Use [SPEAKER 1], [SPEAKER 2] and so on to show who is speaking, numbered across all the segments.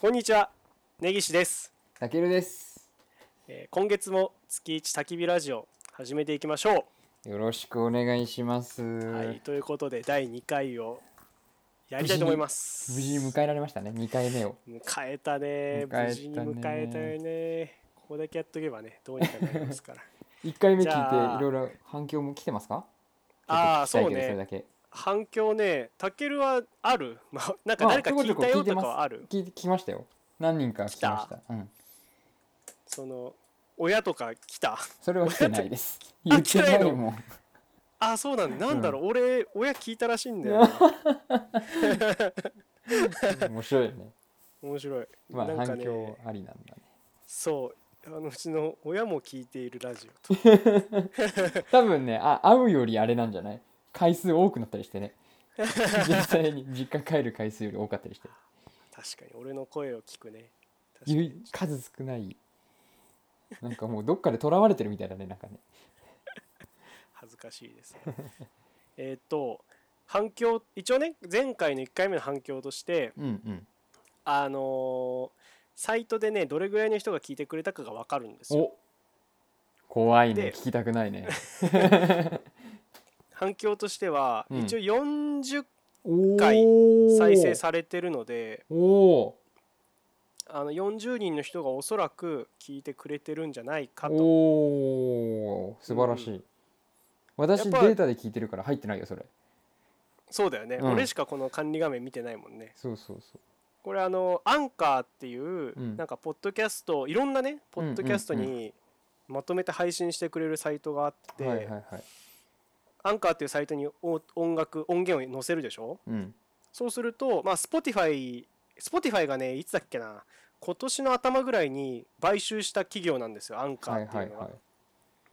[SPEAKER 1] こんにちは、根岸です、
[SPEAKER 2] たけるです。
[SPEAKER 1] えー今月も月一焚き火ラジオ始めていきましょ
[SPEAKER 2] よろしくお願いします。
[SPEAKER 1] う。はい、ということで第2回をやりたいと思います。
[SPEAKER 2] 無事に迎えられましたね、2回目を。
[SPEAKER 1] 迎えたね
[SPEAKER 2] 迎えたね
[SPEAKER 1] 無事に迎えたよね。ここだけやっとけばね、どうにかなります から。
[SPEAKER 2] 1回目聞
[SPEAKER 1] じゃあ
[SPEAKER 2] いて、いろいろ反響も来てますか
[SPEAKER 1] ああ、
[SPEAKER 2] ちょっ
[SPEAKER 1] そ
[SPEAKER 2] と
[SPEAKER 1] う
[SPEAKER 2] 聞きたいけどそれ
[SPEAKER 1] ね
[SPEAKER 2] だ。け。
[SPEAKER 1] 反響ね、たけるはある、まあ、なんか誰か
[SPEAKER 2] まあ
[SPEAKER 1] 聞
[SPEAKER 2] ちょ
[SPEAKER 1] い
[SPEAKER 2] こち
[SPEAKER 1] た
[SPEAKER 2] ょこ
[SPEAKER 1] よとかはある。
[SPEAKER 2] 聞いてきましたよ。何人か聞きました。うん。
[SPEAKER 1] その、親とか来た。
[SPEAKER 2] それは来てないです。
[SPEAKER 1] あ
[SPEAKER 2] 言っ
[SPEAKER 1] 来て
[SPEAKER 2] て
[SPEAKER 1] ない
[SPEAKER 2] な
[SPEAKER 1] の
[SPEAKER 2] いもん。
[SPEAKER 1] あ、そうなんだ。なんだろう、俺、親聞いたらしいんだ よね。
[SPEAKER 2] 面白い よね。
[SPEAKER 1] 面白い。
[SPEAKER 2] まあ、
[SPEAKER 1] なんか
[SPEAKER 2] 反
[SPEAKER 1] ね
[SPEAKER 2] 響ありなんだね。
[SPEAKER 1] そうあのうちの親も聞いているラジオと
[SPEAKER 2] 多分ね、あ会うよりあれなんじゃない回数多くなったりし てね。実際に実家帰る回数より多かったりして。
[SPEAKER 1] 確かに俺の声を聞くね確か
[SPEAKER 2] ゆ
[SPEAKER 1] に
[SPEAKER 2] い数少ないなんかもうどっかでとらわれてるみたいだねなんかね
[SPEAKER 1] 恥ずかしいですね えっと反響一応ね前回の1回目の反響として
[SPEAKER 2] うんうん
[SPEAKER 1] あのーサイトでねどれぐらいの人が聞いてくれたかが分かるんですよ
[SPEAKER 2] お怖い
[SPEAKER 1] で
[SPEAKER 2] ね聞きた くないね
[SPEAKER 1] 反響としては、
[SPEAKER 2] うん
[SPEAKER 1] 一応40
[SPEAKER 2] お
[SPEAKER 1] 回
[SPEAKER 2] ー
[SPEAKER 1] 再生されてるので
[SPEAKER 2] おお
[SPEAKER 1] あの40人の人がおそらく聞いてくれてるんじゃないかと
[SPEAKER 2] おー素晴らしい、私
[SPEAKER 1] や
[SPEAKER 2] デ
[SPEAKER 1] っぱ
[SPEAKER 2] ータで聞いてるから入ってないよそれ
[SPEAKER 1] そうだよね、
[SPEAKER 2] うん
[SPEAKER 1] 俺しかこの管理画面見てないもんね
[SPEAKER 2] そうそうそ
[SPEAKER 1] これあのアンカーっていう、
[SPEAKER 2] うん
[SPEAKER 1] なんかポッドキャストいろんなねポッドキャスト
[SPEAKER 2] うんう
[SPEAKER 1] にまとめて配信してくれるサイトがあって、
[SPEAKER 2] うはいはいはい
[SPEAKER 1] アンカーっていうサイトにお音楽音源を載せるでしょ
[SPEAKER 2] うん
[SPEAKER 1] そうするとまあ Spotify Spotify がねいつだっけな今年の頭ぐらいに買収した企業なんですよアンカ
[SPEAKER 2] は
[SPEAKER 1] ー
[SPEAKER 2] い
[SPEAKER 1] ってい
[SPEAKER 2] は
[SPEAKER 1] う
[SPEAKER 2] い
[SPEAKER 1] のは。
[SPEAKER 2] は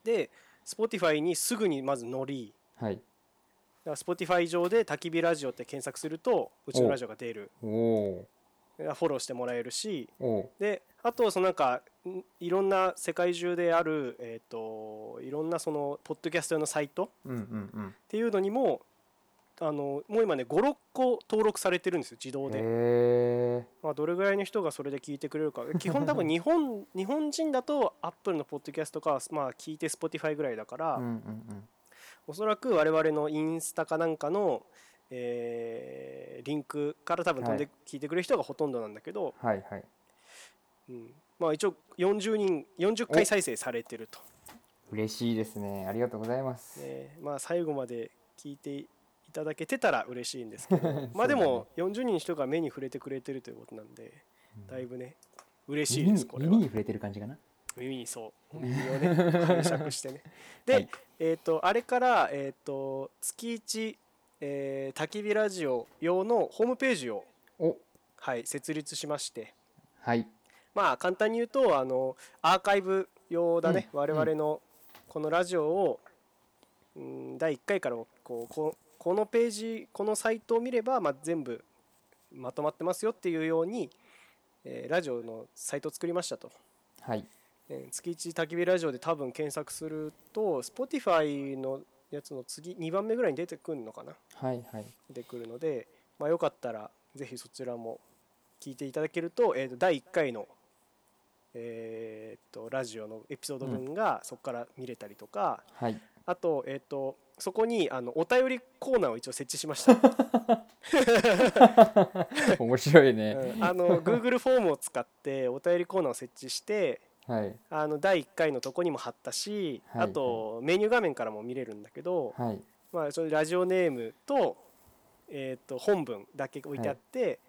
[SPEAKER 1] で Spotify にすぐにまず乗り
[SPEAKER 2] いはい
[SPEAKER 1] だから Spotify 上で「焚き火ラジオ」って検索するとうちのラジオが出る
[SPEAKER 2] おお
[SPEAKER 1] フォローしてもらえるし
[SPEAKER 2] ーおー
[SPEAKER 1] であとそのなんかんいろんな世界中である、えー、といろんなそのポッドキャスト用のサイトっ
[SPEAKER 2] うんうん
[SPEAKER 1] ていうのにもあのもう今ね56個登録されてるんですよ自動
[SPEAKER 2] うん
[SPEAKER 1] で、
[SPEAKER 2] へえ
[SPEAKER 1] まあ、どれぐらいの人がそれで聞いてくれるか基本多 分日本日本人だとアップルのポッドキャストか、まあ、聞いて Spotify ぐらいだから、
[SPEAKER 2] うんうんうん
[SPEAKER 1] おそらく我々のインスタかなんかの、えーリンクから多分飛んで
[SPEAKER 2] は
[SPEAKER 1] 聞いてくれる人がほとんどなんだけど、
[SPEAKER 2] はいはい
[SPEAKER 1] うん、まあ一応40人40回再生されてると。
[SPEAKER 2] 嬉しいですねありがとうございます、
[SPEAKER 1] ねまあ最後まで聞いていただけてたら嬉しいんです けどまあ
[SPEAKER 2] そう
[SPEAKER 1] で
[SPEAKER 2] だね
[SPEAKER 1] も40人の人が目に触れてくれてるということなんで
[SPEAKER 2] うん
[SPEAKER 1] だいぶね嬉しい
[SPEAKER 2] 耳
[SPEAKER 1] で
[SPEAKER 2] に
[SPEAKER 1] すこれ
[SPEAKER 2] 耳
[SPEAKER 1] は
[SPEAKER 2] に触れてる感じかな
[SPEAKER 1] 耳にそう耳をね拝借して ねで、
[SPEAKER 2] はい
[SPEAKER 1] えっ、とあれからえっ、と月一、えー焚き火ラジオ用のホームページを
[SPEAKER 2] お
[SPEAKER 1] はい設立しまして
[SPEAKER 2] はい
[SPEAKER 1] まあ簡単に言うとあのアーカイブ用だね、
[SPEAKER 2] うん
[SPEAKER 1] 我々のこのラジオを、うん、第1回からこうここのページこのサイトを見れば、まあ、全部まとまってますよっていうように、えーラジオのサイトを作りましたと。
[SPEAKER 2] はい
[SPEAKER 1] えー月一焚き火ラジオで多分検索すると Spotify のやつの次2番目ぐらいに出てくるのかな
[SPEAKER 2] はいはい
[SPEAKER 1] 出てくるので、まあ、よかったらぜひそちらも聞いていただけると,、えーと第1回の、えーとラジオのエピソード分がそこから見れたりとか、
[SPEAKER 2] はい
[SPEAKER 1] あと,、えー、とそこにあのお便りコーナーを一応設置しま した、うん
[SPEAKER 2] 面白いね、
[SPEAKER 1] あの Google フォームを使ってお便りコーナーを設置して
[SPEAKER 2] はい
[SPEAKER 1] あの第1回のとこにも貼ったし、
[SPEAKER 2] はい
[SPEAKER 1] あとメニュー画面からも見れるんだけど、
[SPEAKER 2] はい
[SPEAKER 1] まあ、それラジオネームと,、えー、と本文だけ置いてあって、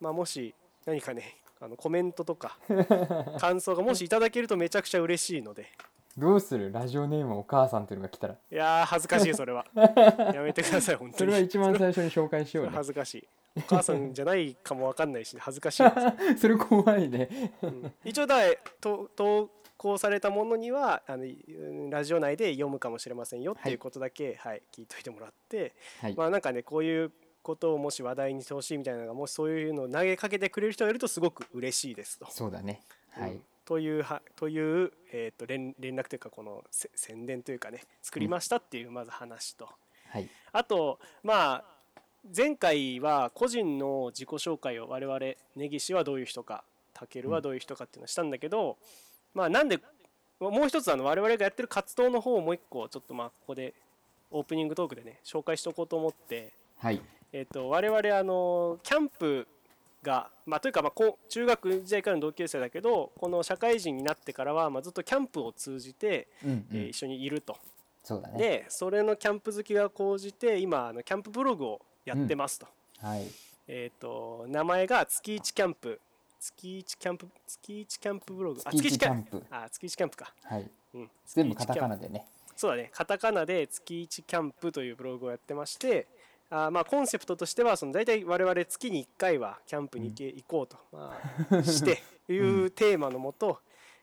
[SPEAKER 1] まあ、もし何かねあのコメントと か感想がもしいただけるとめちゃくちゃ嬉しいので
[SPEAKER 2] どうするラジオネームお母さんっていうのが来たら
[SPEAKER 1] いやー恥ずかしいそ れはやめてください本当
[SPEAKER 2] それ
[SPEAKER 1] に
[SPEAKER 2] は一番最初に紹介し
[SPEAKER 1] そ
[SPEAKER 2] よ
[SPEAKER 1] れ
[SPEAKER 2] う
[SPEAKER 1] は恥ずかしいお母さんじゃないかもわかんないし恥ずかしいです、
[SPEAKER 2] ねそれ怖いね
[SPEAKER 1] うん一応だと投稿されたものにはあのうんラジオ内で読むかもしれませんよっていうことだけ、はい聞いといてもらって
[SPEAKER 2] はい、
[SPEAKER 1] まあなんかねこういうことをもし話題にしてほしいみたいなのがもしそういうのを投げかけてくれる人がいるとすごく嬉しいですと。
[SPEAKER 2] そうだねはい、
[SPEAKER 1] うんというはという、えー、と連連絡というかこのせ宣伝というかね作りましたっていうまず話と、
[SPEAKER 2] はい
[SPEAKER 1] あとまあ前回は個人の自己紹介を我々根岸はどういう人かたけるはどういう人かっていうのをしたんだけど、まあなんでもう一つあの我々がやってる活動の方をもう一個ちょっとまあここでオープニングトークでね紹介しとこうと思って、
[SPEAKER 2] はい
[SPEAKER 1] えっと我々あのキャンプが、まあ、というかまあこう中学時代からの同級生だけどこの社会人になってからはまあずっとキャンプを通じて、
[SPEAKER 2] うんう
[SPEAKER 1] えー
[SPEAKER 2] ん
[SPEAKER 1] 一緒にいると。
[SPEAKER 2] そうだね
[SPEAKER 1] でそれのキャンプ好きが高じて今あのキャンプブログをやってますと,、
[SPEAKER 2] はい
[SPEAKER 1] えー、と名前が月一キャンプ月一キャンプ月一キャンプブログあ
[SPEAKER 2] 月一キャンプ
[SPEAKER 1] 月一キャンあ月一キャンプか、
[SPEAKER 2] はい
[SPEAKER 1] うん、月
[SPEAKER 2] 全
[SPEAKER 1] 一
[SPEAKER 2] 部
[SPEAKER 1] キャ
[SPEAKER 2] カ
[SPEAKER 1] ンプ
[SPEAKER 2] タカナでね
[SPEAKER 1] そうだねカタカナで月一キャンプというブログをやってましてあーまあコンセプトとしてはその大体我々月に1回はキャンプに行け、行こうと、まあ、していうテーマのもと、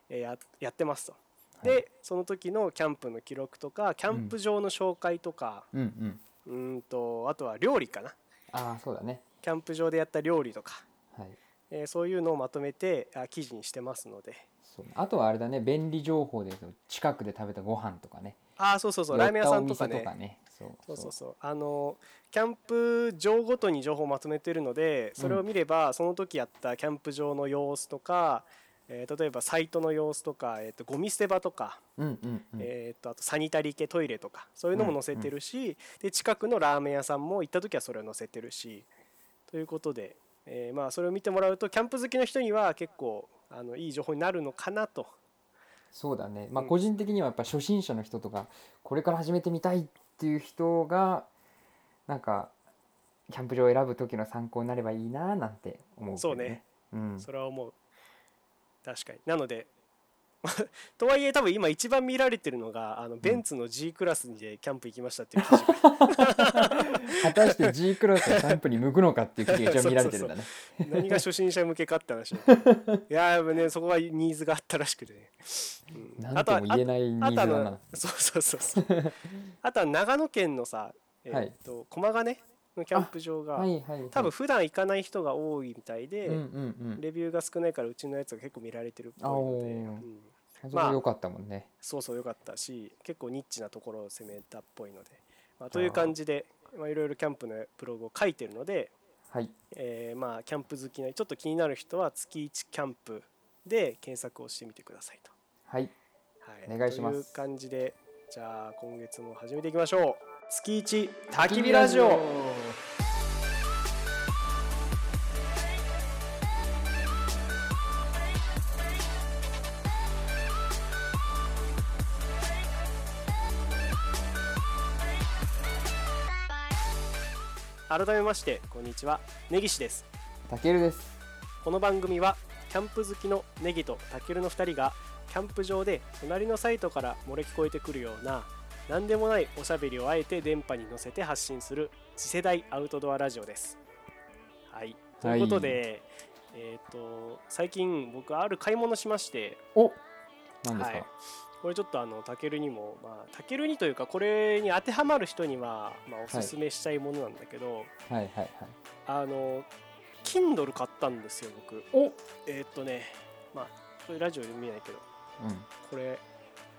[SPEAKER 1] えーややってますと。で、その時のキャンプの記録とかキャンプ場の紹介とか、
[SPEAKER 2] うんうん
[SPEAKER 1] うーんとあとは料理かな
[SPEAKER 2] ああそうだね
[SPEAKER 1] キャンプ場でやった料理とか、
[SPEAKER 2] はい
[SPEAKER 1] えーそういうのをまとめてあ記事にしてますので
[SPEAKER 2] そうあとはあれだね便利情報で言うと近くで食べたご飯とかね
[SPEAKER 1] ああそうそうそうラーメン屋さんとかね
[SPEAKER 2] 寄ったお店そう
[SPEAKER 1] そうそうそうあのキャンプ場ごとに情報をまとめてるのでそれを見れば、その時やったキャンプ場の様子とか、えー例えばサイトの様子とか、えー、とゴミ捨て場とか、
[SPEAKER 2] うんうんうん、
[SPEAKER 1] えー、とあとサニタリー系トイレとかそういうのも載せてるし、で近くのラーメン屋さんも行った時はそれを載せてるしということで、えーまあ、それを見てもらうとキャンプ好きの人には結構あのいい情報になるのかなと。
[SPEAKER 2] そうだねまあ
[SPEAKER 1] うん
[SPEAKER 2] 個人的にはやっぱ初心者の人とかこれから始めてみたいっていう人がなんかキャンプ場を選ぶ時の参考になればいいななんて思うけどそうねうん
[SPEAKER 1] それは思う確かになので とはいえ多分今一番見られてるのがあのベンツの G クラスでキャンプ行きましたっていう記 事が
[SPEAKER 2] 果たして G クラスのキャンプに向くのかっていう記事が一応見ら れてるんだね
[SPEAKER 1] 何が初心者向けかって話い やーでもねそこはニーズがあったらしくてね、うん
[SPEAKER 2] なんとも言えないニ
[SPEAKER 1] あ
[SPEAKER 2] ーズ
[SPEAKER 1] とあ
[SPEAKER 2] だ
[SPEAKER 1] の
[SPEAKER 2] な
[SPEAKER 1] そうそうそうそう あとは長野県のさ、えーっと駒ヶ根のキャンプ場が、
[SPEAKER 2] はいはい、はい、
[SPEAKER 1] 多分普段行かない人が多いみたいで、
[SPEAKER 2] うんうん
[SPEAKER 1] レビューが少ないからうちのやつが結構見られてるっぽいので、
[SPEAKER 2] あー
[SPEAKER 1] うん
[SPEAKER 2] うんそれ良かったもんね、
[SPEAKER 1] そうそう良かったし結構ニッチなところを攻めたっぽいので、まあ、という感じでまあいろいろキャンプのブログを書いてるので、
[SPEAKER 2] はい
[SPEAKER 1] えーまあキャンプ好きなちょっと気になる人は月1キャンプで検索をしてみてくださいと。
[SPEAKER 2] はい
[SPEAKER 1] はい、
[SPEAKER 2] お願いします
[SPEAKER 1] という感じでじゃあ今月も始めていきましょう月1焚き火ラジオ改めましてこんにちは根岸です
[SPEAKER 2] たけるです
[SPEAKER 1] この番組はキャンプ好きのネギとタケルの2人がキャンプ場で隣のサイトから漏れ聞こえてくるような何でもないおしゃべりをあえて電波に乗せて発信する次世代アウトドアラジオです。はい、ということで、えー、と最近僕ある買い物しまして
[SPEAKER 2] お何ですか、
[SPEAKER 1] はいこれちょっとあのタケルにもまあタケルにというかこれに当てはまる人には、まあ、おすすめしたいものなんだけど、
[SPEAKER 2] はい、はいはい
[SPEAKER 1] あの Kindle 買ったんですよ僕。
[SPEAKER 2] お
[SPEAKER 1] えーっとね、まあ、これラジオで見えないけど、
[SPEAKER 2] うん
[SPEAKER 1] これ、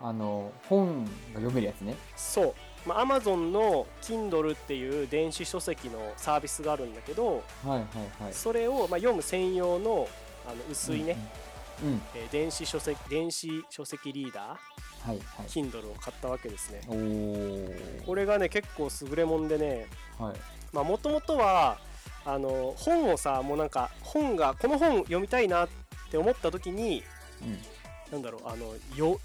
[SPEAKER 2] あの本が読めるやつね
[SPEAKER 1] そう、まあ、Amazon の Kindle っていう電子書籍のサービスがあるんだけど、
[SPEAKER 2] はいはいはい
[SPEAKER 1] それを、まあ、読む専用のあの薄いね、
[SPEAKER 2] うん、うんうん
[SPEAKER 1] えー電子書籍、電子書籍リーダ
[SPEAKER 2] はいはい
[SPEAKER 1] ー、Kindle を買ったわけですね。
[SPEAKER 2] おお
[SPEAKER 1] これがね、結構優れもんでね、
[SPEAKER 2] はい
[SPEAKER 1] まあ、もともとは、あの本をさもうなんか本がこの本読みたいなって思った時に
[SPEAKER 2] うん
[SPEAKER 1] なんだろうあのよ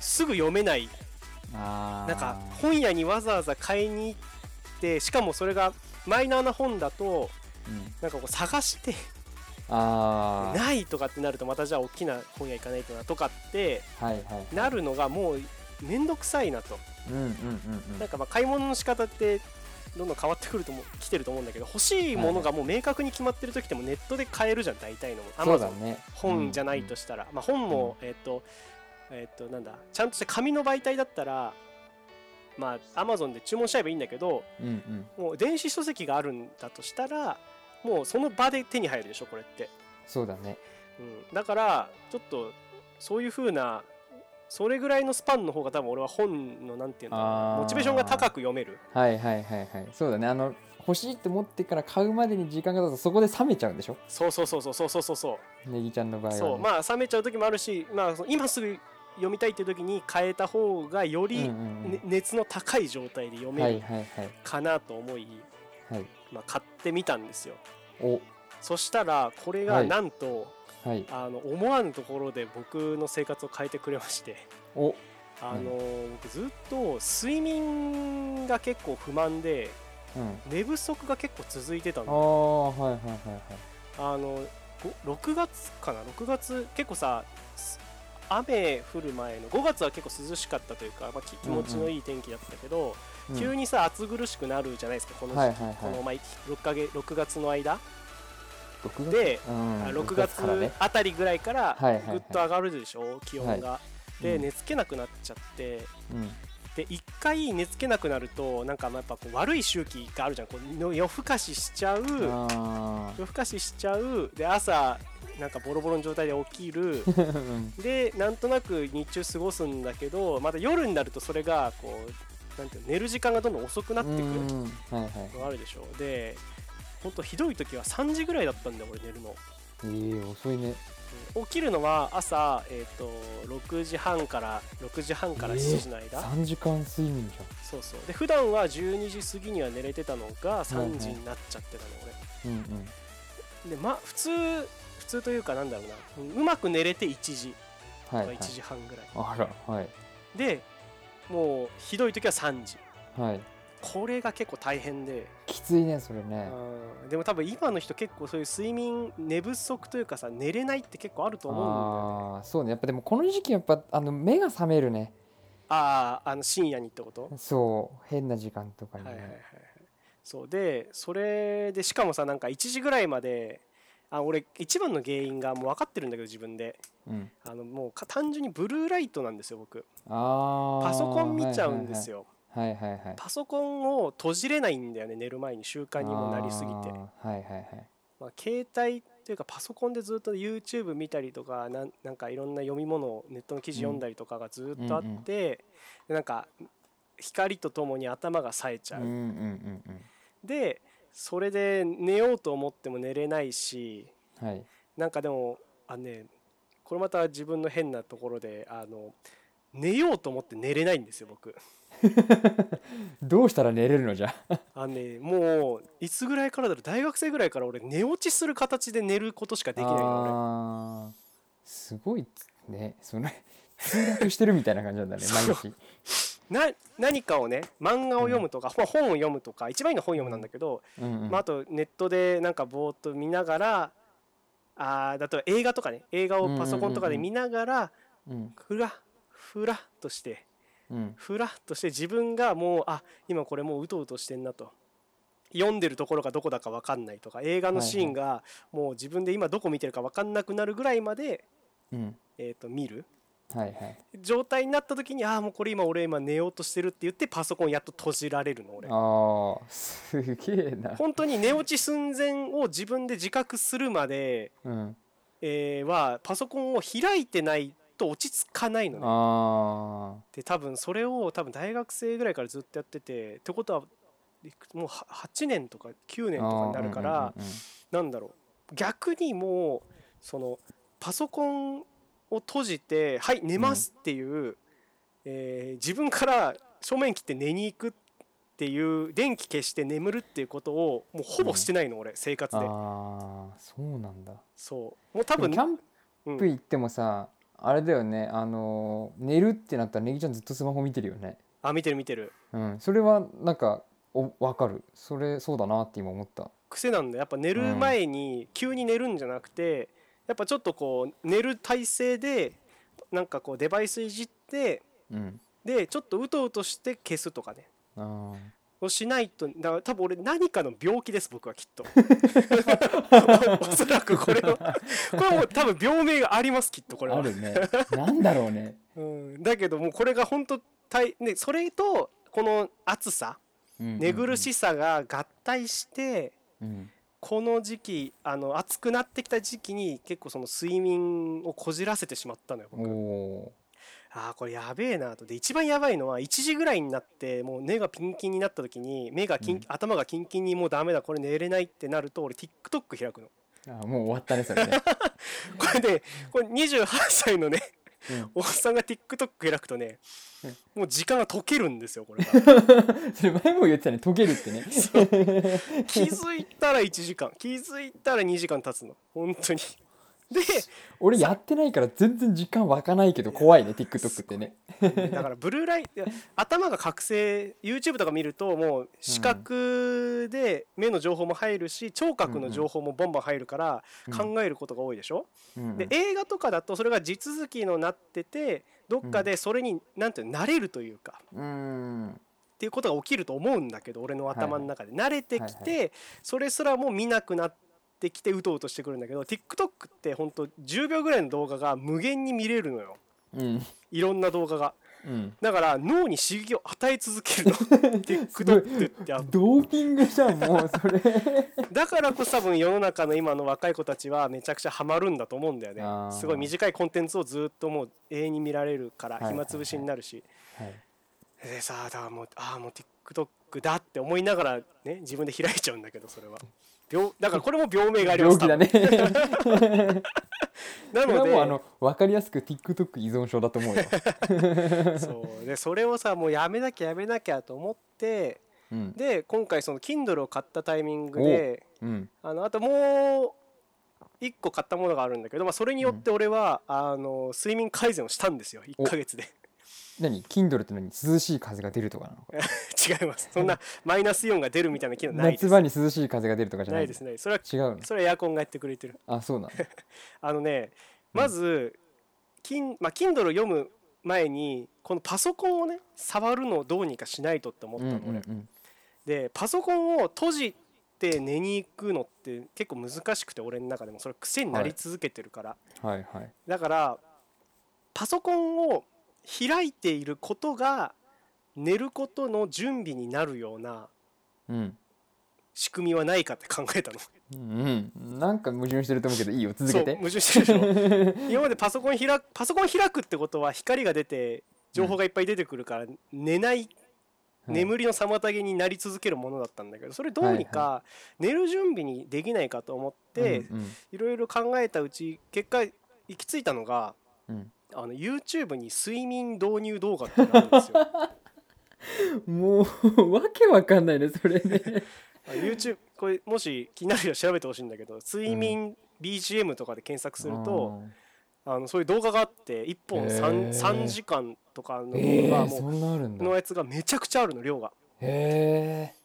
[SPEAKER 1] すぐ読めない
[SPEAKER 2] あー
[SPEAKER 1] なんか本屋にわざわざ買いに行ってしかもそれがマイナーな本だと
[SPEAKER 2] うん
[SPEAKER 1] なんかこう探して
[SPEAKER 2] あー
[SPEAKER 1] ないとかってなるとまたじゃあ大きな本屋行かないとなとかって
[SPEAKER 2] はいはい
[SPEAKER 1] なるのがもう面倒くさいなと
[SPEAKER 2] うんうんうんう
[SPEAKER 1] なんんかまあ買い物の仕方ってどんどん変わってくるとも来てると思うんだけど欲しいものがもう明確に決まってる時ってもネットで買えるじゃん大体のも
[SPEAKER 2] そうだ
[SPEAKER 1] Amazon
[SPEAKER 2] ね
[SPEAKER 1] 本じゃないと
[SPEAKER 2] し
[SPEAKER 1] したら、まあ、本も、えっ、とえっ、となんだちゃんとした紙の媒体だったらまあ Amazon で注文しちゃえばいいんだけど
[SPEAKER 2] うんうん
[SPEAKER 1] もう電子書籍があるんだとしたらもうその場で手に入るでしょこれって、
[SPEAKER 2] そうだね
[SPEAKER 1] うん、だからちょっとそういう風なそれぐらいのスパンの方が多分俺は本のなんていうの
[SPEAKER 2] あー
[SPEAKER 1] モチベーションが高く読める
[SPEAKER 2] はいはいはいはいそうだねあの欲しいって思ってから買うまでに時間が経つとそこで冷めちゃうんでしょ
[SPEAKER 1] そうそうそうそうそうそうそうそう
[SPEAKER 2] ネギちゃんの場合は、ね、
[SPEAKER 1] そうまあ冷めちゃう時もあるし、まあ、その今すぐ読みたいっていう時に変えた方がより、ね
[SPEAKER 2] うんうんうん
[SPEAKER 1] 熱の高い状態で読
[SPEAKER 2] は
[SPEAKER 1] める
[SPEAKER 2] いはいはい
[SPEAKER 1] かなと思い、
[SPEAKER 2] はい
[SPEAKER 1] まあ、買ってみたんですよ
[SPEAKER 2] お
[SPEAKER 1] そしたらこれが
[SPEAKER 2] はい
[SPEAKER 1] なんと、
[SPEAKER 2] はい
[SPEAKER 1] あの思わぬところで僕の生活を変えてくれまして
[SPEAKER 2] お
[SPEAKER 1] あの、僕ずっと睡眠が結構不満で
[SPEAKER 2] うん
[SPEAKER 1] 寝不足が結構続いてたん
[SPEAKER 2] あ
[SPEAKER 1] で
[SPEAKER 2] あはいはいはいはい
[SPEAKER 1] あのご6月かな6月結構さす雨降る前の5月は結構涼しかったというか、まあ、き気持ちのいい天気だったけど、
[SPEAKER 2] うん
[SPEAKER 1] 急にさ暑苦しくなるじゃないですかこの時期、
[SPEAKER 2] はいはいはい
[SPEAKER 1] この前 6, か月6月の間、
[SPEAKER 2] 6
[SPEAKER 1] で
[SPEAKER 2] うん
[SPEAKER 1] あ6
[SPEAKER 2] 6
[SPEAKER 1] 月
[SPEAKER 2] からね
[SPEAKER 1] あたりぐらいから
[SPEAKER 2] はいはいはい
[SPEAKER 1] ぐっと上がるでしょ、気温が。で
[SPEAKER 2] うん
[SPEAKER 1] 寝つけなくなっちゃって
[SPEAKER 2] うん
[SPEAKER 1] で1回寝つけなくなるとなんかまあやっぱこう悪い周期があるじゃんこうの夜更かししちゃう
[SPEAKER 2] あ
[SPEAKER 1] 夜更かししちゃうで朝なんかボロボロの状態で起き る
[SPEAKER 2] ーうん
[SPEAKER 1] でなんとなく日中過ごすんだけどまた夜になるとそれがこうなんていうの寝る時間がどんどん遅くなってくる
[SPEAKER 2] うんはいはい
[SPEAKER 1] のがあるでしょでほんとひどい時は3時ぐらいだったんだよ俺寝るの
[SPEAKER 2] えー、遅いね
[SPEAKER 1] うん起きるのは朝、えー、と6時半から6時半から
[SPEAKER 2] えー
[SPEAKER 1] 7時の間、
[SPEAKER 2] 3時間睡眠じ
[SPEAKER 1] そうそうで普段は12時過ぎには寝れてたのが3時になっちゃってたの俺、
[SPEAKER 2] ゃんうんうん
[SPEAKER 1] でまあ普通普通というかなんだろうなうんうまく寝れて1時
[SPEAKER 2] はい、はい
[SPEAKER 1] 1、時半ぐらい、
[SPEAKER 2] あらはい
[SPEAKER 1] でもうひどい時は3時
[SPEAKER 2] はい
[SPEAKER 1] これが結構大変で、
[SPEAKER 2] きついねそれね
[SPEAKER 1] うんでも多分今の人結構そういう睡眠寝不足というかさ寝れないって結構あると思うんだよね
[SPEAKER 2] あーそうねやっぱでもこの時期やっぱあの目が覚めるね
[SPEAKER 1] ああーあの深夜にってこと
[SPEAKER 2] そう変な時間とかにね、
[SPEAKER 1] はいはいはいはいそうでそれでしかもさなんか1時ぐらいまであ俺一番の原因がもう分かってるんだけど自分で
[SPEAKER 2] うん、
[SPEAKER 1] あのもうか単純にブルーライトなんですよ僕
[SPEAKER 2] あー
[SPEAKER 1] パソコン見ちゃうんですよ、
[SPEAKER 2] はいはいはいはいはい
[SPEAKER 1] パソコンを閉じれないんだよね寝る前に習慣にもなりすぎて
[SPEAKER 2] あーはいはいはい
[SPEAKER 1] まあ、携帯というかパソコンでずっと YouTube 見たりとかなんなんかいろんな読み物をネットの記事読んだりとかがずっとあって、
[SPEAKER 2] うんうん
[SPEAKER 1] でなんか光とともに頭が冴えちゃう、
[SPEAKER 2] うんうんうん
[SPEAKER 1] でそれで寝ようと思っても寝れないし
[SPEAKER 2] うんはい
[SPEAKER 1] なんかでもあのねこれまた自分の変なところであの寝ようと思って寝れないんですよ僕
[SPEAKER 2] どうしたら寝れるのじゃ
[SPEAKER 1] あのねもういつぐらいからだろう大学生ぐらいから俺寝落ちする形で寝ることしかできないの
[SPEAKER 2] あーすごいねその通学してるみたいな感じな んだね毎日
[SPEAKER 1] 俺な何かをね漫画を読むとか、まあ本を読むとか一番いいのは本読むなんだけど、
[SPEAKER 2] うんうん
[SPEAKER 1] まあ、あとネットでなんかぼーっと見ながらあーだと映画とかね映画をパソコンとかで見ながら、
[SPEAKER 2] うん
[SPEAKER 1] ふらふらっとして
[SPEAKER 2] うん
[SPEAKER 1] ふらっとして自分がもうあ今これもううとうとしてんなと読んでるところがどこだか分かんないとか映画のシーンがもう自分で今どこ見てるか分かんなくなるぐらいまで、
[SPEAKER 2] うん
[SPEAKER 1] えー、と見る
[SPEAKER 2] はいはい
[SPEAKER 1] 状態になった時にああもうこれ今俺今寝ようとしてるって言ってパソコンやっと閉じられるの俺
[SPEAKER 2] あーすげえな
[SPEAKER 1] 本当に寝落ち寸前を自分で自覚するまで、
[SPEAKER 2] うん
[SPEAKER 1] えーはパソコンを開いてないと落ち着かないのね
[SPEAKER 2] あ
[SPEAKER 1] で多分それを多分大学生ぐらいからずっとやっててってことはいくもうは8年とか9
[SPEAKER 2] ー
[SPEAKER 1] 年とかになるから、
[SPEAKER 2] あーうんうんうんうん
[SPEAKER 1] なんだろう逆にもうそのパソコンを閉じて「はい寝ます」っていう、えー自分から正面切って寝に行くっていう電気消して眠るっていうことをもうほぼしてないの、俺生活で
[SPEAKER 2] ああそうなんだ
[SPEAKER 1] そうもう多分
[SPEAKER 2] でもキャン
[SPEAKER 1] う
[SPEAKER 2] プ行ってもさ、あれだよねあのー寝るってなったらネギちゃんずっとスマホ見てるよね
[SPEAKER 1] あ見てる見てる
[SPEAKER 2] うんそれはなんかお分かるそれそうだなって今思った
[SPEAKER 1] 癖なんだやっぱ寝る前に急に寝るんじゃなくて、やっぱちょっとこう寝る体勢でなんかこうデバイスいじって
[SPEAKER 2] うん
[SPEAKER 1] でちょっとうとうとして消すとかね
[SPEAKER 2] あ
[SPEAKER 1] をしないとだから多分俺何かの病気です僕はきっ とおそらくこれはこれはもう多分病名がありますきっとこれ
[SPEAKER 2] ーあ
[SPEAKER 1] は、
[SPEAKER 2] るねなんだろうね
[SPEAKER 1] うん、だけどもうこれが本当大ねそれとこの暑さ寝苦
[SPEAKER 2] い、
[SPEAKER 1] しさが合体して
[SPEAKER 2] うん、
[SPEAKER 1] この時期あの暑くなってきた時期に結構その睡眠をこじらせてしまったのよ
[SPEAKER 2] お
[SPEAKER 1] 僕
[SPEAKER 2] お
[SPEAKER 1] ああこれやべえなとで一番やばいのは1時ぐらいになってもう目がピンキンになった時に目がキン、
[SPEAKER 2] うん
[SPEAKER 1] 頭がキンキンにもうダメだこれ寝れないってなると俺 TikTok 開くの
[SPEAKER 2] あもう終わったねそれね、
[SPEAKER 1] これねこれ28歳のねおっさんが TikTok 開くとね
[SPEAKER 2] うん
[SPEAKER 1] もう時間が解けるんですよこれが
[SPEAKER 2] うん、それ前も言ってたね「溶ける」ってね
[SPEAKER 1] 気づいたら1時間気づいたら2時間経つの本当にで
[SPEAKER 2] 俺やってないから全然実感湧かないけど怖いね TikTok ってね
[SPEAKER 1] だからブルーライト頭が覚醒 YouTube とか見るともう視覚で目の情報も入るし聴覚の情報もバンバン入るから
[SPEAKER 2] うん
[SPEAKER 1] 考えることが多いでしょ、
[SPEAKER 2] うん
[SPEAKER 1] で映画とかだとそれが地続きのなっててどっかでそれになんていうの慣れるというか
[SPEAKER 2] うん
[SPEAKER 1] っていうことが起きると思うんだけど俺の頭の中で慣れてき
[SPEAKER 2] はい
[SPEAKER 1] てそれすらもう見なくなってきてうとうとしてくるんだけど TikTok って本当10秒ぐらいの動画が無限に見れるのよ
[SPEAKER 2] うん
[SPEAKER 1] いろんな動画が。
[SPEAKER 2] うん
[SPEAKER 1] だから脳に刺激を与え続ける の TikTok ってあ
[SPEAKER 2] ドーピングじゃんもう それ
[SPEAKER 1] だからこそ多分世の中の今の若い子たちはめちゃくちゃハマるんだと思うんだよね
[SPEAKER 2] あー
[SPEAKER 1] すごい短いコンテンツをずっともう永遠に見られるから
[SPEAKER 2] はいはいは
[SPEAKER 1] 暇
[SPEAKER 2] い
[SPEAKER 1] つぶしになるし、
[SPEAKER 2] はい
[SPEAKER 1] でさあだからもうああもう TikTok だって思いながらね自分で開いちゃうんだけどそれは病だからこれも病名がありま
[SPEAKER 2] 病
[SPEAKER 1] す
[SPEAKER 2] 気だね
[SPEAKER 1] 多分
[SPEAKER 2] これはもう
[SPEAKER 1] なの
[SPEAKER 2] あの分かりやすく TikTok 依存症だと思 うよ、
[SPEAKER 1] でそうでそれをさもうやめなきゃやめなきゃと思って
[SPEAKER 2] うん
[SPEAKER 1] で今回その Kindle を買ったタイミングで
[SPEAKER 2] うん、
[SPEAKER 1] あのあともう1個買ったものがあるんだけど、まあ、それによって俺は、あの睡眠改善をしたんですよ1
[SPEAKER 2] お
[SPEAKER 1] ヶ月で
[SPEAKER 2] 何 Kindle って何涼しい風が出るとかなのか
[SPEAKER 1] 違いますそんなマイナスイオンが出るみたいな機能ないです
[SPEAKER 2] 夏場に涼しい風が出るとかじゃ
[SPEAKER 1] な
[SPEAKER 2] ないい
[SPEAKER 1] で
[SPEAKER 2] の
[SPEAKER 1] すねそれは
[SPEAKER 2] 違うの
[SPEAKER 1] それはエアコンがやってくれてる
[SPEAKER 2] あそうなの
[SPEAKER 1] あのねまず、金まあ、Kindle を読む前にこのパソコンをね触るのをどうにかしないと って思っ
[SPEAKER 2] う
[SPEAKER 1] た
[SPEAKER 2] んう
[SPEAKER 1] の、俺
[SPEAKER 2] ん
[SPEAKER 1] でパソコンを閉じて寝に行くのって結構難しくて俺の中でもそれ癖になり続けてるから、
[SPEAKER 2] うんはいはい
[SPEAKER 1] だからパソコンを開いていることが寝ることの準備になるような
[SPEAKER 2] うん
[SPEAKER 1] 仕組みはないかって考えたの
[SPEAKER 2] うんうんなんか矛盾してると思うけどいいよ続
[SPEAKER 1] そう
[SPEAKER 2] けて
[SPEAKER 1] 矛盾してるでし ょ今までパソコン開くパソコン開くってことは光が出て情報がいっぱい出てくるから寝ない
[SPEAKER 2] はい
[SPEAKER 1] 眠りの妨げになり続けるものだったんだけどそれどうにか寝る準備にできないかと思って
[SPEAKER 2] うん
[SPEAKER 1] いろいろ考えたうち結果行き着いたのが
[SPEAKER 2] うん
[SPEAKER 1] あの YouTube に睡眠導入動画ってなるんですよ
[SPEAKER 2] うんもうわけわかんないねそれね
[SPEAKER 1] あ YouTube これもし気になる人は調べてほしいんだけど睡眠 BGM とかで検索 すると、あのそういう動画があって1
[SPEAKER 2] へ
[SPEAKER 1] 本
[SPEAKER 2] ー
[SPEAKER 1] 3, 3時間とかの
[SPEAKER 2] うん
[SPEAKER 1] 動
[SPEAKER 2] えー
[SPEAKER 1] 画も
[SPEAKER 2] そんなあるん
[SPEAKER 1] う
[SPEAKER 2] だ
[SPEAKER 1] のやつがめちゃくちゃあるの量が。
[SPEAKER 2] へえ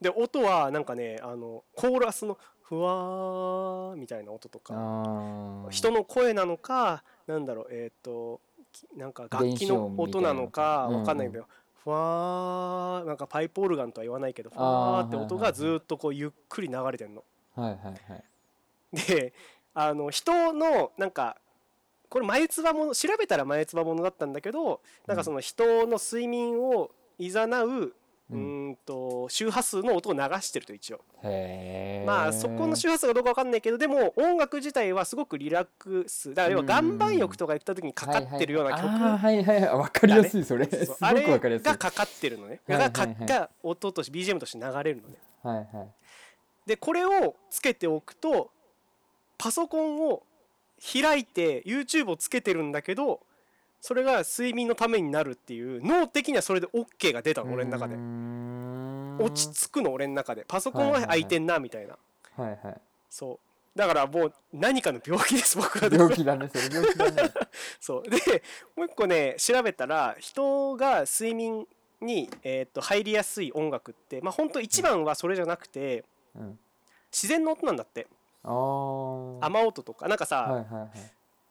[SPEAKER 1] で音はなんかねあのコーラスのふわーみたいな音とか
[SPEAKER 2] あー
[SPEAKER 1] 人の声なのかなんだろうえっ、ときなんか楽器の音なのか
[SPEAKER 2] 電子音みたいなのか
[SPEAKER 1] わかんないけど、ふわーなんかパイプオルガンとは言わないけどふわ
[SPEAKER 2] あー
[SPEAKER 1] ーって音
[SPEAKER 2] はいは
[SPEAKER 1] が
[SPEAKER 2] いはい
[SPEAKER 1] ずーっとこうゆっくり流れてんの。
[SPEAKER 2] はいはいはい
[SPEAKER 1] であの人のなんかこれ前つばもの調べたら前つばものだったんだけどなんかその人の睡眠をいざなうう
[SPEAKER 2] うん
[SPEAKER 1] ーんと周波数の音を流してると一応
[SPEAKER 2] へえ
[SPEAKER 1] まあそこの周波数がどうかわかんないけどでも音楽自体はすごくリラックスだから要は岩盤浴とか行った時にかかってるような曲
[SPEAKER 2] あーはいはいはいわかりやすいそれ
[SPEAKER 1] そう
[SPEAKER 2] す
[SPEAKER 1] そう
[SPEAKER 2] ご
[SPEAKER 1] あ
[SPEAKER 2] くわ
[SPEAKER 1] れ
[SPEAKER 2] かりやすい
[SPEAKER 1] がかかってるのね
[SPEAKER 2] はいはい
[SPEAKER 1] が
[SPEAKER 2] は
[SPEAKER 1] か
[SPEAKER 2] い
[SPEAKER 1] が音として BGM として流れるのね
[SPEAKER 2] はいはい
[SPEAKER 1] でこれをつけておくとパソコンを開いて YouTube をつけてるんだけどそれが睡眠のためになるっていう脳的にはそれで OK が出たの俺の中で落ち着くの俺の中でパソコンは開いてんなみたいな、
[SPEAKER 2] くはい はい
[SPEAKER 1] そうだからもう何かの病気です僕は
[SPEAKER 2] 病気だねそれ病気だね
[SPEAKER 1] そうでもう一個ね調べたら人が睡眠に、えーっと入りやすい音楽ってまあ本当一番はそれじゃなくて
[SPEAKER 2] うん
[SPEAKER 1] 自然の音なんだって
[SPEAKER 2] あー
[SPEAKER 1] 雨音とかなんかさ、
[SPEAKER 2] はいはいはい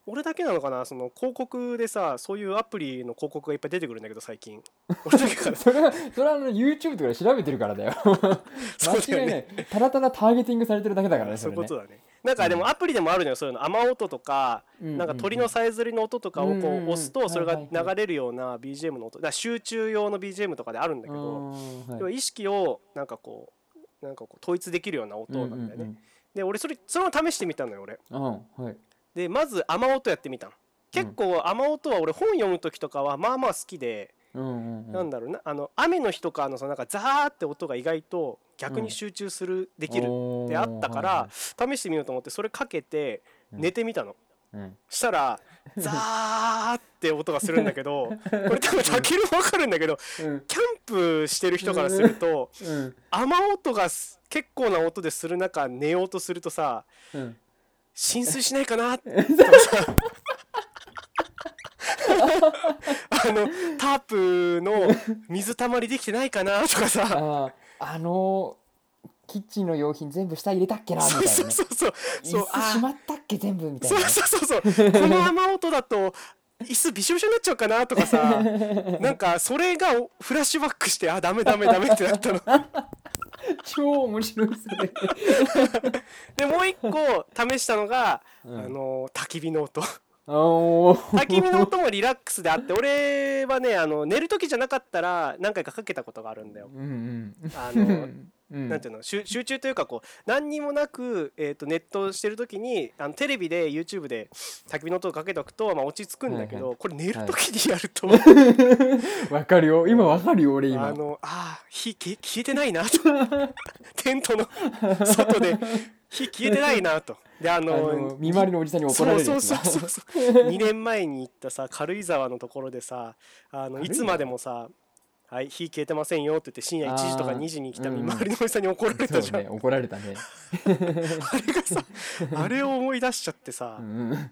[SPEAKER 1] 俺だけなのかなその広告でさそういうアプリの広告がいっぱい出てくるんだけど最近俺だけかな
[SPEAKER 2] それはそれはあの YouTube とかで調べてるからだよ
[SPEAKER 1] そうだ
[SPEAKER 2] 間違
[SPEAKER 1] よ
[SPEAKER 2] い
[SPEAKER 1] ね
[SPEAKER 2] ないただただターゲティングされてるだけだからね
[SPEAKER 1] そ
[SPEAKER 2] そ
[SPEAKER 1] い
[SPEAKER 2] うれ
[SPEAKER 1] う
[SPEAKER 2] ね
[SPEAKER 1] ことだねなんかでもアプリでもあるのよそういうの雨音とか、
[SPEAKER 2] うん
[SPEAKER 1] なんか鳥のさえずりの音とかをこ
[SPEAKER 2] うんうんうん
[SPEAKER 1] う押すとそれが
[SPEAKER 2] はいはいは
[SPEAKER 1] 流
[SPEAKER 2] い
[SPEAKER 1] れるような BGM の音だから集中用の BGM とかであるんだけど、
[SPEAKER 2] うんはい
[SPEAKER 1] 要は意識をなんかこうなんかこう統一できるような音なんだよね、で俺それそれを試してみたのよ俺
[SPEAKER 2] うんうんうんうんはい
[SPEAKER 1] でまず雨音やってみたの結構雨音は俺本読む時とかはまあまあ好きで、
[SPEAKER 2] うんうん
[SPEAKER 1] なんだろうなあの雨の日とかのそのなんかザーって音が意外と逆に集中する、できるってあったから、試してみようと思ってそれかけて
[SPEAKER 2] うん
[SPEAKER 1] 寝てみたの、
[SPEAKER 2] おーはいはい
[SPEAKER 1] した らザーって音がするんだけどこれ多分たけるわかるんだけど
[SPEAKER 2] うん
[SPEAKER 1] キャンプしてる人からすると
[SPEAKER 2] うん
[SPEAKER 1] 雨音がす結構な音でする中寝ようとするとさ
[SPEAKER 2] うん
[SPEAKER 1] 浸水しない かなってあのタープの水たまりできてないか なとかさ
[SPEAKER 2] あーあのーキッチンの用品全部下入れたっけなみたい
[SPEAKER 1] そ
[SPEAKER 2] な
[SPEAKER 1] う
[SPEAKER 2] ね
[SPEAKER 1] そうそうそうそう
[SPEAKER 2] 椅子
[SPEAKER 1] あ
[SPEAKER 2] しまったっけ全部みたい
[SPEAKER 1] そう
[SPEAKER 2] な
[SPEAKER 1] そうそうそうこの雨音だと椅子びしょびしょになっちゃうかなとかさ なんかそれがおフラッシュバックしてあダメダメダメってな ったの
[SPEAKER 2] 超面白いそれ、
[SPEAKER 1] でもう一個試したのが、
[SPEAKER 2] うん、
[SPEAKER 1] あの焚き火の音焚
[SPEAKER 2] おー
[SPEAKER 1] き火の音もリラックスであって俺はねあの寝る時じゃなかったら何回かかけたことがあるんだよ
[SPEAKER 2] うん
[SPEAKER 1] あ
[SPEAKER 2] うんう
[SPEAKER 1] の
[SPEAKER 2] んうん
[SPEAKER 1] なんていうの集集中というかこう何にもなく、えー、とネットしてる時にあのテレビで YouTube で焚き火の音をかけとくと、まあ、落ち着くんだけど、
[SPEAKER 2] は
[SPEAKER 1] これ寝る
[SPEAKER 2] はい
[SPEAKER 1] 時にやると、
[SPEAKER 2] わかるよ今わかるよ俺
[SPEAKER 1] あ
[SPEAKER 2] 今
[SPEAKER 1] のあー火消え消えてないな とテントの外で火消えてないなとであ
[SPEAKER 2] あ
[SPEAKER 1] の
[SPEAKER 2] の見回りのおじさんに怒
[SPEAKER 1] そ
[SPEAKER 2] ら
[SPEAKER 1] う
[SPEAKER 2] れる
[SPEAKER 1] そ
[SPEAKER 2] や
[SPEAKER 1] う
[SPEAKER 2] つ
[SPEAKER 1] そ
[SPEAKER 2] だ
[SPEAKER 1] うそう そう2年前に行ったさ軽井沢のところでさあのい
[SPEAKER 2] 軽井沢
[SPEAKER 1] つまでもさ「はい火消えてませんよ」って言って深夜1時とか
[SPEAKER 2] あー
[SPEAKER 1] 2時に来た
[SPEAKER 2] うんう
[SPEAKER 1] 見
[SPEAKER 2] ん
[SPEAKER 1] 回りのおじさんに怒られたじ
[SPEAKER 2] そ
[SPEAKER 1] ゃ
[SPEAKER 2] うんね怒られたね
[SPEAKER 1] あれがさあれを思い出しちゃってさ、
[SPEAKER 2] うんうん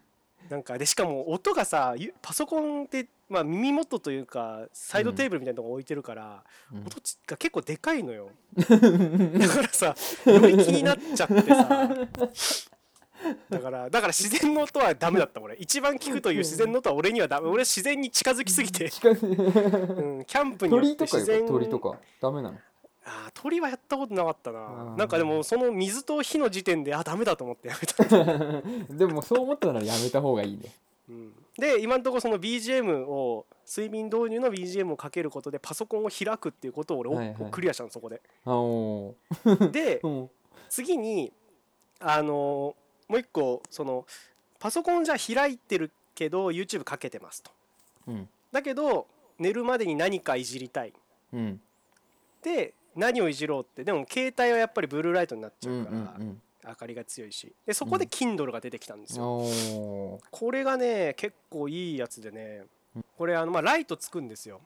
[SPEAKER 1] なんかでしかも音がさゆパソコンって、まあ、耳元というかサイドテーブルみたいなとこ置いてるから、
[SPEAKER 2] うん
[SPEAKER 1] 音ちが結構でかいのよだからさより気になっちゃってさだからだから自然の音はダメだった俺一番聞くという自然の音は俺にはダメ俺自然に近づきすぎて、
[SPEAKER 2] 近づ
[SPEAKER 1] うん、キャンプによっ
[SPEAKER 2] 鳥
[SPEAKER 1] て
[SPEAKER 2] とか
[SPEAKER 1] 自
[SPEAKER 2] よ
[SPEAKER 1] 然
[SPEAKER 2] か鳥とかダメなの
[SPEAKER 1] あー鳥はやったことなかったな
[SPEAKER 2] ー
[SPEAKER 1] なんかでもその水と火の時点であダメだと思ってやめた
[SPEAKER 2] でもそう思ったならやめた方がいいね。
[SPEAKER 1] うんで今のところその BGM を睡眠導入の BGM をかけることでパソコンを開くっていうことを俺、お
[SPEAKER 2] はいはい
[SPEAKER 1] クリアしたのそ こで。
[SPEAKER 2] あお
[SPEAKER 1] で
[SPEAKER 2] ー。うん。
[SPEAKER 1] 次にあのーもう一個そのパソコンじゃ開いてるけど YouTube かけてますと。
[SPEAKER 2] うん。
[SPEAKER 1] だけど寝るまでに何かいじりたい。
[SPEAKER 2] うん。
[SPEAKER 1] で何をいじろうってでも携帯はやっぱりブルーライトになっち
[SPEAKER 2] う
[SPEAKER 1] ゃ
[SPEAKER 2] ん
[SPEAKER 1] うから、
[SPEAKER 2] うん
[SPEAKER 1] 明かりが強いしでそこで Kindle が出てきたんです
[SPEAKER 2] うん。
[SPEAKER 1] よ。
[SPEAKER 2] おー
[SPEAKER 1] これがね結構いいやつでねこれあの、まあ、ライトつくんですよ。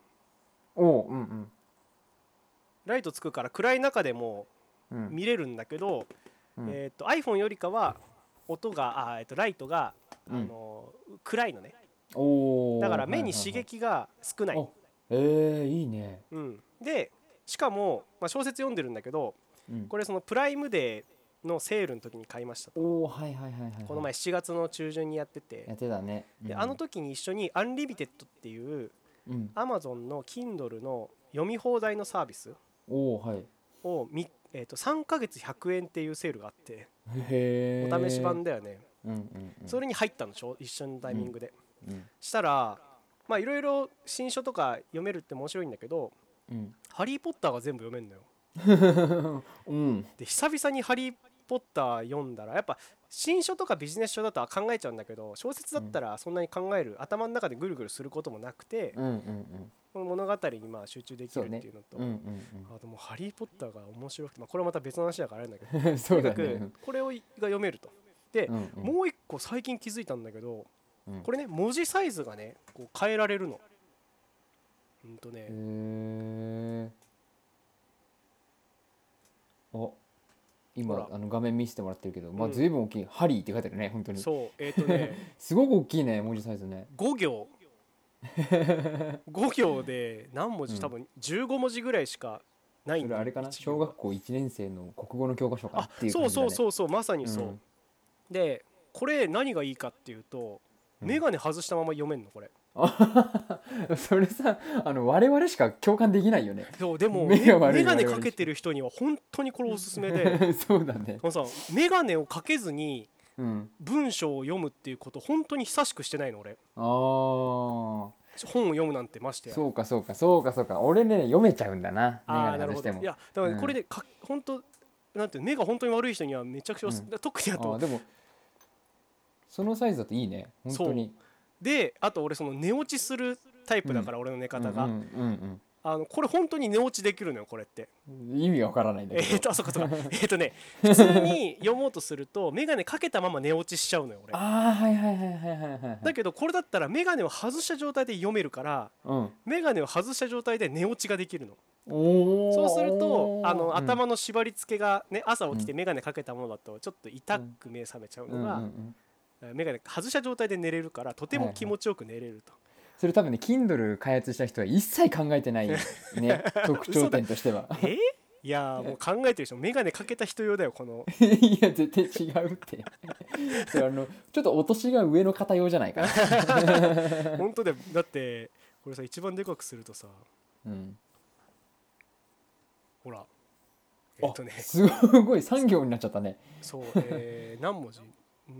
[SPEAKER 2] おー。うん
[SPEAKER 1] ライトつくから暗い中でも
[SPEAKER 2] うん。うん。
[SPEAKER 1] 見れるんだけど、
[SPEAKER 2] うん
[SPEAKER 1] えー、と iPhone よりかは音があー、えー、とライトが、
[SPEAKER 2] うん
[SPEAKER 1] あのー暗いのね
[SPEAKER 2] おー
[SPEAKER 1] だから目に刺。
[SPEAKER 2] はい
[SPEAKER 1] 激が少ない、
[SPEAKER 2] はいはいおえー、いいね。
[SPEAKER 1] うん、でしかも、まあ、小説読んでるんだけど
[SPEAKER 2] うん
[SPEAKER 1] これそのプライムデーのセールの時に買いましたと
[SPEAKER 2] おー、はいはいはいはい。
[SPEAKER 1] この前。7月の中旬にやって
[SPEAKER 2] や
[SPEAKER 1] て
[SPEAKER 2] ってたね。
[SPEAKER 1] で
[SPEAKER 2] うん
[SPEAKER 1] あの。時に一緒に「アンリミテッドっていう
[SPEAKER 2] うん。
[SPEAKER 1] Amazon の Kindle の読み放題のサービス
[SPEAKER 2] おー、はい。
[SPEAKER 1] を、みえー、と3ヶ月100円っていうセールがあって
[SPEAKER 2] へー。
[SPEAKER 1] お試し版。だよね、
[SPEAKER 2] うんうんうん。
[SPEAKER 1] それに入ったのちょ一緒のタイミングで、
[SPEAKER 2] うん。
[SPEAKER 1] したらまあいろいろ新書とか読めるって面白いんだけど
[SPEAKER 2] うん。
[SPEAKER 1] 「ハリー・ポッター」が全部読めんのよ
[SPEAKER 2] うん。
[SPEAKER 1] で久々に「ハリー・ポッター」読んだらやっぱ新書とかビジネス書だとは考えちゃうんだけど小説だったらそんなに考える、頭の中でぐるぐるすることもなくて、
[SPEAKER 2] うんうんうん。
[SPEAKER 1] この物語にまあ集中でき
[SPEAKER 2] そう
[SPEAKER 1] る
[SPEAKER 2] ね
[SPEAKER 1] っていうのと
[SPEAKER 2] うん
[SPEAKER 1] あともう「ハリー・ポッター」が面白くて、まあ、これはまた別の話だからあれなんだけど
[SPEAKER 2] うんうん。そうだね。
[SPEAKER 1] とにかくこれをが読めると。で、
[SPEAKER 2] うんうん
[SPEAKER 1] もう一個最近気づいたんだけど、
[SPEAKER 2] うん
[SPEAKER 1] これね文字サイズがねこう変えられるのうんとね、
[SPEAKER 2] へえ。あ、
[SPEAKER 1] ほ
[SPEAKER 2] 今
[SPEAKER 1] ら
[SPEAKER 2] あの画面見せてもらってるけど、ま
[SPEAKER 1] う
[SPEAKER 2] あ
[SPEAKER 1] ん
[SPEAKER 2] ずいぶん大きい、ハリーって書いてあるね、本当に。
[SPEAKER 1] そうえっ、と ね
[SPEAKER 2] すごく大きいね、文字サイズね。
[SPEAKER 1] 5行5行で何文字、
[SPEAKER 2] うん
[SPEAKER 1] 多分15文字ぐらいしかない
[SPEAKER 2] そ
[SPEAKER 1] ん
[SPEAKER 2] れ
[SPEAKER 1] だよ
[SPEAKER 2] あれかな、
[SPEAKER 1] 一
[SPEAKER 2] 小
[SPEAKER 1] 行が
[SPEAKER 2] 学校一年生の国語の教科書かな
[SPEAKER 1] あ
[SPEAKER 2] っていう
[SPEAKER 1] そ
[SPEAKER 2] 感
[SPEAKER 1] う
[SPEAKER 2] じだ
[SPEAKER 1] そ
[SPEAKER 2] ね。
[SPEAKER 1] うそうそうまさにそう、
[SPEAKER 2] うん
[SPEAKER 1] でこれ何がいいかっていうと
[SPEAKER 2] うん
[SPEAKER 1] 眼鏡外したまま読めんのこれ
[SPEAKER 2] う。 それさ、あの我々しか共感できないよね。
[SPEAKER 1] そうでも
[SPEAKER 2] 目
[SPEAKER 1] 眼
[SPEAKER 2] が悪い
[SPEAKER 1] 鏡
[SPEAKER 2] 我々
[SPEAKER 1] かけ
[SPEAKER 2] に
[SPEAKER 1] てる人には本当にこれおすすめ で
[SPEAKER 2] そうだね。
[SPEAKER 1] このさ眼鏡をかけずに
[SPEAKER 2] うん。
[SPEAKER 1] 文章を読むっていうこと本当に久しくしてないの俺
[SPEAKER 2] ああ。
[SPEAKER 1] 本を読むなんてましてや
[SPEAKER 2] そうかそうかそうかそうか。俺ね読めちゃうんだな。
[SPEAKER 1] あ
[SPEAKER 2] 眼
[SPEAKER 1] あーな
[SPEAKER 2] 鏡
[SPEAKER 1] る
[SPEAKER 2] 外
[SPEAKER 1] ほ
[SPEAKER 2] して
[SPEAKER 1] ど
[SPEAKER 2] も
[SPEAKER 1] い。やだから
[SPEAKER 2] うん
[SPEAKER 1] これでか、本当なんていうの目が本当に悪い人にはめちゃくちゃおす、
[SPEAKER 2] うん
[SPEAKER 1] 特にあ
[SPEAKER 2] あー
[SPEAKER 1] と
[SPEAKER 2] でもそのサイズだといいね本当に
[SPEAKER 1] であと俺その寝落ちするタイプだから、俺の寝方が、
[SPEAKER 2] うんうん
[SPEAKER 1] あのこれ本当に寝落ちできるのよこれって
[SPEAKER 2] うんうん、意味がわからないんだ
[SPEAKER 1] え
[SPEAKER 2] けど、
[SPEAKER 1] ー、とあそこ そこえっとね普通に読もうとすると眼鏡かけたまま寝落ちしちゃうのよ俺
[SPEAKER 2] ああはいはいはいはいはいはい
[SPEAKER 1] だけどこれだったら眼鏡を外した状態で読めるから
[SPEAKER 2] うん
[SPEAKER 1] 眼鏡を外した状態で寝落ちができるの
[SPEAKER 2] おー
[SPEAKER 1] そうするとあの頭
[SPEAKER 2] の
[SPEAKER 1] の縛り付けがね朝起きて眼鏡かけたものだとちょっと痛く目覚めちゃうの
[SPEAKER 2] うんう
[SPEAKER 1] が
[SPEAKER 2] んうん、
[SPEAKER 1] 眼鏡外した状態で寝れるからとても気持ちよく寝れると
[SPEAKER 2] それ多分ね Kindle 開発した人は一切考えてない ね特徴点としては
[SPEAKER 1] えーいやーもう考えてる人眼鏡かけた人用だよこ の
[SPEAKER 2] いや絶対違うってそれあのちょっと落としが上の方用じゃないかな、
[SPEAKER 1] 本当だよだってこれさ一番でかくするとさ
[SPEAKER 2] うん、
[SPEAKER 1] ほらえっとね
[SPEAKER 2] すごい産業になっちゃったね
[SPEAKER 1] そう、えー何文字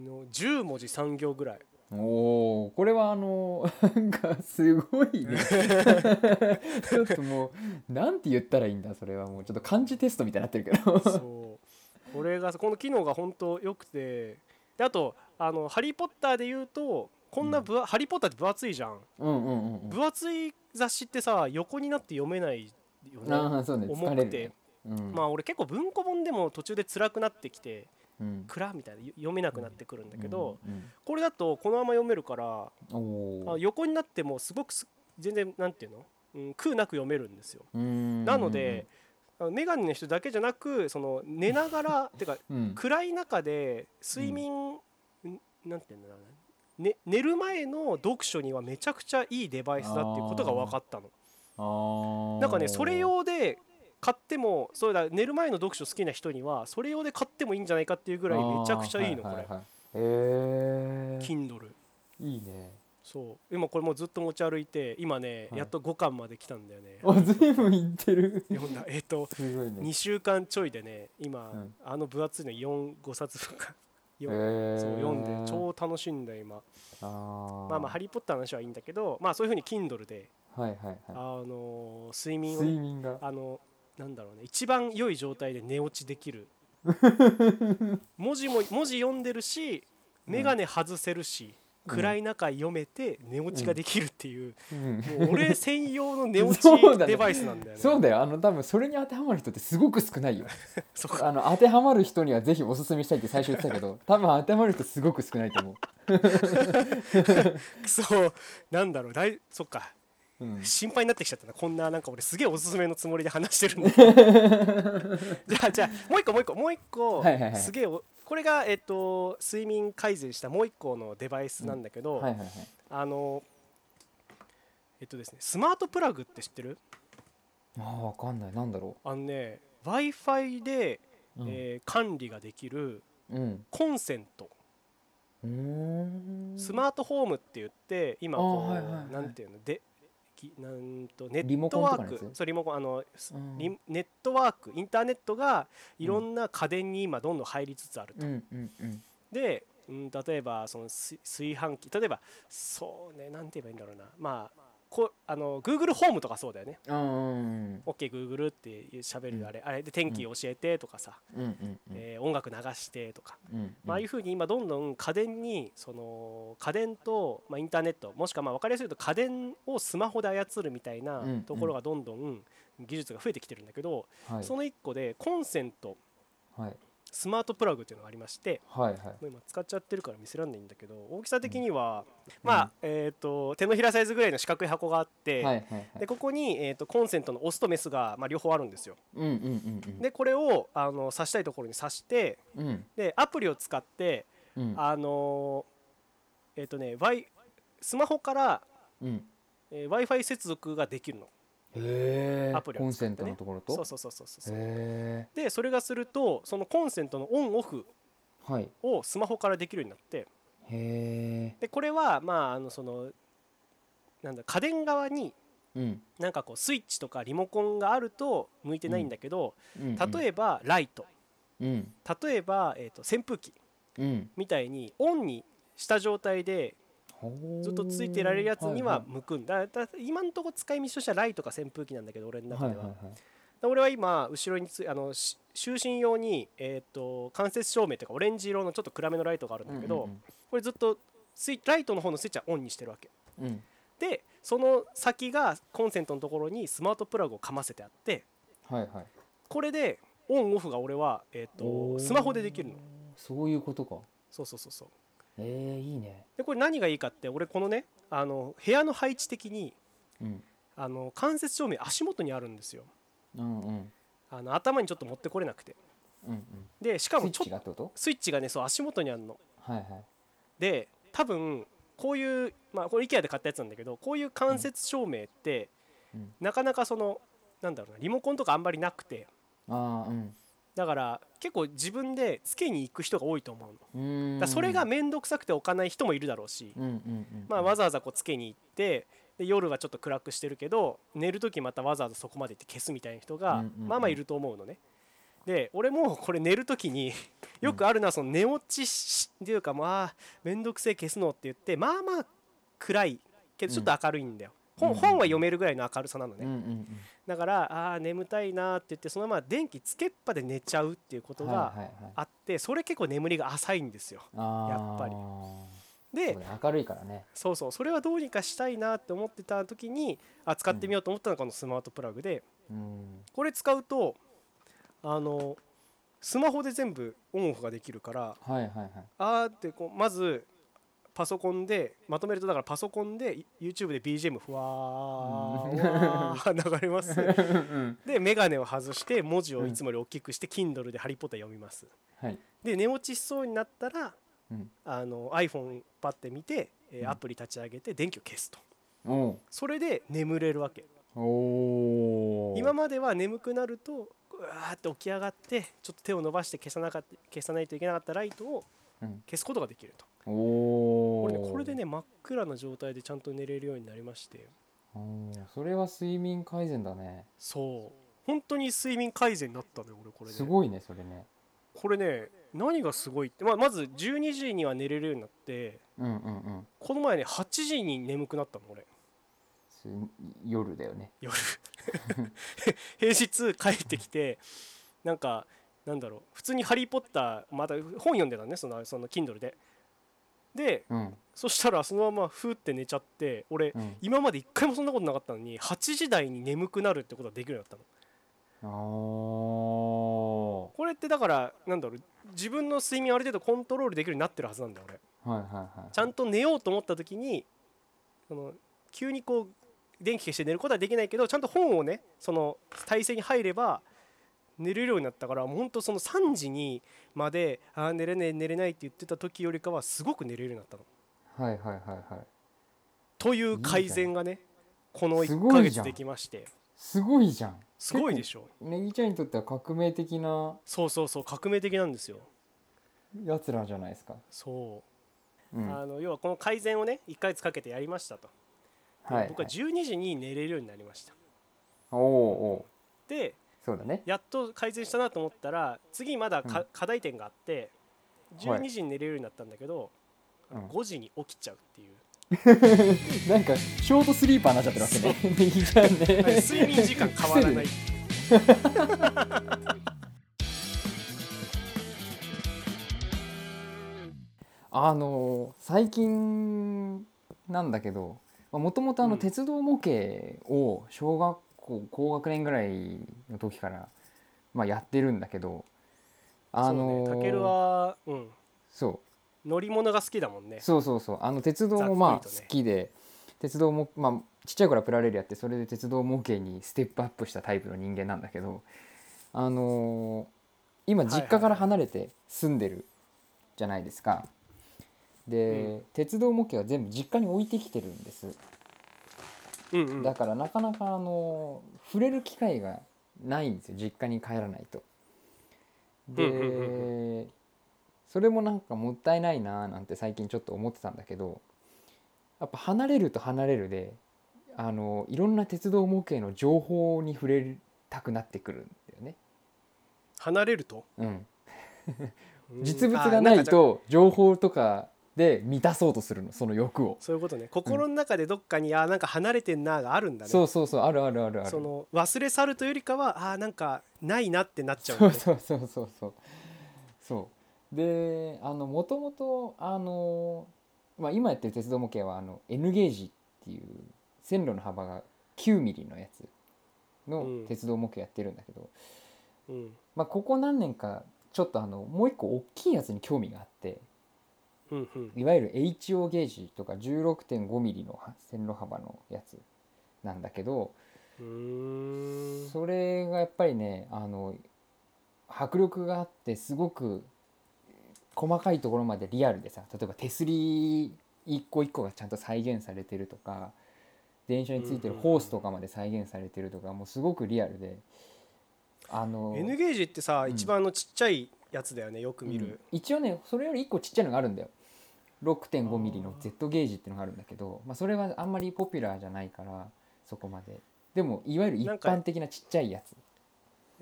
[SPEAKER 1] の10文字3行ぐらい
[SPEAKER 2] おおこれはあのなんかすごいねちょっともうなんて言ったらいいんだそれはもうちょっと漢字テストみたいになってるけど
[SPEAKER 1] そうこれがこの機能が本当良くてであとあの「ハリー・ポッター」で言うとこんなぶわ、ハリー・ポッター」って分厚いじゃん
[SPEAKER 2] うんうんうんうん
[SPEAKER 1] 分厚い雑誌ってさ横になって読めないよね
[SPEAKER 2] ああそうね
[SPEAKER 1] 重
[SPEAKER 2] 疲
[SPEAKER 1] く
[SPEAKER 2] れる
[SPEAKER 1] て
[SPEAKER 2] ね、うん
[SPEAKER 1] まあ俺結構文庫本でも途中で辛くなってきて
[SPEAKER 2] うん
[SPEAKER 1] 「暗」みたいな読めなくなってくるんだけど、
[SPEAKER 2] うん
[SPEAKER 1] これだとこのまま読めるから
[SPEAKER 2] うん
[SPEAKER 1] あ
[SPEAKER 2] おお
[SPEAKER 1] 横になってもすごくす全然なんていうの、うん、空なく読めるんですよな
[SPEAKER 2] な
[SPEAKER 1] ので、あのメガネの人だけじゃなくその寝なが らてか
[SPEAKER 2] うん、
[SPEAKER 1] 暗い中で睡眠、んなんていうんだろうな、ね、寝る前の読書にはめちゃくちゃいいデバイスだっていうことが分かったの
[SPEAKER 2] あ
[SPEAKER 1] なんかねそれ
[SPEAKER 2] を
[SPEAKER 1] 用で買ってもそうだ寝る前の読書好きな人にはそれ用で買ってもいいんじゃないかっていうぐ
[SPEAKER 2] ぐ
[SPEAKER 1] らいめちゃくちゃいいのこれ
[SPEAKER 2] れへえ
[SPEAKER 1] Kindle
[SPEAKER 2] いいね
[SPEAKER 1] そう今これもうずっと持ち歩いて今ね
[SPEAKER 2] はい
[SPEAKER 1] やっと5巻まで来たんだよね
[SPEAKER 2] あずいぶんいってる
[SPEAKER 1] 読んだえっ と
[SPEAKER 2] すごいね
[SPEAKER 1] 2週間ちょいでね今、
[SPEAKER 2] うん
[SPEAKER 1] あの分厚いの45冊分か
[SPEAKER 2] へ
[SPEAKER 1] 4
[SPEAKER 2] ー
[SPEAKER 1] そう読んで超楽しんだ今
[SPEAKER 2] あ
[SPEAKER 1] まあまあ「ハ
[SPEAKER 2] は
[SPEAKER 1] リー・ポッター」の話はいいんだけどまあそういうふうに Kindle で、
[SPEAKER 2] いはい
[SPEAKER 1] あ
[SPEAKER 2] は
[SPEAKER 1] のー睡
[SPEAKER 2] い
[SPEAKER 1] 眠を
[SPEAKER 2] 睡
[SPEAKER 1] ね
[SPEAKER 2] 眠が
[SPEAKER 1] あのなんだろうね一番良い状態で寝落ちでき る文字も文字読んでるし眼鏡外せるし、
[SPEAKER 2] うん
[SPEAKER 1] 暗い中読めて寝落ちができるっていう、
[SPEAKER 2] うん
[SPEAKER 1] もう俺専用 の寝落ち
[SPEAKER 2] そうだね
[SPEAKER 1] デバイスなんだよね。
[SPEAKER 2] そうだよあの多分それに当てはまる人ってすごく少ないよ
[SPEAKER 1] そこ
[SPEAKER 2] あの当てはまる人にはぜひおすすめしたいって最初言ってた けど多分当てはまる人すごく少ないと思
[SPEAKER 1] そうなんだろうだいそっか
[SPEAKER 2] う、うん、
[SPEAKER 1] 心配になってきちゃったなこんななんか俺すげえおすすめのつもりで話して るんだけどじゃあじゃあもう一個もう一個もう一個、
[SPEAKER 2] はいはいはい
[SPEAKER 1] すげえおこれがえっと睡眠改善したもう一個のデバイスなんだけど、
[SPEAKER 2] はいはいはい
[SPEAKER 1] あのえっとですねスマートプラグって知ってる
[SPEAKER 2] あーわかんないなんだろ
[SPEAKER 1] あのね w i f i で、
[SPEAKER 2] う、うん
[SPEAKER 1] えー管理ができる
[SPEAKER 2] うん
[SPEAKER 1] コンセント
[SPEAKER 2] うーん
[SPEAKER 1] スマートホームって言って今
[SPEAKER 2] あー
[SPEAKER 1] こう、
[SPEAKER 2] はいはいはい
[SPEAKER 1] なんていうのできなんとネ
[SPEAKER 2] リ
[SPEAKER 1] ッ
[SPEAKER 2] モ
[SPEAKER 1] ト
[SPEAKER 2] コンと
[SPEAKER 1] ワ
[SPEAKER 2] か
[SPEAKER 1] ー
[SPEAKER 2] のやつ
[SPEAKER 1] クそうリモコンあの、
[SPEAKER 2] うん
[SPEAKER 1] リネットワークインターネットがいろんな家電に今どんどん入りつつあると、
[SPEAKER 2] うんうんうん
[SPEAKER 1] で、うん、例えばその炊炊飯器例えばそうねなんて言えばいいんだろうなまあこあの Google ホームとかそうだよね
[SPEAKER 2] うんうん
[SPEAKER 1] OKGoogle って喋
[SPEAKER 2] う
[SPEAKER 1] る
[SPEAKER 2] ん
[SPEAKER 1] あれ、あれで天気教えてとかさ、
[SPEAKER 2] うんうんうん
[SPEAKER 1] えー音楽流してとか
[SPEAKER 2] うん
[SPEAKER 1] まあああいうふうに今どんどん家電にその家電とまあインターネットもしくはまあ分かりやすいと家電をスマホで操るみたいな
[SPEAKER 2] うん
[SPEAKER 1] ところがどんどん技術が増えてきてるんだけど
[SPEAKER 2] はい
[SPEAKER 1] その一個でコンセント
[SPEAKER 2] はい
[SPEAKER 1] スマートプラグっていうのがありまして
[SPEAKER 2] はいはい
[SPEAKER 1] もう今使っちゃってるから見せらんないんだけど大きさ的にはまあえーと手のひらサイズぐらいの四角い箱があっ
[SPEAKER 2] は
[SPEAKER 1] て
[SPEAKER 2] いはいはい
[SPEAKER 1] でここにえーとコンセントのオスとメスがまあ両方あるんですよ。
[SPEAKER 2] うんうんうんうん
[SPEAKER 1] でこれをあの挿したいところに挿して
[SPEAKER 2] うん
[SPEAKER 1] でアプリを使って
[SPEAKER 2] うん
[SPEAKER 1] あのーえっ、とね、ワイスマホから、
[SPEAKER 2] うん
[SPEAKER 1] え w i f i 接続ができるの。
[SPEAKER 2] へ
[SPEAKER 1] ア
[SPEAKER 2] え
[SPEAKER 1] プリ
[SPEAKER 2] コ
[SPEAKER 1] を
[SPEAKER 2] ン
[SPEAKER 1] 使
[SPEAKER 2] セ
[SPEAKER 1] ってね
[SPEAKER 2] ントのところと
[SPEAKER 1] そうそうそうそうそう。
[SPEAKER 2] へ
[SPEAKER 1] でそれがするとそのコンセントのオンオフ
[SPEAKER 2] えはい
[SPEAKER 1] をスマホからできるようになって
[SPEAKER 2] へ
[SPEAKER 1] でこれはまああのそのなんだ家電側に
[SPEAKER 2] えうん
[SPEAKER 1] なんかこうスイッチとかリモコンがあると向いてないんだけど、例
[SPEAKER 2] え
[SPEAKER 1] えばライト
[SPEAKER 2] うん
[SPEAKER 1] 例えば、えー、と扇風機
[SPEAKER 2] うん
[SPEAKER 1] みたいにオンにした状態でずっとついてられるやつには向くんだ,、だ今のところ使い道としてはライトか扇風機なんだけど俺の
[SPEAKER 2] は
[SPEAKER 1] 中
[SPEAKER 2] いはい
[SPEAKER 1] では,、
[SPEAKER 2] はい
[SPEAKER 1] 俺は今後ろにつあのし就寝用に、えー、と間接照明というかオレンジ色のちょっと暗めのライトがあるんだけど、これずっとスイライトの方のスイッチはオンにしてるわけ
[SPEAKER 2] うん
[SPEAKER 1] でその先がコンセントのところにスマートプラグをかませてあって
[SPEAKER 2] はいはい
[SPEAKER 1] これでオンオフが俺は、えー、
[SPEAKER 2] お
[SPEAKER 1] と
[SPEAKER 2] ー
[SPEAKER 1] スマホでできるの
[SPEAKER 2] そういうことか
[SPEAKER 1] そうそうそうそう
[SPEAKER 2] えー、いいね
[SPEAKER 1] でこれ何がいいかって俺このねあの部屋の配置的に
[SPEAKER 2] うん
[SPEAKER 1] あの間接照明足元にあるんですよ
[SPEAKER 2] うんうん
[SPEAKER 1] あの頭にちょっと持ってこれなくて
[SPEAKER 2] うんうん
[SPEAKER 1] でしか
[SPEAKER 2] ス
[SPEAKER 1] も
[SPEAKER 2] イ
[SPEAKER 1] ちょ
[SPEAKER 2] ッ
[SPEAKER 1] っ
[SPEAKER 2] チ
[SPEAKER 1] と
[SPEAKER 2] がってこと
[SPEAKER 1] スイッチがねそう足元にあるの
[SPEAKER 2] はいはい
[SPEAKER 1] で多分こういうまあこれ IKEA で買ったやつなんだけどこういう間接照明って、
[SPEAKER 2] うん
[SPEAKER 1] なかなかそのなんだろうなリモコンとかあんまりなくて
[SPEAKER 2] ああうん
[SPEAKER 1] だから結構自分でつけに行く人が多いと思うのだか
[SPEAKER 2] うーん
[SPEAKER 1] らそれが面倒くさくて置かない人もいるだろうし、
[SPEAKER 2] うんうんうん
[SPEAKER 1] まあ、わざわざこうつけに行ってで夜はちょっと暗くしてるけど寝る時またわざわざそこまで行って消すみたいな人
[SPEAKER 2] う
[SPEAKER 1] が
[SPEAKER 2] んうんうん
[SPEAKER 1] まあまあいると思うのね。で俺もこれ寝る時によくあるのはその寝落ちしっていうかまあ面倒くせえ消すのって言ってまあまあ暗いけどちょっと明るいんだよ。
[SPEAKER 2] うん
[SPEAKER 1] 本本は読めるぐらいの明るさなの
[SPEAKER 2] うん
[SPEAKER 1] ね。
[SPEAKER 2] うんうん
[SPEAKER 1] だからああー眠たいなーって言ってそのまま電気つけっぱで寝ちゃうっていうこと
[SPEAKER 2] は
[SPEAKER 1] が
[SPEAKER 2] いはいはい
[SPEAKER 1] あってそれ結構眠りが浅いんですよ。
[SPEAKER 2] あー
[SPEAKER 1] やっぱり
[SPEAKER 2] そ
[SPEAKER 1] で
[SPEAKER 2] うね明るいからね
[SPEAKER 1] そうそうそれはどうにかしたいなって思ってた時にあ使ってみようと思ったのがこのスマートプラグで
[SPEAKER 2] うん
[SPEAKER 1] これ使うとあのスマホで全部オンオフができるから
[SPEAKER 2] はいはいはい
[SPEAKER 1] あーってこうまずパソコンでまとめるとだからパソコンで YouTube で BGM ふわー
[SPEAKER 2] うん
[SPEAKER 1] うわー流れます
[SPEAKER 2] うん
[SPEAKER 1] で眼鏡を外して文字をいつもより大きくして Kindle で「ハリー・ポッター」読みます
[SPEAKER 2] はい
[SPEAKER 1] で寝落ちしそうになったら
[SPEAKER 2] うん
[SPEAKER 1] あの iPhone パッて見てえー
[SPEAKER 2] うん
[SPEAKER 1] アプリ立ち上げて電気を消すと
[SPEAKER 2] おう
[SPEAKER 1] それで眠れるわけ
[SPEAKER 2] おー
[SPEAKER 1] 今までは眠くなるとうわーって起き上がってちょっと手を伸ばして消さなかった消さないといけなかったライトを
[SPEAKER 2] うん
[SPEAKER 1] 消すことができると
[SPEAKER 2] お
[SPEAKER 1] これ,、
[SPEAKER 2] ー
[SPEAKER 1] ね、これでね真っ暗な状態でちゃんと寝れるようになりまして
[SPEAKER 2] おーそれは睡眠改善だね
[SPEAKER 1] そう本当に睡眠改善になったのよ俺これね
[SPEAKER 2] すごいねそれね
[SPEAKER 1] これね何がすごいって、まあ、まず12時には寝れるようになって
[SPEAKER 2] うんうんうん
[SPEAKER 1] この前ね8時に眠くなったの俺
[SPEAKER 2] す夜だよね
[SPEAKER 1] 夜 平日帰ってきてなんかなんだろう普通に「ハリー・ポッター」また本読んでたのねそのその Kindle でで
[SPEAKER 2] うん
[SPEAKER 1] そしたらそのままふーって寝ちゃって俺
[SPEAKER 2] うん
[SPEAKER 1] 今まで一回もそんなことなかったのに8時台に眠くなるってことができるようになったの
[SPEAKER 2] お
[SPEAKER 1] これってだからなんだろう自分の睡眠ある程度コントロールできるようになってるはずなんだよ俺
[SPEAKER 2] ーはいはいはい
[SPEAKER 1] ちゃんと寝ようと思った時にその急にこう電気消して寝ることはできないけどちゃんと本をねその体勢に入れば寝れるようになったからもうほんとその3時にまで「あー寝れねえ寝れない」って言ってた時よりかはすごく寝れるようになったの。
[SPEAKER 2] はいはいはいはい
[SPEAKER 1] とい
[SPEAKER 2] いじ
[SPEAKER 1] う
[SPEAKER 2] ゃん
[SPEAKER 1] 改善がねこの
[SPEAKER 2] す
[SPEAKER 1] 1
[SPEAKER 2] ご
[SPEAKER 1] ヶ
[SPEAKER 2] いじ
[SPEAKER 1] 月
[SPEAKER 2] ゃん
[SPEAKER 1] できまして
[SPEAKER 2] すごいじゃん
[SPEAKER 1] すごいでしょ
[SPEAKER 2] 結構ネギちゃんにとっては革命的な
[SPEAKER 1] そうそうそう革命的なんですよ
[SPEAKER 2] やつらじゃないですか
[SPEAKER 1] そうう、
[SPEAKER 2] ん
[SPEAKER 1] あの要はこの改善をね1ヶ月かけてやりましたと、で
[SPEAKER 2] はい
[SPEAKER 1] 僕は12時に寝れるようになりました
[SPEAKER 2] おお
[SPEAKER 1] で
[SPEAKER 2] ーそうだね
[SPEAKER 1] やっと改善したなと思ったら次まだか
[SPEAKER 2] うん
[SPEAKER 1] 課題点があって
[SPEAKER 2] はい
[SPEAKER 1] 12時に寝れるようになったんだけど、
[SPEAKER 2] うん
[SPEAKER 1] 5時に起きちゃうっていう
[SPEAKER 2] なんかショートスリーパーになっちゃってるわけねネギちゃんね
[SPEAKER 1] はい 睡眠時間変わ らない
[SPEAKER 2] 癖あのー最近なんだけどもともと
[SPEAKER 1] うん
[SPEAKER 2] 鉄道模型を小学校高学年ぐらいの時から、まあ、やってるんだけどあの
[SPEAKER 1] そうね
[SPEAKER 2] ー
[SPEAKER 1] たけるは、うん、
[SPEAKER 2] そう
[SPEAKER 1] 乗り物が好きだもんね
[SPEAKER 2] そうそうそうあの鉄道も
[SPEAKER 1] ざ
[SPEAKER 2] ま
[SPEAKER 1] っ
[SPEAKER 2] あ
[SPEAKER 1] くりとね
[SPEAKER 2] 好きで鉄道もまあちっちゃい頃はプラレールやってそれで鉄道模型にステップアップしたタイプの人間なんだけどあのー今
[SPEAKER 1] はいはい
[SPEAKER 2] 実家から離れて住んでるじゃないですか。で、
[SPEAKER 1] う
[SPEAKER 2] 鉄道模型は全部実家に置いてきてるんです
[SPEAKER 1] うんうん
[SPEAKER 2] だからなかなかあの触れる機会がないんですよ実家に帰らないと。で、
[SPEAKER 1] うんうん
[SPEAKER 2] それもなんかもったいないなーなんて最近ちょっと思ってたんだけどやっぱ離れると離れるであのいろんな鉄道模型の情報に触れたくなってくるんだよね。
[SPEAKER 1] 離れると
[SPEAKER 2] うん、
[SPEAKER 1] うん
[SPEAKER 2] 実物
[SPEAKER 1] あー
[SPEAKER 2] がなんい
[SPEAKER 1] かじゃあ
[SPEAKER 2] と情報とかで満たそうとするのその欲を。
[SPEAKER 1] そういうことね心の中でどっかに、あーなんか離れてんなーがあるんだね
[SPEAKER 2] そうそうそうあるあるあるある。
[SPEAKER 1] その忘れ去るというよりかはあーなんかないなってなっちゃうんだ
[SPEAKER 2] そう
[SPEAKER 1] ね
[SPEAKER 2] そうそうそうそうそうであのもともとあのまあ、今やってる鉄道模型はあの N ゲージっていう線路の幅が9ミリのやつ
[SPEAKER 1] うん
[SPEAKER 2] の鉄道模型やってるんだけど、
[SPEAKER 1] うん
[SPEAKER 2] まあ、ここ何年かちょっとあのもう一個大きいやつに興味があって
[SPEAKER 1] うんうん
[SPEAKER 2] いわゆる HO ゲージとか16.5ミリの線路幅のやつなんだけど
[SPEAKER 1] うーん
[SPEAKER 2] それがやっぱりねあの迫力があってすごく細かいところまでリアルでさ例えば手すり一個一個がちゃんと再現されてるとか電車についてるホースとかまで再現されてるとかもうすごくリアルであの
[SPEAKER 1] N ゲージってさ、
[SPEAKER 2] うん
[SPEAKER 1] 一番あのちっちゃいやつだよねよく見る、
[SPEAKER 2] うん一応ねそれより1個ちっちゃいのがあるんだよ6 5ミリの Z ゲージっていうのがあるんだけど、まあ、それはあんまりポピュラーじゃないからそこまででもいわゆる一
[SPEAKER 1] なんか
[SPEAKER 2] 般的なちっちゃいやつ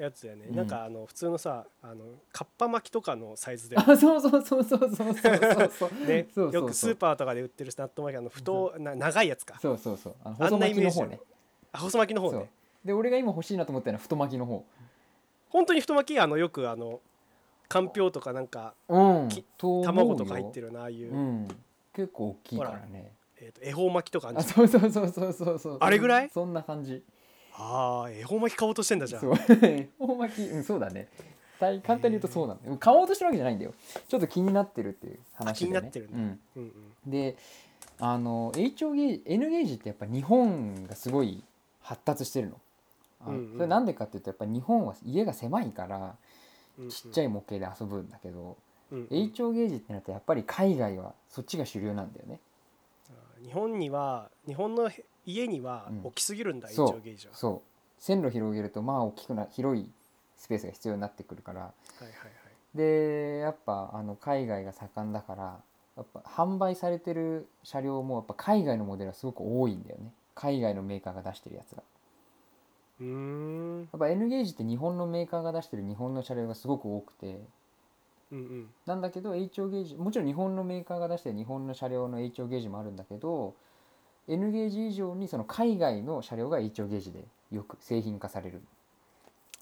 [SPEAKER 1] やつだよね、
[SPEAKER 2] うん
[SPEAKER 1] なんかあの普通のさあのカッパ巻きとかのサイズで、
[SPEAKER 2] あそうそうそうそうそうそうそう そう
[SPEAKER 1] ね、
[SPEAKER 2] そうそうそう
[SPEAKER 1] よくスーパーとかで売ってる納豆巻きあの太な長いやつか
[SPEAKER 2] そうそうそうあ
[SPEAKER 1] あ
[SPEAKER 2] の細
[SPEAKER 1] んな
[SPEAKER 2] 巻
[SPEAKER 1] イ
[SPEAKER 2] き
[SPEAKER 1] メー
[SPEAKER 2] の
[SPEAKER 1] ジ
[SPEAKER 2] 方ね
[SPEAKER 1] あ細巻きの方
[SPEAKER 2] そう
[SPEAKER 1] ね
[SPEAKER 2] で俺が今欲しいなと思ったのは太巻きの方
[SPEAKER 1] 本当に太巻きあのよくあのかんぴょうとかなんか
[SPEAKER 2] うん
[SPEAKER 1] き
[SPEAKER 2] と思うよ
[SPEAKER 1] 卵とか入ってるようなああいう、
[SPEAKER 2] うん結構大きいからね
[SPEAKER 1] えー、と恵方巻きとかある
[SPEAKER 2] あ
[SPEAKER 1] じゃん
[SPEAKER 2] そうそうそうそうそうそう
[SPEAKER 1] あれぐらい
[SPEAKER 2] そんな感じ
[SPEAKER 1] あー恵方巻き買おうとしてんだじゃ
[SPEAKER 2] そ
[SPEAKER 1] ん
[SPEAKER 2] う 大巻き、うん、そうだね大簡単に言うとそうなの、でも買おうとしてるわけじゃないんだよちょっと気になってるっていう話で、ね、
[SPEAKER 1] あ気になってるんだ
[SPEAKER 2] うん、
[SPEAKER 1] うん
[SPEAKER 2] であの HO ゲージ N ゲージってやっぱ日本がすごい発達してるの。あ
[SPEAKER 1] うんうん
[SPEAKER 2] それなんでかっていうとやっぱ日本は家が狭いから
[SPEAKER 1] うん
[SPEAKER 2] ちっちゃ
[SPEAKER 1] い、
[SPEAKER 2] い模型で遊ぶんだけど、
[SPEAKER 1] うんうん、
[SPEAKER 2] HO ゲージってなるとやっぱり海外はそっちが主流なんだよね。
[SPEAKER 1] 日本には日本のへ家には
[SPEAKER 2] うん
[SPEAKER 1] 大きすぎるんだ、一
[SPEAKER 2] そう
[SPEAKER 1] 応ゲージは
[SPEAKER 2] そう線路広げるとまあ大きくな広いスペースが必要になってくるから
[SPEAKER 1] はいはいはい
[SPEAKER 2] でやっぱあの海外が盛んだからやっぱ販売されてる車両もやっぱ海外のモデルはすごく多いんだよね海外のメーカーが出してるやつが
[SPEAKER 1] うーん
[SPEAKER 2] やっぱ N ゲージって日本のメーカーが出してる日本の車両がすごく多くて
[SPEAKER 1] うんうん
[SPEAKER 2] なんだけど HO ゲージもちろん日本のメーカーが出してる日本の車両の HO ゲージもあるんだけど N ゲージ以上にその海外の車両が HO ゲージでよく製品化される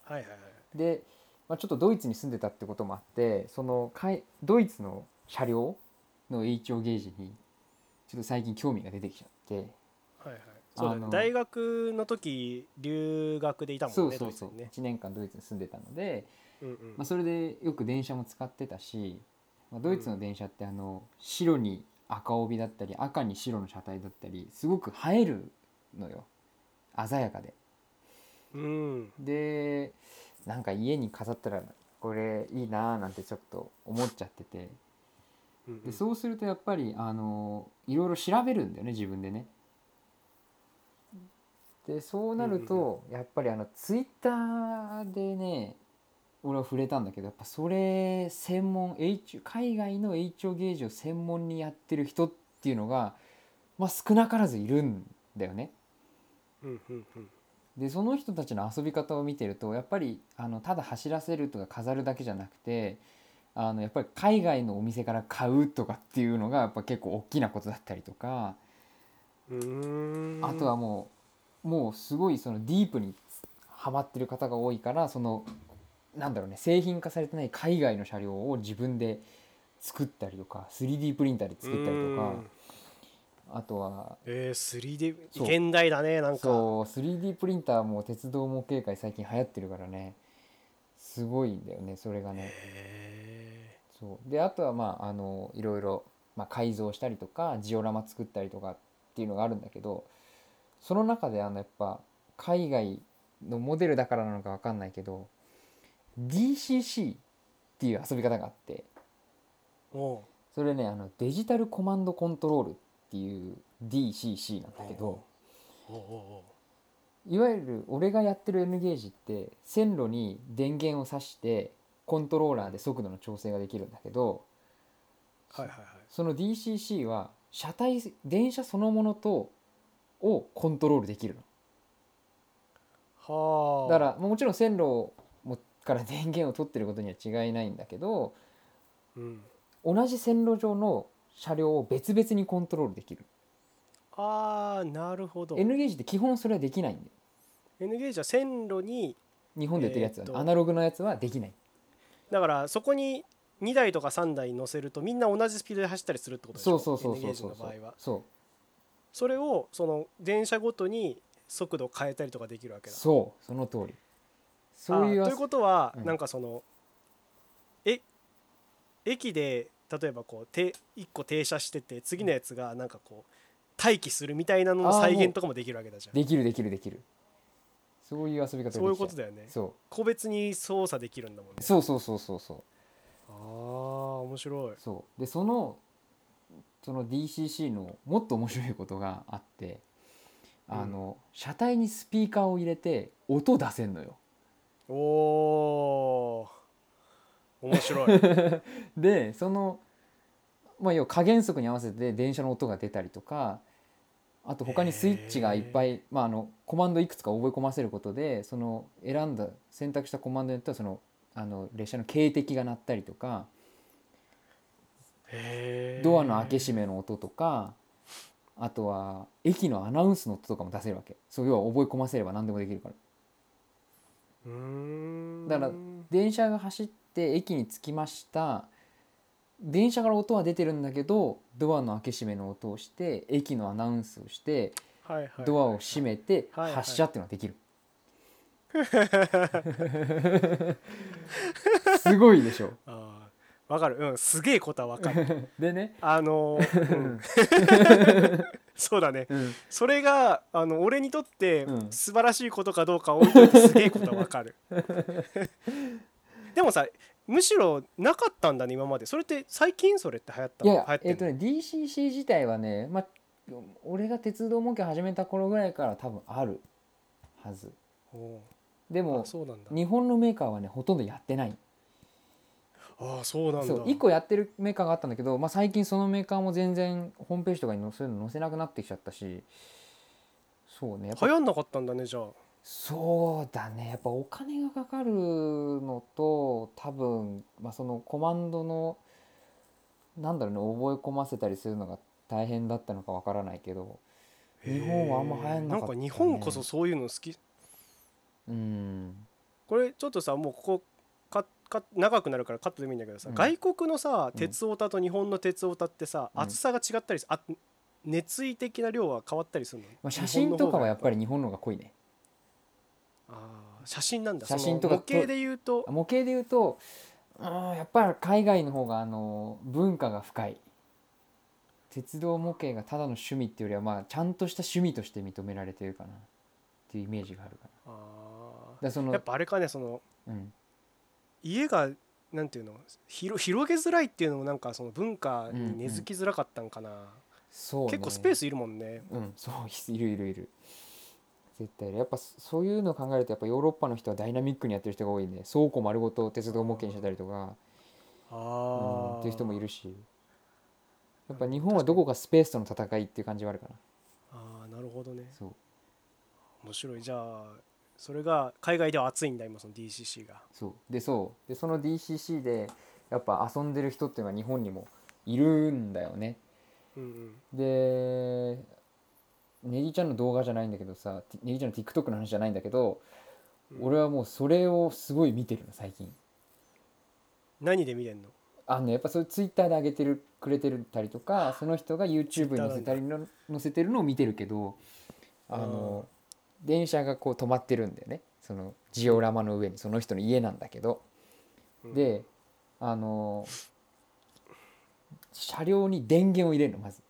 [SPEAKER 1] はいはいはい
[SPEAKER 2] で、まあ、ちょっとドイツに住んでたってこともあってそのかいドイツの車両の HO ゲージにちょっと最近興味が出てきちゃって
[SPEAKER 1] はいはいそうだ
[SPEAKER 2] あ
[SPEAKER 1] ね
[SPEAKER 2] の
[SPEAKER 1] 大学の時留学でいたもんね
[SPEAKER 2] そうそうそ
[SPEAKER 1] ドイ
[SPEAKER 2] う、
[SPEAKER 1] ツにね
[SPEAKER 2] 1年間ドイツに住んでたので、
[SPEAKER 1] うんうん
[SPEAKER 2] まあ、それでよく電車も使ってたし、まあ、ドイツの電車ってあの白に赤帯だったり赤に白の車体だったりすごく映えるのよ鮮やかで。
[SPEAKER 1] うん
[SPEAKER 2] でなんか家に飾ったらこれいいなーなんてちょっと思っちゃってて
[SPEAKER 1] うんう
[SPEAKER 2] で
[SPEAKER 1] ん
[SPEAKER 2] そうするとやっぱりあのいろいろ調べるんだよね自分でね。でそうなるとやっぱりあのツイッターでね俺は触れたんだけどやっぱそれ専門 H 海外の HO ゲージを専門にやってる人っていうのが、まあ、少なからずいるんだよね。
[SPEAKER 1] うんうんうん
[SPEAKER 2] でその人たちの遊び方を見てるとやっぱりあのただ走らせるとか飾るだけじゃなくてあのやっぱり海外のお店から買うとかっていうのがやっぱ結構大きなことだったりとか
[SPEAKER 1] うーん
[SPEAKER 2] あとはもうもうすごいそのディープにハマってる方が多いからそのなんだろうね製品化されてない海外の車両を自分で作ったりとか 3D プリンターで作ったりと
[SPEAKER 1] う
[SPEAKER 2] か
[SPEAKER 1] ん
[SPEAKER 2] あとは
[SPEAKER 1] えー、3D
[SPEAKER 2] そう
[SPEAKER 1] 現代だねなんか
[SPEAKER 2] そう 3D プリンターも鉄道模型界最近流行ってるからねすごいんだよねそれがね
[SPEAKER 1] へ
[SPEAKER 2] そうであとはまああのいろいろ、まあ、改造したりとかジオラマ作ったりとかっていうのがあるんだけどその中であのやっぱ海外のモデルだからなのか分かんないけど DCC っていう遊び方があって
[SPEAKER 1] ーお
[SPEAKER 2] それねあのデジタルコマンドコントロールっていう DCC なんだけど。
[SPEAKER 1] うおうお
[SPEAKER 2] いわゆる俺がやってる N ゲージって線路に電源を挿してコントローラーで速度の調整ができるんだけど
[SPEAKER 1] うはいはいはい
[SPEAKER 2] その DCC は車体電車そのものとをコントロールできる
[SPEAKER 1] は
[SPEAKER 2] の
[SPEAKER 1] あ
[SPEAKER 2] だからもちろん線路もから電源を取ってることには違いないんだけど
[SPEAKER 1] うん、
[SPEAKER 2] 同じ線路上の車両を別々にコントロールできる
[SPEAKER 1] あーなるほど N,
[SPEAKER 2] N ゲージって基本それはできないんだよ
[SPEAKER 1] ゲージは線路に
[SPEAKER 2] 日本でやってるやつはね、
[SPEAKER 1] えーっと
[SPEAKER 2] アナログのやつはできない
[SPEAKER 1] だからそこに2台とか3台乗せるとみんな同じスピードで走ったりするってことでし
[SPEAKER 2] そ
[SPEAKER 1] ょ
[SPEAKER 2] うそうそう
[SPEAKER 1] N
[SPEAKER 2] そ
[SPEAKER 1] ゲー
[SPEAKER 2] う
[SPEAKER 1] ジ
[SPEAKER 2] そ
[SPEAKER 1] の
[SPEAKER 2] う
[SPEAKER 1] 場合は
[SPEAKER 2] そう
[SPEAKER 1] それをその電車ごとに速度を変えたりとかできるわけだ
[SPEAKER 2] そうその通りそういう
[SPEAKER 1] あー
[SPEAKER 2] あ
[SPEAKER 1] ということは、
[SPEAKER 2] うん
[SPEAKER 1] なんかそのえ駅で例えばこうて1個停車してて次のやつがなんかこう待機するみたいなのの
[SPEAKER 2] あー
[SPEAKER 1] 再現とかもできるわけだじゃん
[SPEAKER 2] できるできるできるそういう遊び方ができちゃ
[SPEAKER 1] そういうことだよね
[SPEAKER 2] そ
[SPEAKER 1] 個別に操作できるんだもんね
[SPEAKER 2] うそうそうそうそうそう
[SPEAKER 1] ああ面白い
[SPEAKER 2] そうでそのその DCC のもっと面白いことがあって
[SPEAKER 1] うん
[SPEAKER 2] あの、車体にスピーカーを入れて音出せんのよ
[SPEAKER 1] おおー面白 い
[SPEAKER 2] でその、まあ、要は加減速に合わせて電車の音が出たりとかあと他にスイッチがいっぱい、まあ、あのコマンドいくつか覚え込ませることでその選んだ選択したコマンドによってはそのあの列車の警笛が鳴ったりとか
[SPEAKER 1] へー
[SPEAKER 2] ドアの開け閉めの音とかあとは駅のアナウンスの音とかも出せるわけそう要は覚え込ませれば何でもできるから
[SPEAKER 1] うーん
[SPEAKER 2] だから電車が走って駅に着きました電車から音は出てるんだけどドアの開け閉めの音をして駅のアナウンスをして
[SPEAKER 1] はいはいはい
[SPEAKER 2] ドアを閉めて
[SPEAKER 1] はいはい
[SPEAKER 2] 発車っていうのができる すごいでしょ
[SPEAKER 1] あーわかるうんすげえことはわかる
[SPEAKER 2] でね
[SPEAKER 1] あのー、うん、 そうだね
[SPEAKER 2] うん
[SPEAKER 1] それがあの俺にとって
[SPEAKER 2] うん
[SPEAKER 1] 素晴らしいことかどうか置いといてすげえことはわかるでもさむしろなかったんだね今までそれって最近それって流行った
[SPEAKER 2] い
[SPEAKER 1] の
[SPEAKER 2] やいや
[SPEAKER 1] 流行って
[SPEAKER 2] えっ
[SPEAKER 1] ん
[SPEAKER 2] と
[SPEAKER 1] の
[SPEAKER 2] ね DCC 自体はね、まあ、俺が鉄道模型始めた頃ぐらいから多分あるはず
[SPEAKER 1] おう
[SPEAKER 2] で
[SPEAKER 1] あ
[SPEAKER 2] も
[SPEAKER 1] そうなんだ
[SPEAKER 2] 日本のメーカーはねほとんどやってない
[SPEAKER 1] ああそうなんだ
[SPEAKER 2] そう1個やってるメーカーがあったんだけど、まあ、最近そのメーカーも全然ホームページとかに載せるの載せなくなってきちゃったしそうねやっぱ
[SPEAKER 1] 流行んなかったんだねじゃあ
[SPEAKER 2] そうだねやっぱお金がかかるのと多分、まあ、そのコマンドのなんだろうね覚え込ませたりするのが大変だったのかわからないけど日本はあんま流行んなかったね
[SPEAKER 1] んか日本こそそういうの好き
[SPEAKER 2] うん
[SPEAKER 1] これちょっとさもうここかか長くなるからカットでもいいんだけどさ、
[SPEAKER 2] うん
[SPEAKER 1] 外国のさ
[SPEAKER 2] うん
[SPEAKER 1] 鉄オタと日本の鉄オタってさ、
[SPEAKER 2] うん
[SPEAKER 1] 厚さが違ったりすあ熱意的な量は変わったりするの、
[SPEAKER 2] まあ、写真とかはやっぱ
[SPEAKER 1] り
[SPEAKER 2] り日本の方が濃いね
[SPEAKER 1] あー写真なんだ
[SPEAKER 2] 写真と
[SPEAKER 1] そ
[SPEAKER 2] か
[SPEAKER 1] の模型で言うと
[SPEAKER 2] 模型で言うとうんやっぱり海外の方があの文化が深い鉄道模型がただの趣味っていうよりはまあちゃんとした趣味として認められてるかなっていうイメージがあるかなだか
[SPEAKER 1] あ
[SPEAKER 2] らそ
[SPEAKER 1] ー
[SPEAKER 2] の
[SPEAKER 1] やっぱあれかねその
[SPEAKER 2] うん、
[SPEAKER 1] 家がなんていうの広広げづらいっていうのもなんかその文化に根付きづらかったんかな、
[SPEAKER 2] そうね
[SPEAKER 1] 結構スペースいるもんね
[SPEAKER 2] うんそういるいるいる絶対いるやっぱそそういうのを考えるとやっぱヨーロッパの人はダイナミックにやってる人が多いんで倉庫丸ごと鉄道模型にしてたりとか、
[SPEAKER 1] あ
[SPEAKER 2] うん、
[SPEAKER 1] ー
[SPEAKER 2] っていう人もいるしやっぱ日本はどこかスペースとの戦いっていう感じはあるかな
[SPEAKER 1] あーなるほどね
[SPEAKER 2] そう
[SPEAKER 1] 面白いじゃあそれが海外では熱いんだ今その DCC が
[SPEAKER 2] そうでそうでその DCC でやっぱ遊んでる人っていうのは日本にもいるんだよね
[SPEAKER 1] うんうん
[SPEAKER 2] でねぎちゃんの動画じゃないんだけどさてねぎちゃんの TikTok の話じゃないんだけど、
[SPEAKER 1] うん
[SPEAKER 2] 俺はもうそれをすごい見てるの最近
[SPEAKER 1] 何で見れんの
[SPEAKER 2] あのねやっぱそれ Twitter で上げてるくれてるたりとかその人が YouTube に載せたりの載せてるのを見てるけどあの電車がこう止まってるんだよねそのジオラマの上にその人の家なんだけど
[SPEAKER 1] うん
[SPEAKER 2] であの車両に電源を入れるのまず、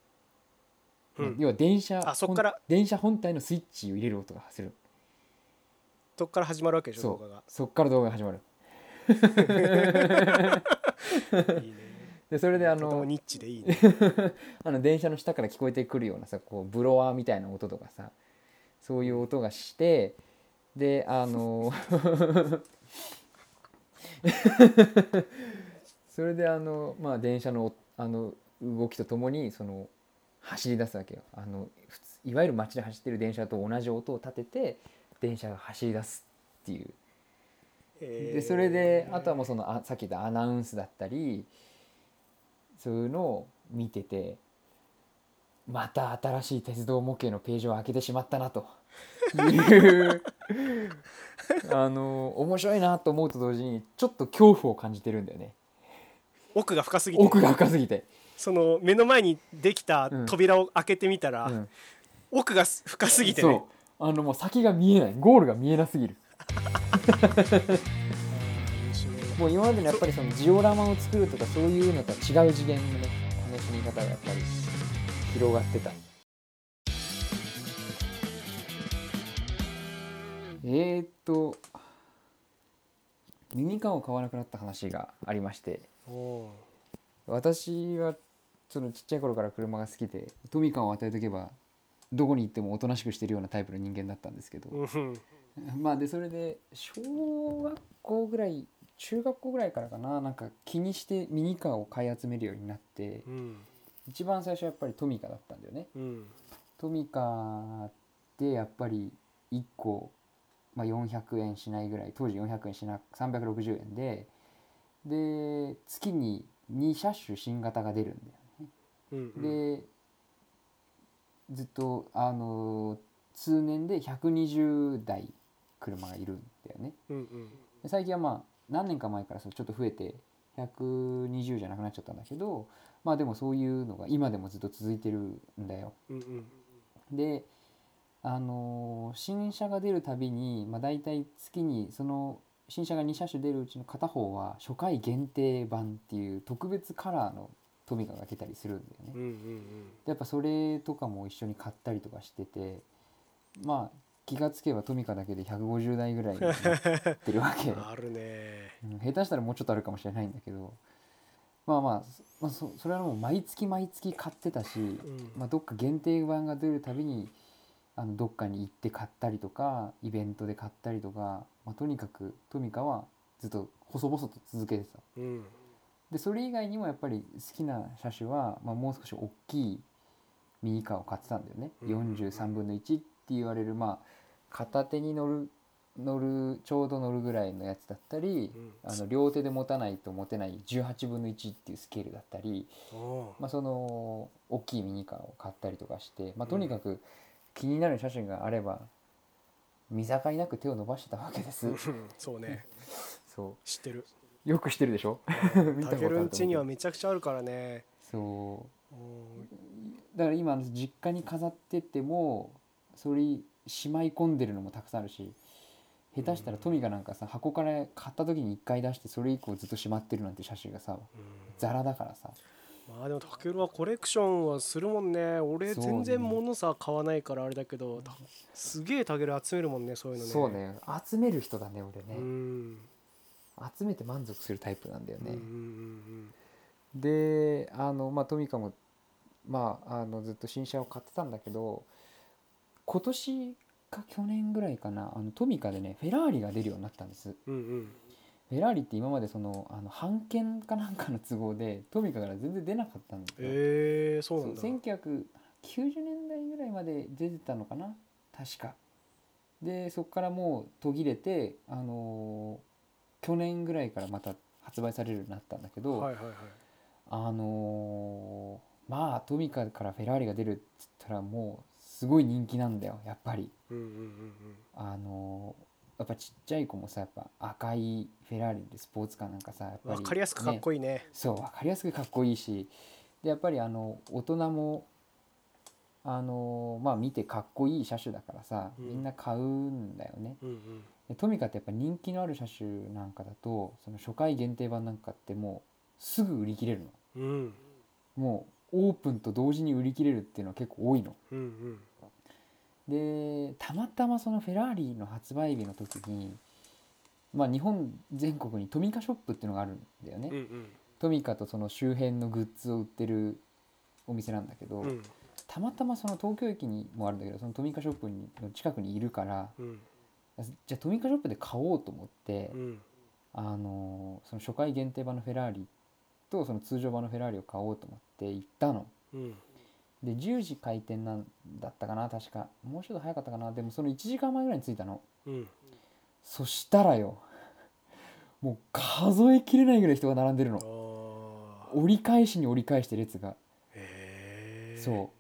[SPEAKER 1] うん
[SPEAKER 2] 要は電車
[SPEAKER 1] あそっから
[SPEAKER 2] 本電車本体のスイッチを入れる音がする
[SPEAKER 1] そっから始まるわけでしょ動
[SPEAKER 2] そ
[SPEAKER 1] 画が
[SPEAKER 2] うそっから動画が始まる
[SPEAKER 1] いいね
[SPEAKER 2] でそれであ
[SPEAKER 1] とても
[SPEAKER 2] の
[SPEAKER 1] ニッチでいい ね
[SPEAKER 2] あの電車の下から聞こえてくるようなさこうブロワーみたいな音とかさそういう音がしてであの それであの、まあ、電車のおあの動きとともにその走り出すわけよあの普通いわゆる街で走ってる電車と同じ音を立てて電車が走り出すっていうでそれであとはもうそのあさっき言ったアナウンスだったりそういうのを見ててまた新しい鉄道模型のページを開けてしまったなというあの面白いなと思うと同時にちょっと恐怖を感じてるんだよね。
[SPEAKER 1] 奥が深すぎて
[SPEAKER 2] 奥が深すぎて、
[SPEAKER 1] その目の前にできた
[SPEAKER 2] うん
[SPEAKER 1] 扉を開けてみたら、
[SPEAKER 2] うん
[SPEAKER 1] 奥がす深すぎて
[SPEAKER 2] そ
[SPEAKER 1] ね
[SPEAKER 2] うあのもう先が見えないゴールが見えなすぎる
[SPEAKER 1] 面白いな
[SPEAKER 2] もう今までのやっぱりそのジオラマを作るとかそういうのとは違う次元のね楽しみ方がやっぱり広がってたえー、っと耳感を買わなくなった話がありまして
[SPEAKER 1] おー
[SPEAKER 2] 私はそのちっちゃい頃から車が好きでトミカを与えとけばどこに行ってもおとなしくしてるようなタイプの人間だったんですけど、
[SPEAKER 1] うん
[SPEAKER 2] まあでそれで小学校ぐらい中学校ぐらいからかななんか気にしてミニカーを買い集めるようになって
[SPEAKER 1] うん
[SPEAKER 2] 一番最初はやっぱりトミカだったんだよね
[SPEAKER 1] うん
[SPEAKER 2] トミカってやっぱり1個、まあ、400円しないぐらい当時400円しな360円でで月に2車種新型が出るんだよね
[SPEAKER 1] うんうん
[SPEAKER 2] でずっとあの通年で120台車がいるんだよね
[SPEAKER 1] うん
[SPEAKER 2] で最近はまあ何年か前からそれちょっと増えて120じゃなくなっちゃったんだけどまあでもそういうのが今でもずっと続いてるんだよ
[SPEAKER 1] うんうん
[SPEAKER 2] であのー新車が出るたびに、まあ、大体月にその新車が2車種出るうちの片方は初回限定版っていう特別カラーのトミカが出たりするんだよね
[SPEAKER 1] うんうん
[SPEAKER 2] でやっぱそれとかも一緒に買ったりとかしててまあ気がつけばトミカだけで150台ぐらいになってる わけ、
[SPEAKER 1] うんあるね
[SPEAKER 2] うん下手したらもうちょっとあるかもしれないんだけどまあまあそ,、まあ、そそれはもう毎月毎月買ってたし、
[SPEAKER 1] うん
[SPEAKER 2] まあ、どっか限定版が出るたびにあのどっかに行って買ったりとかイベントで買ったりとか、まあ、とにかくトミカはずっと細々と続けてた。
[SPEAKER 1] うん
[SPEAKER 2] でそれ以外にもやっぱり好きな車種は、まあ、もう少し大きいミニカーを買ってたんだよね、
[SPEAKER 1] うんうんうん
[SPEAKER 2] 43分の1って言われるまあ片手に乗る乗るちょうど乗るぐらいのやつだったり、
[SPEAKER 1] うん
[SPEAKER 2] あの両手で持たないと持てない18分の1っていうスケールだったり、
[SPEAKER 1] おー
[SPEAKER 2] まあ、その大きいミニカーを買ったりとかして、まあ、とにかく気になる車種があれば見境なく手を伸ばしてたわけです。
[SPEAKER 1] うん そうね
[SPEAKER 2] そ
[SPEAKER 1] 知ってる
[SPEAKER 2] うよくしてるでしょ 見
[SPEAKER 1] タケル
[SPEAKER 2] 思
[SPEAKER 1] ん
[SPEAKER 2] う
[SPEAKER 1] 家にはめちゃくちゃあるからね
[SPEAKER 2] そう
[SPEAKER 1] おー
[SPEAKER 2] だから今実家に飾っててもそれしまい込んでるのもたくさんあるし下手したらトミカなんかさ箱から買った時に1回出してそれ以降ずっとしまってるなんて写真がさ
[SPEAKER 1] うん
[SPEAKER 2] ザラだからさ
[SPEAKER 1] まあでもタケルはコレクションはするもんね俺
[SPEAKER 2] そうね
[SPEAKER 1] 全然物さ買わないからあれだけどたすげえタケル集めるもんねそういうのね
[SPEAKER 2] そうね集める人だね俺
[SPEAKER 1] う
[SPEAKER 2] ね
[SPEAKER 1] ん
[SPEAKER 2] 集めて満足するタイプなんだよ
[SPEAKER 1] うんうん
[SPEAKER 2] ね
[SPEAKER 1] うん
[SPEAKER 2] であのまあトミカもまああのずっと新車を買ってたんだけど今年か去年ぐらいかなあのトミカでねフェラーリが出るようになったんです
[SPEAKER 1] うんうん
[SPEAKER 2] フェラーリって今までそのあの版権かなんかの都合でトミカから全然出なかったんだよ、
[SPEAKER 1] ええそう
[SPEAKER 2] そ
[SPEAKER 1] な
[SPEAKER 2] うん
[SPEAKER 1] だ
[SPEAKER 2] 1990年代ぐらいまで出てたのかな確かでそこからもう途切れて、あのー去年ぐらいからまた発売されるようになったんだけど、
[SPEAKER 1] はいはいはい
[SPEAKER 2] あのーまあトミカからフェラーリが出るっつったらもうすごい人気なんだよやっぱり
[SPEAKER 1] うんうんうん
[SPEAKER 2] あのーやっぱちっちゃい子もさやっぱ赤いフェラーリでスポーツカーなんかさやっ
[SPEAKER 1] うん
[SPEAKER 2] ぱり、
[SPEAKER 1] わかりやすくかっ
[SPEAKER 2] いい、
[SPEAKER 1] こいいね
[SPEAKER 2] そうわかりやすくかっこいいしでやっぱりあの大人もあのーまあ見てかっこいい車種だからさ
[SPEAKER 1] うん
[SPEAKER 2] みんな買うんだよね、
[SPEAKER 1] うんうん
[SPEAKER 2] でトミカってやっぱ人気のある車種なんかだとその初回限定版なんかってもうすぐ売り切れるの
[SPEAKER 1] うん
[SPEAKER 2] もうオープンと同時に売り切れるっていうのは結構多いの
[SPEAKER 1] うんうん
[SPEAKER 2] でたまたまそのフェラーリの発売日の時に、まあ、日本全国にトミカショップっていうのがあるんだよね、
[SPEAKER 1] うんうん
[SPEAKER 2] トミカとその周辺のグッズを売ってるお店なんだけど、
[SPEAKER 1] うん
[SPEAKER 2] たまたまその東京駅にもあるんだけどそのトミカショップにの近くにいるから
[SPEAKER 1] うん
[SPEAKER 2] じゃあトミカショップで買おうと思って、
[SPEAKER 1] うん
[SPEAKER 2] あのその初回限定版のフェラーリとその通常版のフェラーリを買おうと思って行ったの。
[SPEAKER 1] うん
[SPEAKER 2] で10時開店なんだったかな確かもうちょっと早かったかなでもその1時間前ぐらいに着いたの
[SPEAKER 1] うん
[SPEAKER 2] そしたらよもう数えきれないぐらい人が並んでる
[SPEAKER 1] あ
[SPEAKER 2] の
[SPEAKER 1] ー
[SPEAKER 2] 折り返しに折り返して列が、
[SPEAKER 1] へえ
[SPEAKER 2] そ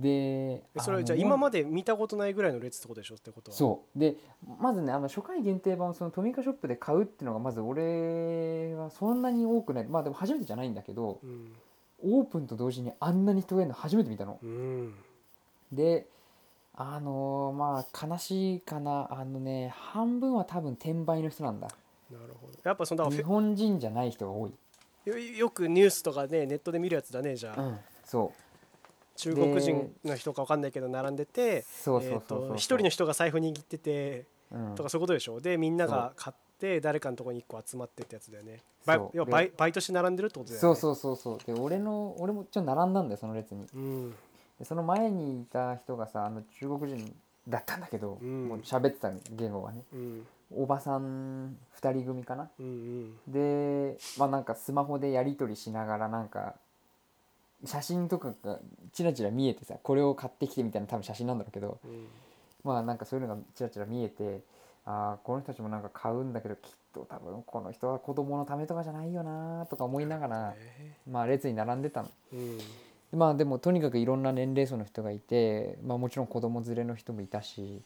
[SPEAKER 2] うで
[SPEAKER 1] えそれ
[SPEAKER 2] あ
[SPEAKER 1] は
[SPEAKER 2] の
[SPEAKER 1] じゃあ
[SPEAKER 2] もう
[SPEAKER 1] 今まで見たことないぐらいの列ってことでしょってことは
[SPEAKER 2] そうでまずねあの初回限定版をそのトミカショップで買うっていうのがまず俺はそんなに多くないまあでも初めてじゃないんだけど
[SPEAKER 1] うん
[SPEAKER 2] オープンと同時にあんなに人がいるの初めて見たの
[SPEAKER 1] うん
[SPEAKER 2] であのーまあ悲しいかなあのね半分は多分転売の人なんだ
[SPEAKER 1] なるほどやっぱそんなフ
[SPEAKER 2] 日
[SPEAKER 1] ェ
[SPEAKER 2] 本人じゃない人が多い、
[SPEAKER 1] よよくニュースとかねネットで見るやつだねじゃあ、
[SPEAKER 2] うん、そう
[SPEAKER 1] 中国人の人かわかんないけど並んでて
[SPEAKER 2] そうそうそう
[SPEAKER 1] えー
[SPEAKER 2] そ
[SPEAKER 1] と
[SPEAKER 2] う
[SPEAKER 1] 一人の人が財布握ってて
[SPEAKER 2] うん
[SPEAKER 1] とかそういうことでしょでみんなが買って誰かのところに1個集まってってやつだよねバイ
[SPEAKER 2] そう
[SPEAKER 1] 要はバイバイトして並んでるってことだよね
[SPEAKER 2] そうそうそうそうで俺の俺もちょっと並んだんだよその列に
[SPEAKER 1] うん
[SPEAKER 2] でその前にいた人がさあの中国人だったんだけど、
[SPEAKER 1] うん
[SPEAKER 2] もう喋ってた言語がね
[SPEAKER 1] うん
[SPEAKER 2] おばさん2人組かな
[SPEAKER 1] うんうん
[SPEAKER 2] でまあなんかスマホでやり取りしながらなんか写真とかがちらちら見えてさこれを買ってきてみたいな多分写真なんだろうけど
[SPEAKER 1] うん
[SPEAKER 2] まあなんかそういうのがちらちら見えてああこの人たちもなんか買うんだけどきっと多分この人は子供のためとかじゃないよなーとか思いながら
[SPEAKER 1] ね
[SPEAKER 2] まあ列に並んでたの。
[SPEAKER 1] うん
[SPEAKER 2] まあでもとにかくいろんな年齢層の人がいて、まあ、もちろん子供連れの人もいたし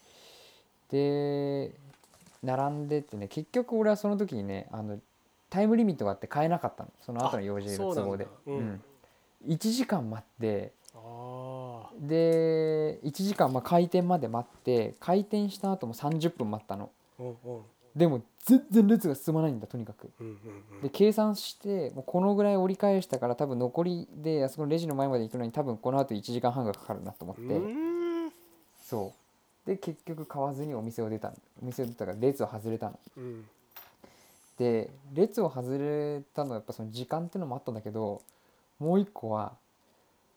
[SPEAKER 2] で並んでってね結局俺はその時にねあのタイムリミットがあって買えなかったのその後の用事の都合で
[SPEAKER 1] あ、そうなんだ
[SPEAKER 2] 1時間待って
[SPEAKER 1] ああ
[SPEAKER 2] で1時間まあ開店まで待って開店した後も30分待ったの
[SPEAKER 1] うんうん
[SPEAKER 2] でも全然列が進まないんだとにかく
[SPEAKER 1] うんうん
[SPEAKER 2] で計算してもうこのぐらい折り返したから多分残りであそこのレジの前まで行くのに多分このあと1時間半がかかるなと思って、
[SPEAKER 1] うんうん
[SPEAKER 2] そうで結局買わずにお店を出たのお店を出たから列を外れたの
[SPEAKER 1] うん
[SPEAKER 2] で列を外れたのはやっぱその時間っていうのもあったんだけどもう一個は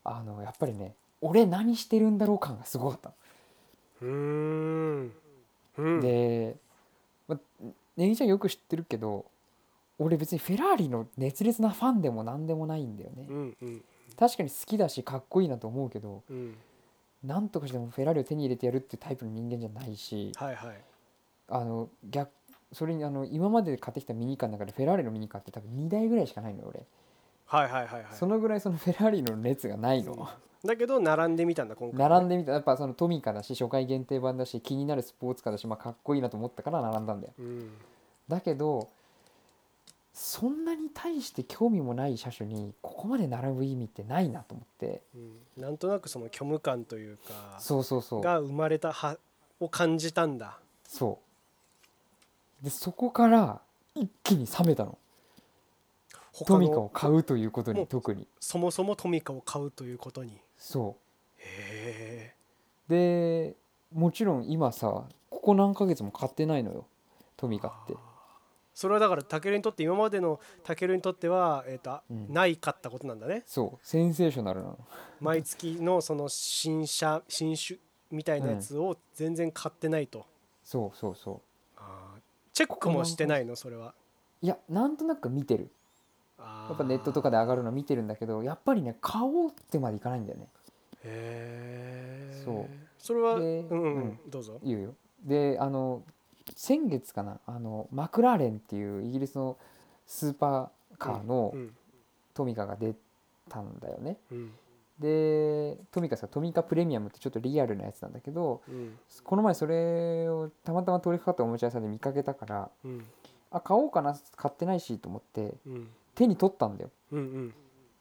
[SPEAKER 2] あのやっぱりね俺何してるんだろう感がすごかったの
[SPEAKER 1] うんうん
[SPEAKER 2] で、ま、ネギちゃんよく知ってるけど俺別にフェラーリの熱烈なファンでも何でもないんだよね、
[SPEAKER 1] うんうん
[SPEAKER 2] 確かに好きだしかっこいいなと思うけど
[SPEAKER 1] うん
[SPEAKER 2] なんとかしてもフェラーリを手に入れてやるっていうタイプの人間じゃないし
[SPEAKER 1] はいはい
[SPEAKER 2] あの逆それにあの今まで買ってきたミニカーの中でフェラーリのミニカーって多分2台ぐらいしかないのよ俺、
[SPEAKER 1] はいはいはいはい
[SPEAKER 2] そのぐらいそのフェラーリの熱がないの、
[SPEAKER 1] だけど並んでみたんだ今回ね
[SPEAKER 2] 並んでみたやっぱそのトミカだし初回限定版だし気になるスポーツカーだし、まあ、かっこいいなと思ったから並んだんだよ
[SPEAKER 1] うん
[SPEAKER 2] だけどそんなに対して興味もない車種にここまで並ぶ意味ってないなと思って
[SPEAKER 1] うんなんとなくその虚無感というか
[SPEAKER 2] そうそうそう
[SPEAKER 1] が生まれたはを感じたんだ
[SPEAKER 2] そうでそこから一気に冷めたの
[SPEAKER 1] 他
[SPEAKER 2] トミカを
[SPEAKER 1] の
[SPEAKER 2] 買うということ
[SPEAKER 1] も
[SPEAKER 2] に
[SPEAKER 1] う
[SPEAKER 2] 特に
[SPEAKER 1] そもそもトミカを買うということに
[SPEAKER 2] そ
[SPEAKER 1] へ
[SPEAKER 2] うでもちろん今さここ何ヶ月も買ってないのよトミ
[SPEAKER 1] え
[SPEAKER 2] カって
[SPEAKER 1] それはだからタケルにとって今までのタケルにとっては、えーと
[SPEAKER 2] うん
[SPEAKER 1] ないかったことなんだね
[SPEAKER 2] そうセンセーショナルなの
[SPEAKER 1] 毎月のその新車新種みたいなやつを全然買ってないと、
[SPEAKER 2] そうそうそ
[SPEAKER 1] あーチェックもしてないのそれは
[SPEAKER 2] ういやなんとなく見てる
[SPEAKER 1] や
[SPEAKER 2] やっぱネットとかで上がるの見てるんだけどやっぱりね買おうってまでいかないんだよね
[SPEAKER 1] へえ
[SPEAKER 2] そう
[SPEAKER 1] それはう
[SPEAKER 2] で
[SPEAKER 1] んうん、
[SPEAKER 2] うん
[SPEAKER 1] どうぞ
[SPEAKER 2] 言うよであの先月かなあのマクラーレンっていうイギリスのスーパーカーの
[SPEAKER 1] うん
[SPEAKER 2] トミカが出たんだよね
[SPEAKER 1] うん
[SPEAKER 2] でトミカさトミカプレミアムってちょっとリアルなやつなんだけど
[SPEAKER 1] うん
[SPEAKER 2] この前それをたまたま通りかかったおもちゃ屋さんで見かけたから
[SPEAKER 1] うん
[SPEAKER 2] あ買おうかな買ってないしと思って
[SPEAKER 1] うん
[SPEAKER 2] 手に取ったんだよ
[SPEAKER 1] うんうん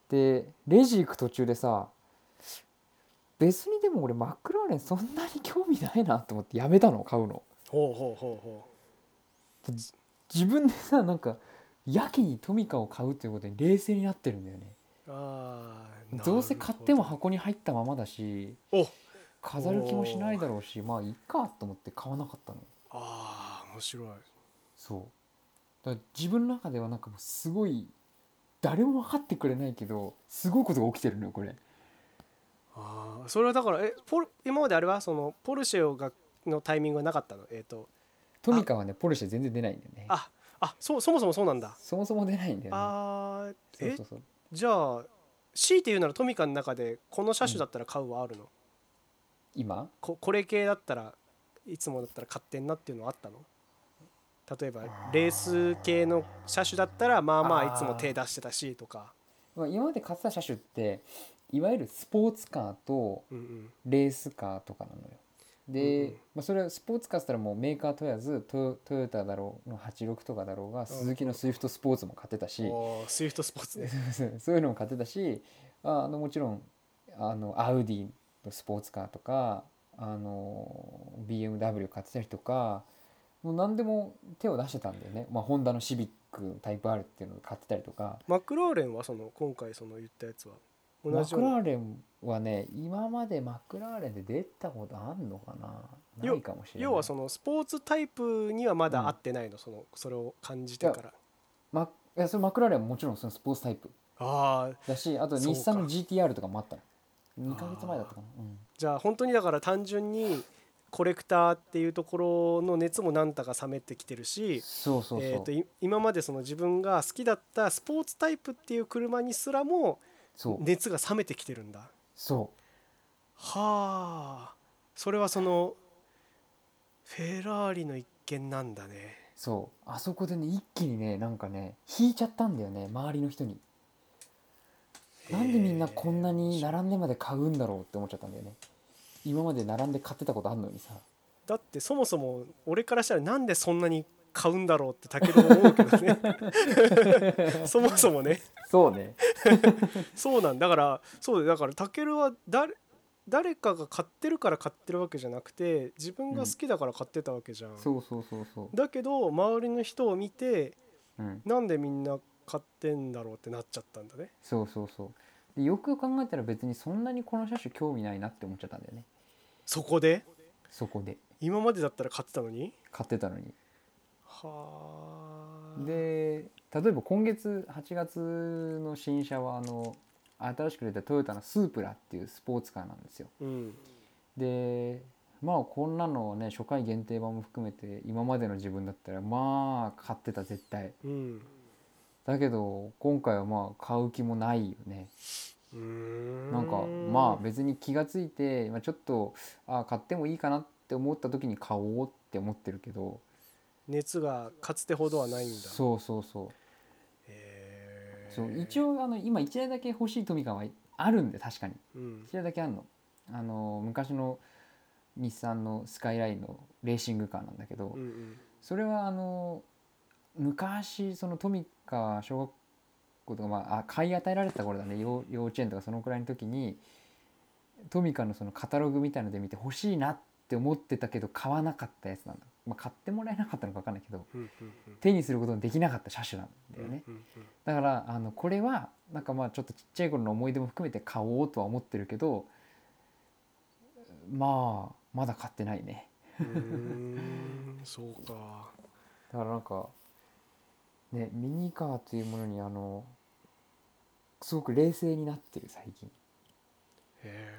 [SPEAKER 2] でレジ行く途中でさ別にでも俺マクラーレンそんなに興味ないなと思ってやめたの買うの
[SPEAKER 1] ほうほうほうほ
[SPEAKER 2] 自分でさなんかやけにトミカを買うということに冷静になってるんだよね
[SPEAKER 1] うあー
[SPEAKER 2] どうせ買っても
[SPEAKER 1] なる
[SPEAKER 2] 箱に入ったままだし
[SPEAKER 1] ほどお
[SPEAKER 2] 飾る気もしないだろうしまあいいかと思って買わなかったの
[SPEAKER 1] ああ面白い
[SPEAKER 2] そうだから自分の中ではなんかもうすごい誰も分かってくれないけどすごいことが起きてるのよこれ
[SPEAKER 1] ああそれはだからえポル今まであれはそのポルシェがのタイミングがなかったのえっ、と
[SPEAKER 2] トミカはねポルシェ全然出ないんだよね
[SPEAKER 1] ああそうそもそもそうなんだ
[SPEAKER 2] そもそも出ないんだよね
[SPEAKER 1] あー
[SPEAKER 2] そう
[SPEAKER 1] え
[SPEAKER 2] そうそう
[SPEAKER 1] じゃあ強いて言うならトミカの中でこの車種だったら買うはあるの、
[SPEAKER 2] 今
[SPEAKER 1] ここれ系だったらいつもだったら買ってんなっていうのはあったの例えばレース系の車種だったらまあまあいつも手出してたしとか
[SPEAKER 2] まあ今まで買ってた車種っていわゆるスポーツカーと
[SPEAKER 1] うんうん
[SPEAKER 2] レースカーとかなのよ。で、
[SPEAKER 1] うんうん
[SPEAKER 2] まあ、それはスポーツカーっつったらもうメーカー問わずトヨトヨタだろうの86とかだろうが鈴木のスイフトスポーツも買ってたし、
[SPEAKER 1] おースイフトスポーツ ね
[SPEAKER 2] そういうのも買ってたしああのもちろんあのアウディのスポーツカーとかあの BMW 買ってたりとかもう何でも手を出してたんだよね、まあ、ホンダのシビックタイプ R っていうのを買ってたりとか
[SPEAKER 1] マクラーレンはその今回その言ったやつは同
[SPEAKER 2] マ
[SPEAKER 1] じ
[SPEAKER 2] ク
[SPEAKER 1] ような
[SPEAKER 2] ラーレンはね今までマクラーレンで出たことあんのかな
[SPEAKER 1] よ
[SPEAKER 2] ないかもしれない
[SPEAKER 1] 要はそのスポーツタイプにはま
[SPEAKER 2] う
[SPEAKER 1] だ
[SPEAKER 2] ん
[SPEAKER 1] 合ってないの,、そのそれを感じてから
[SPEAKER 2] マいやそれマクラーレンはもちろんそのスポーツタイプ
[SPEAKER 1] ああ
[SPEAKER 2] だしあと
[SPEAKER 1] そうか
[SPEAKER 2] 日産の GTR とかもあったの2ヶ月前だったかな、うん
[SPEAKER 1] じゃあ本当にだから単純にコレクターっていうところの熱も何たか冷めてきてるし
[SPEAKER 2] そうそうそう、
[SPEAKER 1] えー、とい今までその自分が好きだったスポーツタイプっていう車にすらも
[SPEAKER 2] そう
[SPEAKER 1] 熱が冷めてきてるんだ
[SPEAKER 2] そう
[SPEAKER 1] はあそれはそのフェラーリの一件なんだね
[SPEAKER 2] そうあそこでね一気にねなんかね引いちゃったんだよね周りの人になんでみんなこんなに並んでまで買うんだろうって思っちゃったんだよね今まで並んで買ってたことあんのにさ
[SPEAKER 1] だってそもそも俺からしたらなんでそんなに買うんだろうって武田思うけどね そもそもね
[SPEAKER 2] そうね
[SPEAKER 1] そうなんだからそうだよだからタケルは誰誰かが買ってるから買ってるわけじゃなくて自分が好きだから買ってたわけじゃん、
[SPEAKER 2] そうそうそうそ
[SPEAKER 1] だけど周りの人を見て
[SPEAKER 2] ううん
[SPEAKER 1] なんでみんな買ってんだろうってなっちゃったんだね
[SPEAKER 2] そうそうそうでよくよく考えたら別にそんなにこの車種興味ないなって思っちゃったんだよね
[SPEAKER 1] そこで
[SPEAKER 2] そこで
[SPEAKER 1] 今までだったら買ってたのに
[SPEAKER 2] 買ってたのに
[SPEAKER 1] はあ
[SPEAKER 2] で例えば今月8月の新車はあの新しく出たトヨタのスープラっていうスポーツカーなんですよ
[SPEAKER 1] うん
[SPEAKER 2] でまあこんなのをね初回限定版も含めて今までの自分だったらまあ買ってた絶対
[SPEAKER 1] うん
[SPEAKER 2] だけど今回はまあ買う気もないよね
[SPEAKER 1] うーん
[SPEAKER 2] なんかまあ別に気がついて、まあ、ちょっとあ買ってもいいかなって思った時に買おうって思ってるけど
[SPEAKER 1] 熱がかつてほどはないんだ
[SPEAKER 2] そうそうそう
[SPEAKER 1] へえ
[SPEAKER 2] そう一応あの今1台だけ欲しいトミカはあるんで確かに
[SPEAKER 1] うん
[SPEAKER 2] 1台だけあるのあの昔の日産のスカイラインのレーシングカーなんだけど、
[SPEAKER 1] うんうん
[SPEAKER 2] それはあの昔そのトミカ小学校とか、まあ、あ買い与えられた頃だね幼幼稚園とかそのくらいの時にトミカのそのカタログみたいので見て欲しいなって思ってたけど買わなかったやつなんだ、まあ、買ってもらえなかったのか分かんないけど
[SPEAKER 1] うんうんうん
[SPEAKER 2] 手にすることのできなかった車種なんだよね
[SPEAKER 1] うんうん
[SPEAKER 2] だからあのこれはなんかまあちょっとちっちゃい頃の思い出も含めて買おうとは思ってるけどまあまだ買ってないね
[SPEAKER 1] うんうーんそうか
[SPEAKER 2] だからなんかねミニカーというものにあのすごく冷静になってる最近
[SPEAKER 1] へえ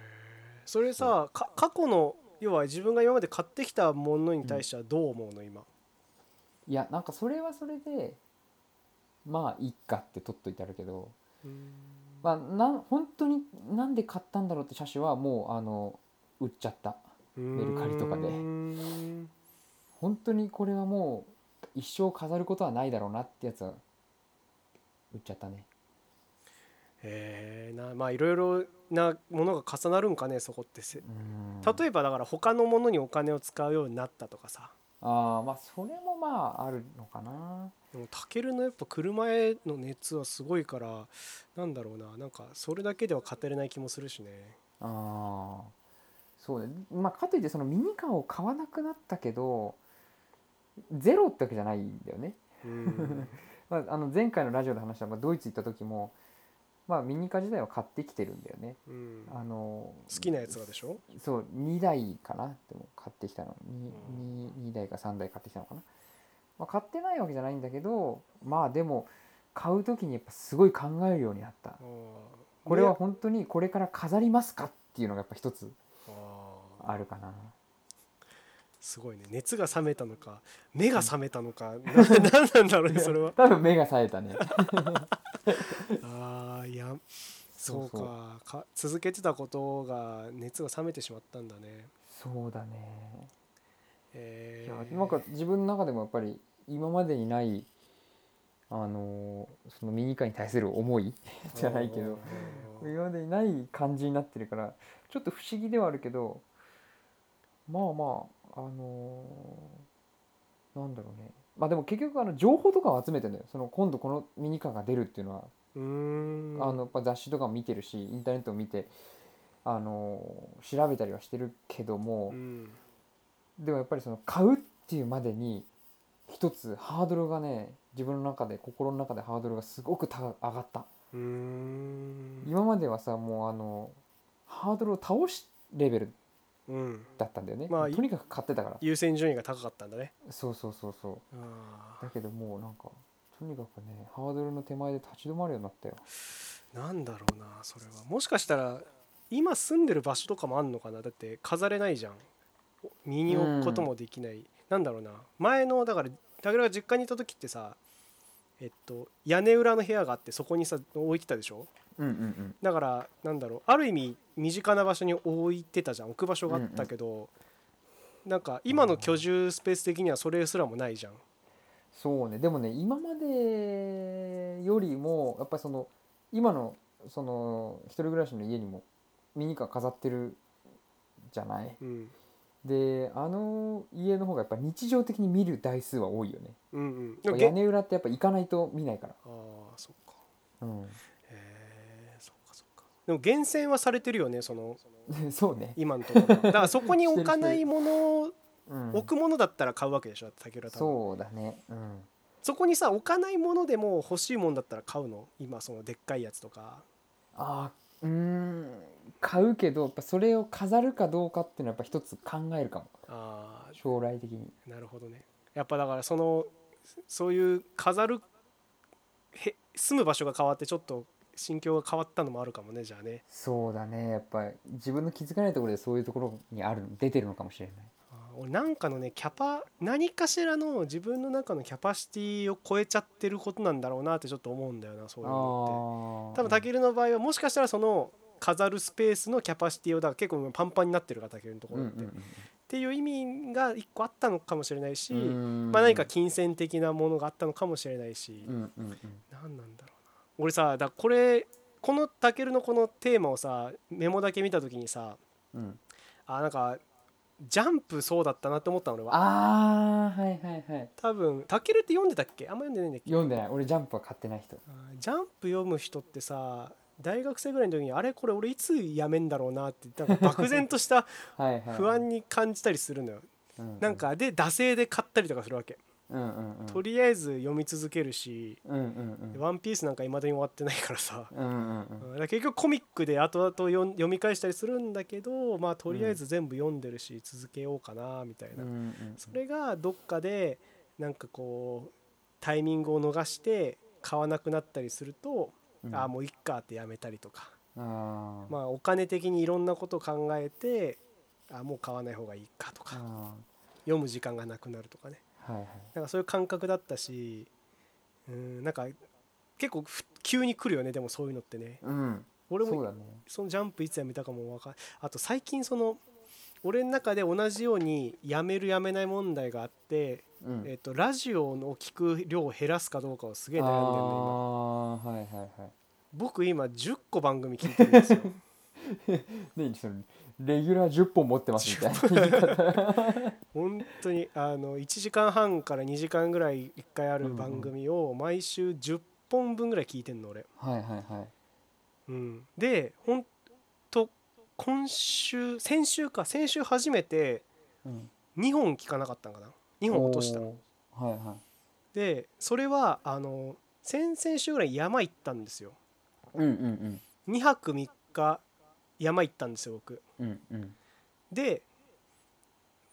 [SPEAKER 1] それさか過去の要は自分が今まで買ってきたものに対してはどう思うの今
[SPEAKER 2] いやなんかそれはそれでまあいっかって取っといてあるけど、
[SPEAKER 1] うん
[SPEAKER 2] まあ、なん本当になんで買ったんだろうって車種はもうあの売っちゃった
[SPEAKER 1] メ
[SPEAKER 2] ルカリとかで本当にこれはもう一生飾ることはないだろうなってやつは売っちゃったね
[SPEAKER 1] えー、なまあいろいろなものが重なるんかねそこってせ
[SPEAKER 2] うん
[SPEAKER 1] 例えばだから他のものにお金を使うようになったとかさ
[SPEAKER 2] ああまあそれもまああるのかな
[SPEAKER 1] でもタケルのやっぱ車への熱はすごいからなんだろうななんかそれだけでは語れない気もするしね
[SPEAKER 2] ああそうねまあかといってそのミニカーを買わなくなったけどゼロってわけじゃないんだよね、
[SPEAKER 1] うん
[SPEAKER 2] まあ、あの前回のラジオで話した、まあ、ドイツ行った時も、まあ、ミニカー自体は買ってきてるんだよね
[SPEAKER 1] うん
[SPEAKER 2] あの
[SPEAKER 1] 好きなやつがでしょ
[SPEAKER 2] そう2台かなでも買ってきたの 2,
[SPEAKER 1] う
[SPEAKER 2] 2, 台か3台買ってきたのかな、まあ、買ってないわけじゃないんだけどまあでも買う時にやっぱすごい考えるようになった
[SPEAKER 1] あー
[SPEAKER 2] これは
[SPEAKER 1] ね
[SPEAKER 2] 本当にこれから飾りますかっていうのがやっぱ一つ
[SPEAKER 1] あー
[SPEAKER 2] あるかな
[SPEAKER 1] すごいね熱が冷めたのか目が覚めたのか何な なんなんだろうねそれは
[SPEAKER 2] 多分目が冴えたね
[SPEAKER 1] あーいや
[SPEAKER 2] そ
[SPEAKER 1] そう
[SPEAKER 2] そう
[SPEAKER 1] うかか続けてたことが熱が冷めてしまったんだね
[SPEAKER 2] そうだねい
[SPEAKER 1] え
[SPEAKER 2] や
[SPEAKER 1] ー
[SPEAKER 2] なんか自分の中でもやっぱり今までにないあのそのミニカーに対する思いじゃないけど
[SPEAKER 1] うん
[SPEAKER 2] 今までにない感じになってるからちょっと不思議ではあるけどまあまああのーなんだろうねまあでも結局あの情報とかを集めてんだよその今度このミニカーが出るっていうのは、
[SPEAKER 1] うーん
[SPEAKER 2] あのやっぱ雑誌とかも見てるしインターネットを見て、あのー調べたりはしてるけども
[SPEAKER 1] う、ん
[SPEAKER 2] でもやっぱりその買うっていうまでに一つハードルがね自分の中で心の中でハードルがすごくた上がった。
[SPEAKER 1] うーん
[SPEAKER 2] 今まではさもうあのハードルを倒しレベル
[SPEAKER 1] うん
[SPEAKER 2] だったんだよね、
[SPEAKER 1] まあ
[SPEAKER 2] とにかく買ってたから
[SPEAKER 1] 優先順位が高かったんだね
[SPEAKER 2] そうそうそうそう
[SPEAKER 1] あ
[SPEAKER 2] だけどもうなんかとにかくねハードルの手前で立ち止まるようになったよ
[SPEAKER 1] ーなんだろうなそれはもしかしたら今住んでる場所とかもあんのかなだって飾れないじゃん身に置くこともできない、なんだろうな前のだから武田が実家にいた時ってさえっと屋根裏の部屋があってそこにさ置いてたでしょ
[SPEAKER 2] うんうんうん
[SPEAKER 1] だからなんだろうある意味身近な場所に置いてたじゃん置く場所があったけど、なんか今の居住スペース的にはそれすらもないじゃん。
[SPEAKER 2] そうねでもね今までよりもやっぱりその今のその一人暮らしの家にもミニカー飾ってるじゃない
[SPEAKER 1] うん
[SPEAKER 2] であの家の方がやっぱ日常的に見る台数は多いよね
[SPEAKER 1] うんうん、でも
[SPEAKER 2] やっぱ
[SPEAKER 1] げ
[SPEAKER 2] 屋根裏ってやっぱ行かないと見ないから、
[SPEAKER 1] ああそっか
[SPEAKER 2] うん、
[SPEAKER 1] へえそっかそっかでも厳選はされてるよねその
[SPEAKER 2] そうね、
[SPEAKER 1] 今のとこ ろはだからそこに置かないものを
[SPEAKER 2] うん
[SPEAKER 1] 置くものだったら買うわけでしょ竹浦多分
[SPEAKER 2] そうだねうん
[SPEAKER 1] そこにさ置かないものでも欲しいもんだったら買うの今そのでっかいやつとか
[SPEAKER 2] あーうーん買うけどやっぱそれを飾るかどうかっていうのはやっぱ一つ考えるかも
[SPEAKER 1] ああ
[SPEAKER 2] 将来的に
[SPEAKER 1] なるほどねやっぱだからそのそういう飾るへ住む場所が変わってちょっと心境が変わったのもあるかもねじゃあね
[SPEAKER 2] そうだねやっぱり自分の気づかないところでそういうところにある出てるのかもしれない
[SPEAKER 1] あー俺なんかのねキャパ何かしらの自分の中のキャパシティを超えちゃってることなんだろうなってちょっと思うんだよなそういうのって多分た
[SPEAKER 2] 竹
[SPEAKER 1] けるの場合はもしかしたらその飾るスペースのキャパシティをだから結構もうパンパンになってるからたけるのとこ
[SPEAKER 2] うん
[SPEAKER 1] ろ
[SPEAKER 2] う
[SPEAKER 1] って、っ
[SPEAKER 2] ん
[SPEAKER 1] ていう意味が一個あったのかもしれないし、
[SPEAKER 2] うん
[SPEAKER 1] まあ何か金銭的なものがあったのかもしれないし、
[SPEAKER 2] うんうんうん
[SPEAKER 1] 何なんだろうな俺さだこれこのたけるのこのテーマをさメモだけ見た時にさ
[SPEAKER 2] うん
[SPEAKER 1] あなんかジャンプそうだったなって思ったの俺は
[SPEAKER 2] あーはいはいはい
[SPEAKER 1] 多分たけるって読んでたっけあんま読んでないんだっけ
[SPEAKER 2] 読んでない俺ジャンプは買ってない人
[SPEAKER 1] あージャンプ読む人ってさ大学生ぐらいの時にあれこれ俺いつやめんだろうなってなんか漠然とした
[SPEAKER 2] はいはい
[SPEAKER 1] 不安に感じたりするのよ
[SPEAKER 2] うう
[SPEAKER 1] なんかで惰性で買ったりとかするわけ
[SPEAKER 2] うんうんうん
[SPEAKER 1] とりあえず読み続けるし
[SPEAKER 2] うんうんう
[SPEAKER 1] 「
[SPEAKER 2] ん
[SPEAKER 1] ワンピースなんかいまだに終わってないからさ
[SPEAKER 2] うんうんうん
[SPEAKER 1] うんだから結局コミックで後々読ん読み返したりするんだけどまあとりあえず全部読んでるし続けようかなみたいな、
[SPEAKER 2] うんうん
[SPEAKER 1] それがどっかでなんかこうタイミングを逃して買わなくなったりすると、
[SPEAKER 2] うん
[SPEAKER 1] ああもういっかってやめたりとか、
[SPEAKER 2] あー
[SPEAKER 1] まあお金的にいろんなことを考えてああもう買わない方がいいかとか、
[SPEAKER 2] あ
[SPEAKER 1] 読む時間がなくなるとかね
[SPEAKER 2] ーはいはい
[SPEAKER 1] なんかそういう感覚だったしうんなんか結構ふ急に来るよねでもそういうのってね。
[SPEAKER 2] うん
[SPEAKER 1] 俺も
[SPEAKER 2] そうだね
[SPEAKER 1] そのジャンプいつやめたかもわかんあと最近その俺の中で同じようにやめるやめない問題があって、
[SPEAKER 2] うん
[SPEAKER 1] えっとラジオの聞く量を減らすかどうかをすげえ悩んでるの今
[SPEAKER 2] ああーはいはいはい
[SPEAKER 1] 僕今10個番組聞いてるんですよ
[SPEAKER 2] ねそのレギュラー10本持ってますみたいな
[SPEAKER 1] 本当にあの1時間半から2時間ぐらい1回ある番組を毎週10本分ぐらい聞いてんの俺、
[SPEAKER 2] はいはいはい
[SPEAKER 1] うん、でほんと今週先週か先週初めて
[SPEAKER 2] うん
[SPEAKER 1] 2本聞かなかったんかな2本落とした
[SPEAKER 2] おーはいはい
[SPEAKER 1] でそれはあの先々週ぐらい山行ったんですよ
[SPEAKER 2] うんうん
[SPEAKER 1] 2泊3日山行ったんですよ僕
[SPEAKER 2] うんうんうん
[SPEAKER 1] で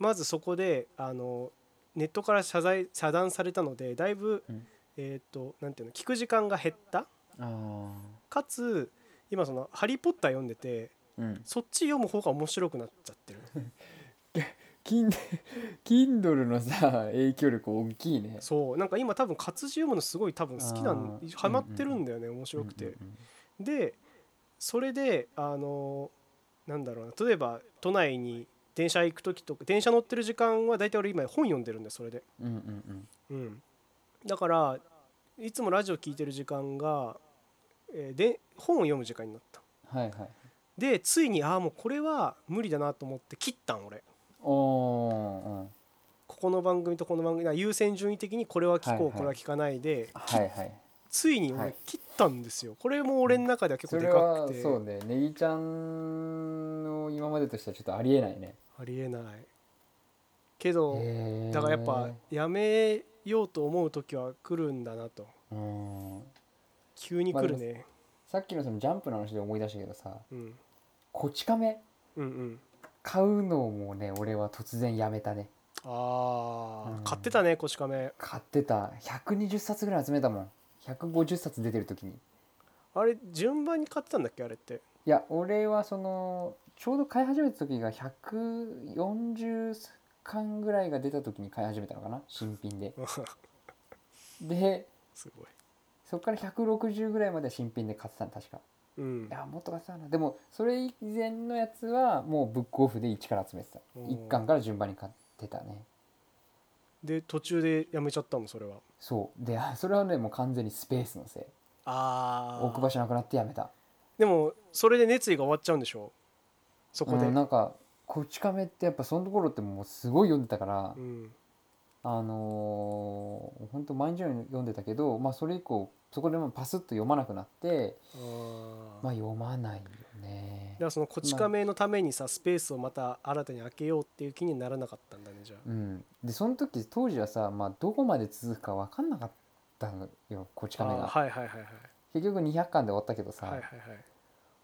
[SPEAKER 1] まずそこであのネットから謝罪遮断されたのでだいぶ、
[SPEAKER 2] うん
[SPEAKER 1] えっ、となんていうの聞く時間が減った
[SPEAKER 2] ああ
[SPEAKER 1] かつ今その「ハリー・ポッター」読んでて
[SPEAKER 2] うん
[SPEAKER 1] そっち読む方が面白くなっちゃって る
[SPEAKER 2] Kind- Kindle のさ影響力大きいね
[SPEAKER 1] そうなんか今多分活字読むのすごい多分好きなん
[SPEAKER 2] あー
[SPEAKER 1] ハマってるんだよね面白くて、でそれであのなんだろうな例えば都内に電車行く時とか電車乗ってる時間は大体俺今本読んでるんだよそれで、
[SPEAKER 2] うんうんうん
[SPEAKER 1] うん、だからいつもラジオ聞いてる時間が、えーで本を読む時間になった
[SPEAKER 2] はいはい
[SPEAKER 1] でついにああもうこれは無理だなと思って切ったん俺
[SPEAKER 2] おお
[SPEAKER 1] ここの番組とこの番組だから優先順位的にこれは聞こう、
[SPEAKER 2] はいはい
[SPEAKER 1] これは聞かないで
[SPEAKER 2] はいはい
[SPEAKER 1] ついに
[SPEAKER 2] は
[SPEAKER 1] 俺
[SPEAKER 2] い
[SPEAKER 1] 切ったんですよ、これも俺の中では結
[SPEAKER 2] そ
[SPEAKER 1] 構で
[SPEAKER 2] れ
[SPEAKER 1] か
[SPEAKER 2] は
[SPEAKER 1] くて
[SPEAKER 2] そうねネギちゃんの今までとしてはちょっとありえないね
[SPEAKER 1] ありえないけど
[SPEAKER 2] へー
[SPEAKER 1] だからやっぱやめようと思う時は来るんだなと
[SPEAKER 2] うん
[SPEAKER 1] 急に来るね、
[SPEAKER 2] さっきのそのジャンプの話で思い出したけどさ
[SPEAKER 1] うん、
[SPEAKER 2] こち亀
[SPEAKER 1] うんうん
[SPEAKER 2] 買うのもね俺は突然やめたね
[SPEAKER 1] ああ、
[SPEAKER 2] うん
[SPEAKER 1] 買ってたねこち亀
[SPEAKER 2] 買ってた120冊ぐらい集めたもん150冊出てる時に
[SPEAKER 1] あれ順番に買ってたんだっけあれって
[SPEAKER 2] いや俺はそのちょうど買い始めた時が140巻ぐらいが出た時に買い始めたのかな新品でです
[SPEAKER 1] ごい
[SPEAKER 2] そっから160ぐらいまでは新品で買ってたの確か
[SPEAKER 1] うん
[SPEAKER 2] いやもっと買ってたなでもそれ以前のやつはもうブックオフで一から集めてた
[SPEAKER 1] おー
[SPEAKER 2] 一巻から順番に買ってたね
[SPEAKER 1] で途中でやめちゃったもんそれは
[SPEAKER 2] そうで あそれはねもう完全にスペースのせい
[SPEAKER 1] ああ
[SPEAKER 2] 置く場所なくなってやめた
[SPEAKER 1] でもそれで熱意が終わっちゃうんでしょそこで
[SPEAKER 2] うん、なんか「こち亀」ってやっぱそのところってもうすごい読んでたから、
[SPEAKER 1] うん
[SPEAKER 2] あのー、ほんと毎日のように読んでたけど、まあ、それ以降そこでもパスッと読まなくなって、
[SPEAKER 1] あー
[SPEAKER 2] まあ、読まないよね
[SPEAKER 1] だからそのこち亀のためにさスペースをまた新たに開けようっていう気にならなかったんだねじゃあ
[SPEAKER 2] うん、でその時当時はさ、まあ、どこまで続くか分かんなかったのよこち亀
[SPEAKER 1] あ
[SPEAKER 2] が、
[SPEAKER 1] ーはいはいはいはい
[SPEAKER 2] 結局200巻で終わったけどさ、
[SPEAKER 1] はいはいはい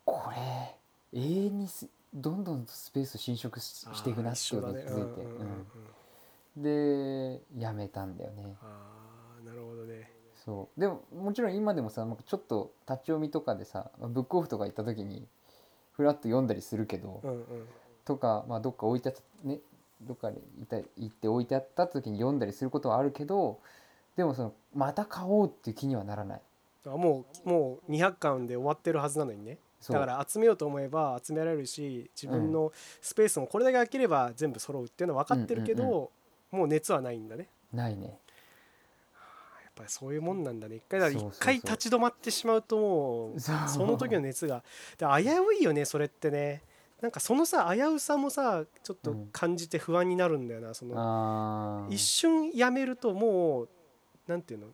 [SPEAKER 2] これ永遠にすどんどんとスペース侵食ししていくなってことに気づい
[SPEAKER 1] あー一緒だね
[SPEAKER 2] て、
[SPEAKER 1] うんうんうんうん
[SPEAKER 2] うんでやめたんだよね
[SPEAKER 1] あーなるほどね
[SPEAKER 2] そうでももちろん今でもさなんかちょっと立ち読みとかでさブックオフとか行った時にフラッと読んだりするけど、
[SPEAKER 1] うんうん
[SPEAKER 2] とか、まあ、どっか置いてあったねどっかにいた行って置いてあった時に読んだりすることはあるけどでもそのまた買おうっていう気にはならない
[SPEAKER 1] あもうもう200巻で終わってるはずなのにね
[SPEAKER 2] そう
[SPEAKER 1] だから集めようと思えば集められるし自分のスペースもこれだけ空ければ全部揃うっていうのは分かってるけど、
[SPEAKER 2] うんうん
[SPEAKER 1] もう熱はないんだね
[SPEAKER 2] ないね
[SPEAKER 1] やっぱりそういうもんなんだね一回だから
[SPEAKER 2] そうそう
[SPEAKER 1] 一
[SPEAKER 2] そう
[SPEAKER 1] 回立ち止まってしまうともう
[SPEAKER 2] そう
[SPEAKER 1] その時の熱がで危ういよねそれってねなんかそのさ危うさもさちょっと感じて不安になるんだよなその
[SPEAKER 2] あー
[SPEAKER 1] 一瞬やめるともうなんていうの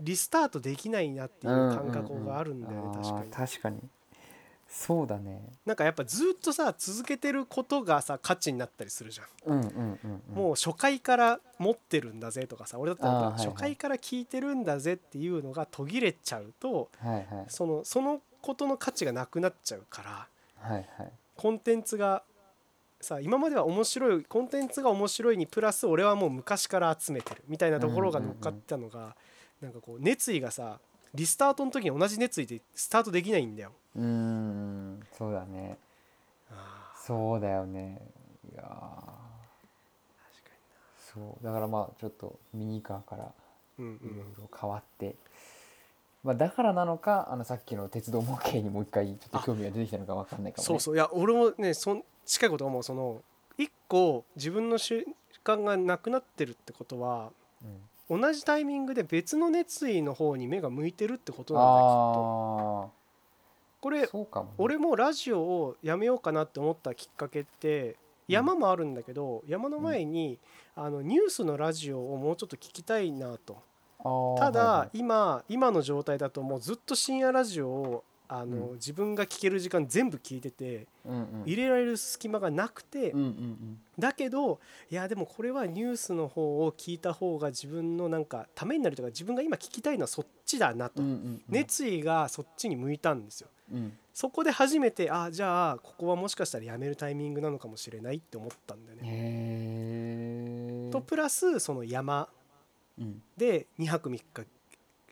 [SPEAKER 1] リスタートできないなっていう感覚があるんだよね、
[SPEAKER 2] ううう
[SPEAKER 1] 確かに
[SPEAKER 2] あー確かにそうだね
[SPEAKER 1] なんかやっぱずっとさ続けてることがさ価値になったりするじゃん、
[SPEAKER 2] うんうんうん、うん、
[SPEAKER 1] もう初回から持ってるんだぜとかさ俺だったら
[SPEAKER 2] あーはいはい
[SPEAKER 1] 初回から聞いてるんだぜっていうのが途切れちゃうと
[SPEAKER 2] はいはいはい
[SPEAKER 1] そのそのことの価値がなくなっちゃうから
[SPEAKER 2] はい
[SPEAKER 1] コンテンツがさ今までは面白いコンテンツが面白いにプラス俺はもう昔から集めてるみたいなところが乗っかったのが、なんかこう熱意がさリスタートの時に同じ熱意でスタートできないんだよ。
[SPEAKER 2] うーんそうだねそうだよねいや
[SPEAKER 1] 確か
[SPEAKER 2] ーそうだからまあちょっとミニカーから
[SPEAKER 1] にうん
[SPEAKER 2] い
[SPEAKER 1] う
[SPEAKER 2] ろ
[SPEAKER 1] ん
[SPEAKER 2] いろ変わって、まあ、だからなのかあのさっきの鉄道模型にもう一回ちょっと興味が出てきたのかわかんないかも、ね、
[SPEAKER 1] そうそういや俺もねそん近いこと思うその一個自分の習慣がなくなってるってことは
[SPEAKER 2] うん、
[SPEAKER 1] 同じタイミングで別の熱意の方に目が向いてるってことなんだよきっと
[SPEAKER 2] あ
[SPEAKER 1] こ
[SPEAKER 2] あ
[SPEAKER 1] れ
[SPEAKER 2] そうかもね、
[SPEAKER 1] 俺もラジオをやめようかなって思ったきっかけって山もあるんだけど、山の前に、あのニュースのラジオをもうちょっと聞きたいなと
[SPEAKER 2] あー
[SPEAKER 1] ただ、
[SPEAKER 2] はいはい
[SPEAKER 1] 今今の状態だともうずっと深夜ラジオをあの、
[SPEAKER 2] うん
[SPEAKER 1] 自分が聞ける時間全部聞いてて
[SPEAKER 2] うんうん
[SPEAKER 1] 入れられる隙間がなくて、
[SPEAKER 2] うんうんうん
[SPEAKER 1] だけどいやでもこれはニュースの方を聞いた方が自分のなんかためになるというか自分が今聞きたいのはそっちだなと、
[SPEAKER 2] うんうんうん
[SPEAKER 1] 熱意がそっちに向いたんですよ。
[SPEAKER 2] うん
[SPEAKER 1] そこで初めてあじゃあここはもしかしたらやめるタイミングなのかもしれないって思ったんだよね。
[SPEAKER 2] へえ
[SPEAKER 1] とプラスその山
[SPEAKER 2] うん
[SPEAKER 1] で2泊3日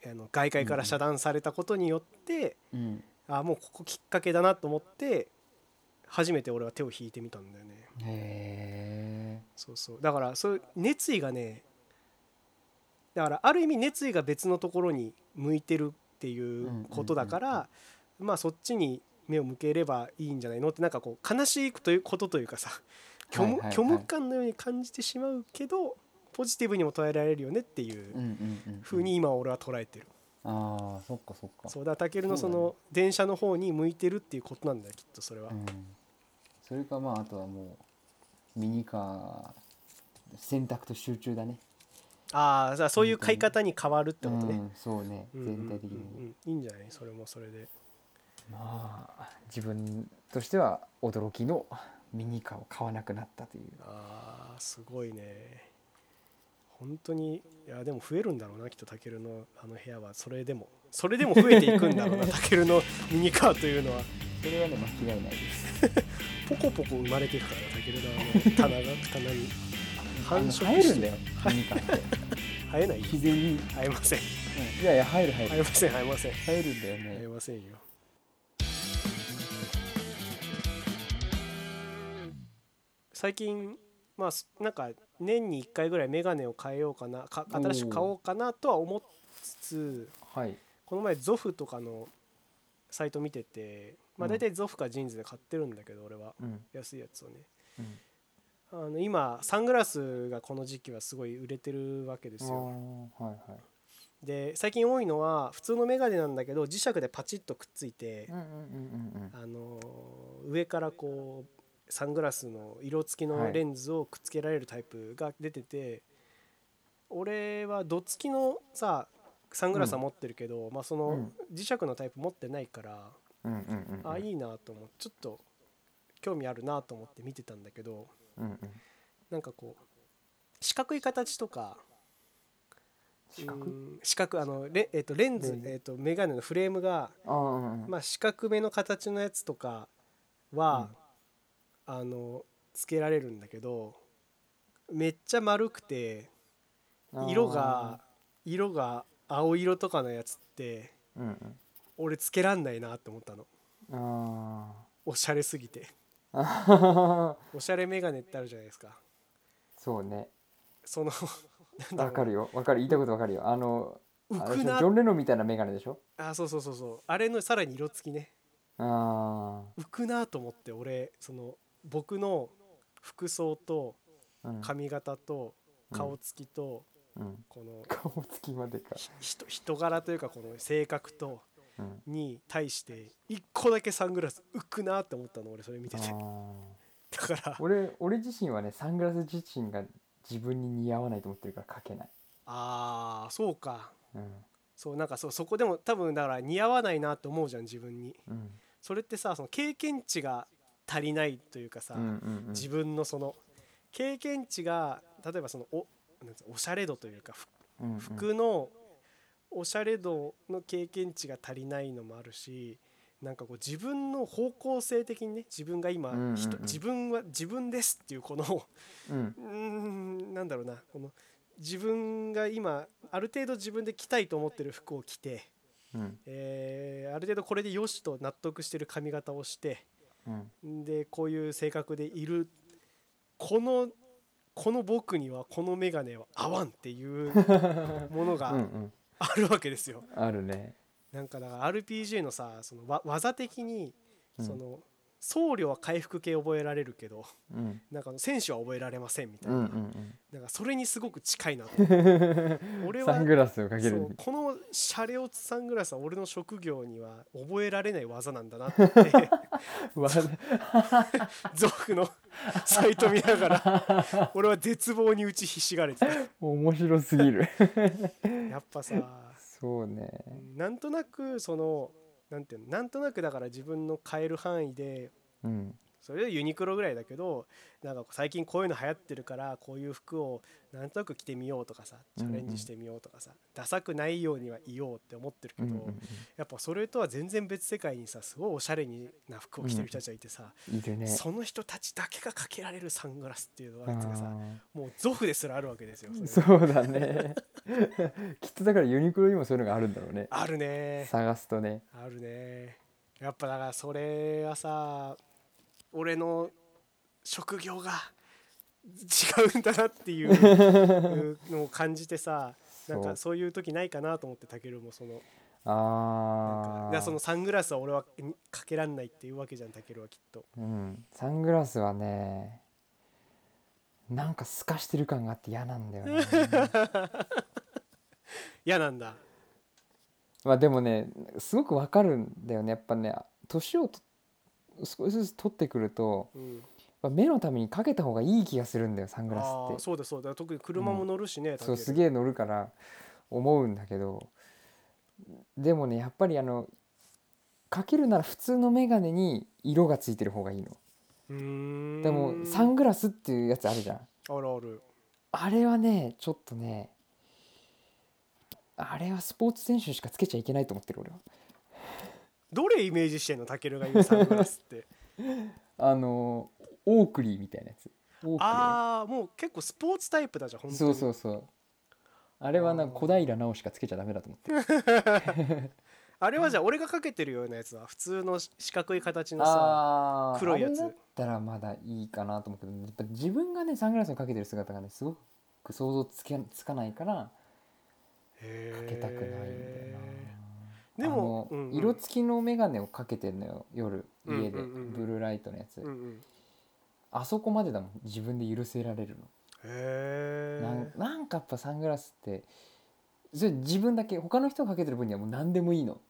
[SPEAKER 1] あの外界から遮断されたことによって、
[SPEAKER 2] うん
[SPEAKER 1] あもうここきっかけだなと思って初めて俺は手を引いてみたんだよね。
[SPEAKER 2] へ
[SPEAKER 1] そうそうだからそういう熱意がねだからある意味熱意が別のところに向いてるっていうことだから、
[SPEAKER 2] うんうん
[SPEAKER 1] まあそっちに目を向ければいいんじゃないのってなんかこう悲しいということというかさ虚無,、
[SPEAKER 2] はいはいはい
[SPEAKER 1] 虚無感のように感じてしまうけどポジティブにも捉えられるよねってい
[SPEAKER 2] えうんう
[SPEAKER 1] うん
[SPEAKER 2] うん
[SPEAKER 1] 風に今俺は捉えてる。
[SPEAKER 3] ああそっかそっか
[SPEAKER 1] そうだからタケルの
[SPEAKER 3] そ
[SPEAKER 1] そ
[SPEAKER 3] うだ
[SPEAKER 1] の電車の方に向いてるっていうことなんだよきっとそれは、
[SPEAKER 3] うん、それかまああとはもうミニカー選択と集中だね
[SPEAKER 1] ああじゃあそういう買い方に変わるってこと
[SPEAKER 3] う
[SPEAKER 1] ね、
[SPEAKER 3] ん、そうね
[SPEAKER 1] うん
[SPEAKER 3] 全体的に、
[SPEAKER 1] うんうんうんいいんじゃないそれもそれで
[SPEAKER 2] まあ自分としては驚きのミニカーを買わなくなったという
[SPEAKER 1] あーすごいね本当にいやでも増えるんだろうなきっとタケルのあの部屋はそれでもそれでも増えていくんだろうなタケルのミニカーというのは
[SPEAKER 3] それはね間違いないです
[SPEAKER 1] ポコポコ生まれていくからねタケルのあの棚が棚に繁殖して
[SPEAKER 3] あの入るんだよミニカーって
[SPEAKER 1] 生えない
[SPEAKER 3] 自然に、うん
[SPEAKER 1] 生えません
[SPEAKER 3] いやいや入る入
[SPEAKER 1] 生
[SPEAKER 3] る
[SPEAKER 1] えません生えません
[SPEAKER 3] 入るんだよ
[SPEAKER 1] 生え
[SPEAKER 3] ね
[SPEAKER 1] ませんよ最近まあすなんか年に1回ぐらい眼鏡を変えようかなか新しく買おうかなとは思いつつ
[SPEAKER 2] はい
[SPEAKER 1] この前ゾフとかのサイト見てて、まあ、
[SPEAKER 2] うん
[SPEAKER 1] 大体ゾフかジーンズで買ってるんだけど俺は
[SPEAKER 2] うん
[SPEAKER 1] 安いやつをね
[SPEAKER 2] うん
[SPEAKER 1] あの今サングラスがこの時期はすごい売れてるわけですよ
[SPEAKER 2] あーはいはい
[SPEAKER 1] で最近多いのは普通の眼鏡なんだけど磁石でパチッとくっついて
[SPEAKER 2] うんうんうんうんうん
[SPEAKER 1] あのー上からこうサングラスの色付き
[SPEAKER 2] は
[SPEAKER 1] の
[SPEAKER 2] い
[SPEAKER 1] レンズをくっつけられるタイプが出てて、俺はどつきのさサングラスは持ってるけど、まあ、そうの
[SPEAKER 2] ん
[SPEAKER 1] 磁石のタイプ持ってないから、
[SPEAKER 2] うんうんうん
[SPEAKER 1] あいいなと思ってちょっと興味あるなと思って見てたんだけど
[SPEAKER 2] うんうん
[SPEAKER 1] なんかこう四角い形とか
[SPEAKER 2] 四角
[SPEAKER 1] うん四角あのレ,、えっとレンズ、
[SPEAKER 2] レンズ
[SPEAKER 1] えっとメガネのフレームが
[SPEAKER 2] あーうんうん
[SPEAKER 1] まあ、四角めの形のやつとかは、あのつけられるんだけどめっちゃ丸くて
[SPEAKER 2] あー
[SPEAKER 1] 色が色が青色とかのやつって
[SPEAKER 2] うんうん
[SPEAKER 1] 俺つけらんないなって思ったの
[SPEAKER 2] あ
[SPEAKER 1] おしゃれすぎて
[SPEAKER 2] ー
[SPEAKER 1] おしゃれメガネってあるじゃないですか
[SPEAKER 2] そうね
[SPEAKER 1] そのなんだろう
[SPEAKER 2] わかるよわかる言いたいことわかるよあのあれ
[SPEAKER 1] 浮
[SPEAKER 2] で
[SPEAKER 1] く
[SPEAKER 2] しょ
[SPEAKER 1] な
[SPEAKER 2] ジョン・レノンみたいな眼鏡でしょ
[SPEAKER 1] あそうそうそうそうあれのさらに色付きね
[SPEAKER 2] あ
[SPEAKER 1] 浮くなと思って俺その僕の服装と
[SPEAKER 2] あ、うん、
[SPEAKER 1] 髪型と顔つきと、
[SPEAKER 2] うん、
[SPEAKER 1] この
[SPEAKER 2] 顔つきまでか、
[SPEAKER 1] ひ人人柄というかこの性格と
[SPEAKER 2] うん、
[SPEAKER 1] に対して一個だけサングラス浮くなって思ったの俺それ見
[SPEAKER 2] あ
[SPEAKER 1] ててだ
[SPEAKER 2] ー
[SPEAKER 1] から
[SPEAKER 2] 俺俺自身はねサングラス自身が自分に似合わないと思ってるからかけない、
[SPEAKER 1] ああそうか
[SPEAKER 2] うん
[SPEAKER 1] そうなんかそうそこでも多分だから似合わないなって思うじゃん自分に
[SPEAKER 2] うん、
[SPEAKER 1] それってさその経験値が足りないというかさ、
[SPEAKER 2] うんうんうん
[SPEAKER 1] 自分のその経験値が例えばそのおなんつうのおしゃれ度というかふ
[SPEAKER 2] うんうん
[SPEAKER 1] 服のおしゃれ度の経験値が足りないのもあるしなんかこう自分の方向性的にね自分が今、
[SPEAKER 2] うんうんうん
[SPEAKER 1] 人自分は自分ですっていうこの
[SPEAKER 2] うん
[SPEAKER 1] うーんなんだろうなこの自分が今ある程度自分で着たいと思ってる服を着て、
[SPEAKER 2] うん
[SPEAKER 1] えーある程度これでよしと納得してる髪型をして
[SPEAKER 2] うん
[SPEAKER 1] でこういう性格でいるこのこの僕にはこの眼鏡は合わんって いうもの
[SPEAKER 2] うんう
[SPEAKER 1] が
[SPEAKER 2] ん
[SPEAKER 1] あるわけですよ。
[SPEAKER 2] あるね
[SPEAKER 1] なんかだから RPG のさそのわ技的に
[SPEAKER 2] うん
[SPEAKER 1] その僧侶は回復系覚えられるけど
[SPEAKER 2] うん
[SPEAKER 1] なんかあの選手は覚えられませんみたい
[SPEAKER 2] うん
[SPEAKER 1] な,、
[SPEAKER 2] うん
[SPEAKER 1] なんかそれにすごく近いなと
[SPEAKER 2] う
[SPEAKER 1] 俺
[SPEAKER 2] ん
[SPEAKER 1] は
[SPEAKER 2] サングラスをかけ
[SPEAKER 1] そ
[SPEAKER 2] る
[SPEAKER 1] うこのシャレオツサングラスは俺の職業には覚えられない技なんだなって思って
[SPEAKER 2] わ
[SPEAKER 1] ゾフの サイト見ながら 俺は絶望に打ちひしがれてた
[SPEAKER 2] 面白すぎる
[SPEAKER 1] やっぱさ
[SPEAKER 2] そうね
[SPEAKER 1] なんとなくそのなんていうのなんとなくだから自分の変える範囲で
[SPEAKER 2] うん
[SPEAKER 1] それでユニクロぐらいだけどなんか最近こういうの流行ってるからこういう服をなんとなく着てみようとかさチャレンジしてみようとかさ、ダサくないようにはいようって思ってるけ
[SPEAKER 2] うん
[SPEAKER 1] ど、
[SPEAKER 2] うんうん
[SPEAKER 1] やっぱそれとは全然別世界にさすごいおしゃれにな服を着てる人たちがいてさ、
[SPEAKER 2] いるね
[SPEAKER 1] その人たちだけがかけられるサングラスっていうの
[SPEAKER 2] あ
[SPEAKER 1] はつうかさ
[SPEAKER 2] ー
[SPEAKER 1] もうゾフですらあるわけですよ。それ
[SPEAKER 2] そうだねきっとだからユニクロにもそういうのがあるんだろうね
[SPEAKER 1] あるね
[SPEAKER 2] 探すとね
[SPEAKER 1] あるねやっぱだからそれはさ俺の職業が 違うんだなって いううのを感じてさなん
[SPEAKER 2] そう
[SPEAKER 1] かそういう時ないかなと思ってたけるもそのなんか
[SPEAKER 2] あ
[SPEAKER 1] だから
[SPEAKER 2] あ
[SPEAKER 1] そのサングラスは俺はにかけらんないっていうわけじゃんたけるはきっと
[SPEAKER 2] うん、サングラスはねなんか透かしてる 感があって嫌なんだよね
[SPEAKER 1] 嫌なんだ
[SPEAKER 2] まあでもねすごくわかるんだよねやっぱね年をと少しずつ取ってくると
[SPEAKER 1] うん、
[SPEAKER 2] やっぱ目のためにかけた方がいい気がするんだよサングラス
[SPEAKER 1] あ
[SPEAKER 2] っ
[SPEAKER 1] ー
[SPEAKER 2] て
[SPEAKER 1] そうだそうだ特に車も乗るしね、
[SPEAKER 2] そうす
[SPEAKER 1] え
[SPEAKER 2] げえ乗るから思うんだけどでもねやっぱりあのかけるなら普通の眼鏡に色がついてる方がいいのでもサングラスっていうやつあるじゃん
[SPEAKER 1] あるある
[SPEAKER 2] あれはねちょっとねあれはスポーツ選手しかつけちゃいけないと思ってる俺は
[SPEAKER 1] どれイメージしてんのタケルが言うサングラスって
[SPEAKER 2] あのオークリーみたいなやつオークリー
[SPEAKER 1] ああもう結構スポーツタイプだじゃん本当に
[SPEAKER 2] そうそうそうあれはな
[SPEAKER 1] あー
[SPEAKER 2] 小平奈緒しかつけちゃダメだと思ってる
[SPEAKER 1] あれはじゃあ俺がかけてるようなやつは普通の四角い形のさ
[SPEAKER 2] あー
[SPEAKER 1] 黒いやつ
[SPEAKER 2] あれだったらまだいいかなと思うけどやっぱ自分がねサングラスをかけてる姿がねすごく想像つけつかないから
[SPEAKER 1] へ
[SPEAKER 2] か
[SPEAKER 1] ー
[SPEAKER 2] けたくないんだよな
[SPEAKER 1] でも
[SPEAKER 2] あの
[SPEAKER 1] うんうん
[SPEAKER 2] 色付きの眼鏡をかけてんのよ夜家
[SPEAKER 1] うんうんう
[SPEAKER 2] で、
[SPEAKER 1] んうん
[SPEAKER 2] ブルーライトのやつ、
[SPEAKER 1] うんうん
[SPEAKER 2] あそこまでだもん自分で許せられるの、なん
[SPEAKER 1] へえ
[SPEAKER 2] なんかやっぱサングラスってそれ自分だけ他の人がかけてる分にはもう何でもいいの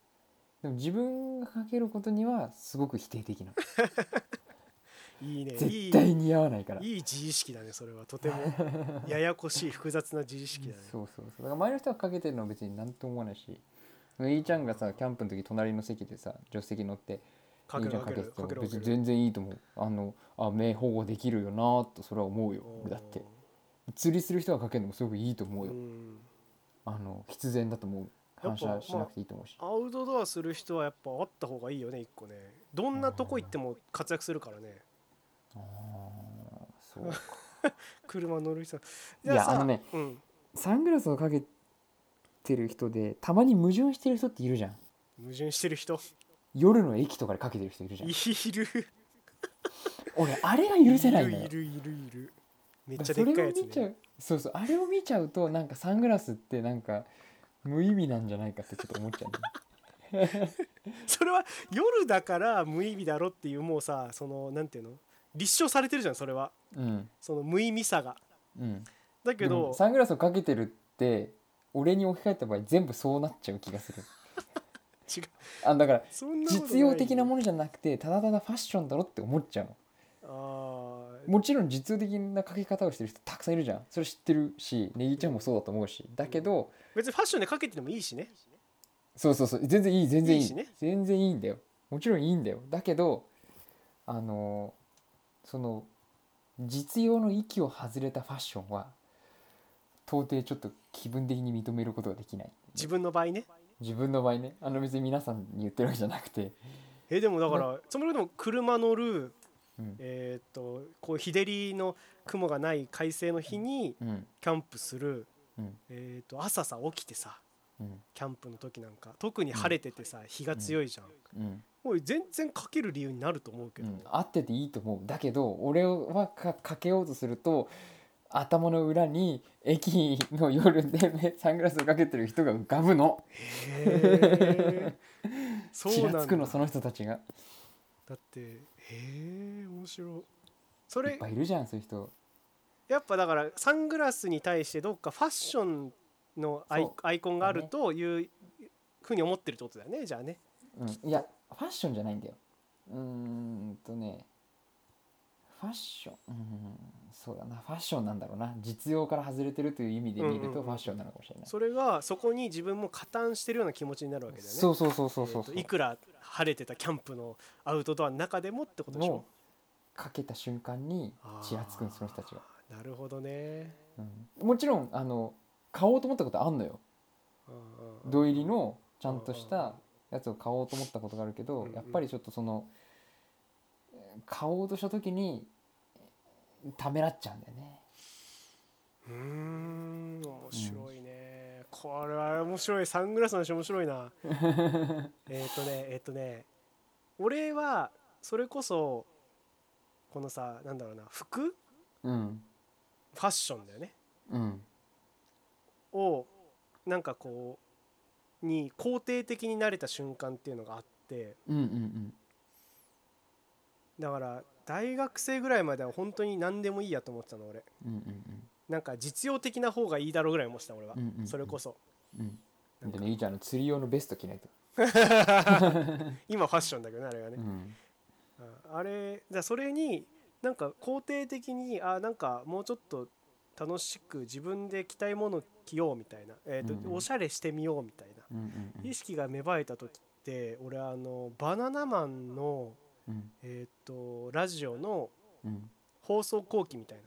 [SPEAKER 2] でも自分がかけることにはすごく否定的なの
[SPEAKER 1] いいねい
[SPEAKER 2] 絶
[SPEAKER 1] い
[SPEAKER 2] 対似合わないから
[SPEAKER 1] いい自意識だねそれはとても ややこしい複雑な自意識だね
[SPEAKER 2] そうそうそうだから前の人がかけてるのは別に何とも思わないし A ちゃんがさキャンプの時隣の席でさ助手席乗って
[SPEAKER 1] かけ
[SPEAKER 2] い
[SPEAKER 1] る
[SPEAKER 2] いじゃ
[SPEAKER 1] か
[SPEAKER 2] んか
[SPEAKER 1] け
[SPEAKER 2] け
[SPEAKER 1] る
[SPEAKER 2] て
[SPEAKER 1] かけるか
[SPEAKER 2] 別
[SPEAKER 1] け
[SPEAKER 2] に
[SPEAKER 1] る
[SPEAKER 2] 全然いいと思うあのあ目保護できるよなとそれは思うよ俺だって釣りする人がかけるのもすごくいいと思
[SPEAKER 1] う
[SPEAKER 2] うよ、
[SPEAKER 1] ん
[SPEAKER 2] あの必然だと思う
[SPEAKER 1] やっ
[SPEAKER 2] 反
[SPEAKER 1] ぱ
[SPEAKER 2] 射しなくていいと思うし、
[SPEAKER 1] アウトドアする人はやっぱあった方がいいよね一個ねどんなとこ行っても活躍するからね
[SPEAKER 2] ああそう
[SPEAKER 1] 車乗る人
[SPEAKER 2] いやあのね
[SPEAKER 1] うん
[SPEAKER 2] サングラスをかけてる人でたまに矛盾してる人っているじゃん
[SPEAKER 1] 矛盾してる人
[SPEAKER 2] 夜の駅とかでかけてる人いるじゃん
[SPEAKER 1] いる
[SPEAKER 2] 俺あれが許せないのよ
[SPEAKER 1] いるいるいるいるめっちゃ
[SPEAKER 2] だ
[SPEAKER 1] で
[SPEAKER 2] から
[SPEAKER 1] っかいや
[SPEAKER 2] それを
[SPEAKER 1] つ
[SPEAKER 2] 見ちゃ
[SPEAKER 1] ね
[SPEAKER 2] うそうそうあれを見ちゃうとなんかサングラスってなんか無意味なんじゃないかってちょっと思っちゃうね
[SPEAKER 1] それは夜だから無意味だろっていうもうさそのなんていうの立証されてるじゃんそれは
[SPEAKER 2] うん
[SPEAKER 1] その無意味さが
[SPEAKER 2] うん
[SPEAKER 1] だけ
[SPEAKER 2] でも
[SPEAKER 1] ど
[SPEAKER 2] サングラスをかけてるって俺に置き換えた場合全部そうなっちゃう気がする
[SPEAKER 1] 違う
[SPEAKER 2] あだから
[SPEAKER 1] そんなことない
[SPEAKER 2] 実用的なも
[SPEAKER 1] の
[SPEAKER 2] のじゃなくてただただファッションだろって思っちゃうの
[SPEAKER 1] あー
[SPEAKER 2] もちろん実用的なかけ方をしてる人たくさんいるじゃんそれ知ってるしネギちゃんもそうだと思うしだけど
[SPEAKER 1] 別にファッションでかけててもいいしね
[SPEAKER 2] そうそうそう全然いい全然いい
[SPEAKER 1] いいしね
[SPEAKER 2] 全然いいんだよもちろんいいんだよだけどあのその実用の域を外れたファッションは到底ちょっと気分的に認めることができない
[SPEAKER 1] 自分の場合ね
[SPEAKER 2] 自分の場合ねあの別に皆さんに言ってるわけじゃなくて、
[SPEAKER 1] えでもだからそのでも車乗る
[SPEAKER 2] うん
[SPEAKER 1] えーっとこう日照りの雲がない快晴の日に
[SPEAKER 2] うん
[SPEAKER 1] キャンプする
[SPEAKER 2] うん
[SPEAKER 1] えーっと朝さ起きてさ
[SPEAKER 2] うん
[SPEAKER 1] キャンプの時なんか特に晴れててさ日が強いじゃん
[SPEAKER 2] うん
[SPEAKER 1] もう全然かける理由になると思うけ
[SPEAKER 2] う
[SPEAKER 1] ど、
[SPEAKER 2] ん、合ってていいと思うだけど俺はかかけようとすると頭の裏に駅の夜でねサングラスをかけてる人が浮かぶの
[SPEAKER 1] へーそう
[SPEAKER 2] ち
[SPEAKER 1] なん
[SPEAKER 2] ら
[SPEAKER 1] だ
[SPEAKER 2] つくのその人たちが
[SPEAKER 1] だってへえ面白いそ
[SPEAKER 2] いっ
[SPEAKER 1] れ
[SPEAKER 2] ぱいいるじゃんそういう人
[SPEAKER 1] やっぱだからサングラスに対してどっかファッションのアイ
[SPEAKER 2] そう
[SPEAKER 1] アイコンがあるというふうに思ってるってことだよねじゃあね
[SPEAKER 2] うん、いやファッションじゃないんだようーんとねファッションうーんそうだなファッションなんだろうな実用から外れてるという意味で見
[SPEAKER 1] うんう
[SPEAKER 2] る
[SPEAKER 1] んう
[SPEAKER 2] と
[SPEAKER 1] ん
[SPEAKER 2] ファッションなのかもしれない、
[SPEAKER 1] それがそこに自分も加担してるような気持ちになるわけだよね
[SPEAKER 2] そうそうそうそうそう
[SPEAKER 1] えーといくら晴れてたキャンプのアウトドアの中でもってことでしょ
[SPEAKER 2] もうかけた瞬間にちらつくんその人たちが、
[SPEAKER 1] なるほどね
[SPEAKER 2] うん、もちろんあの買おうと思ったことあんのよ
[SPEAKER 1] うんうんうん
[SPEAKER 2] 土入りのちゃんとし
[SPEAKER 1] うんうんうん
[SPEAKER 2] たやつを買おうと思ったことがあるけ
[SPEAKER 1] うん
[SPEAKER 2] ど
[SPEAKER 1] うん
[SPEAKER 2] やっぱりちょっとそのえー買おうとした時にえーためらっちゃうんだよね
[SPEAKER 1] うーん面白いね、これは面白いサングラスの話面白いな えっとねえっ、とね俺はそれこそこのさなんだろうな服フ
[SPEAKER 2] うん
[SPEAKER 1] ァッションだよね
[SPEAKER 2] うん
[SPEAKER 1] をなんかこうに肯定的になれた瞬間っていうのがあって
[SPEAKER 2] うんうんうん
[SPEAKER 1] だから大学生ぐらいまでは本当に何でもいいやと思ってたの俺
[SPEAKER 2] うんうん
[SPEAKER 1] なんか実用的な方がいいだろうぐらい思ってた俺は、
[SPEAKER 2] うんうんうん
[SPEAKER 1] それこそ
[SPEAKER 2] うんでねいいじゃんあの釣り用のベスト着ないと、
[SPEAKER 1] 今ファッションだけどねあれがね
[SPEAKER 2] う、ん、
[SPEAKER 1] ああれじゃあそれになんか肯定的にあなんかもうちょっと楽しく自分で着たいもの着ようみたいな、えーと
[SPEAKER 2] うん
[SPEAKER 1] おしゃれしてみようみたいな
[SPEAKER 2] うんうんうん
[SPEAKER 1] 意識が芽生えた時って俺あのバナナマンの、
[SPEAKER 2] うん
[SPEAKER 1] えー、とラジオの
[SPEAKER 2] うん
[SPEAKER 1] 放送後期みたい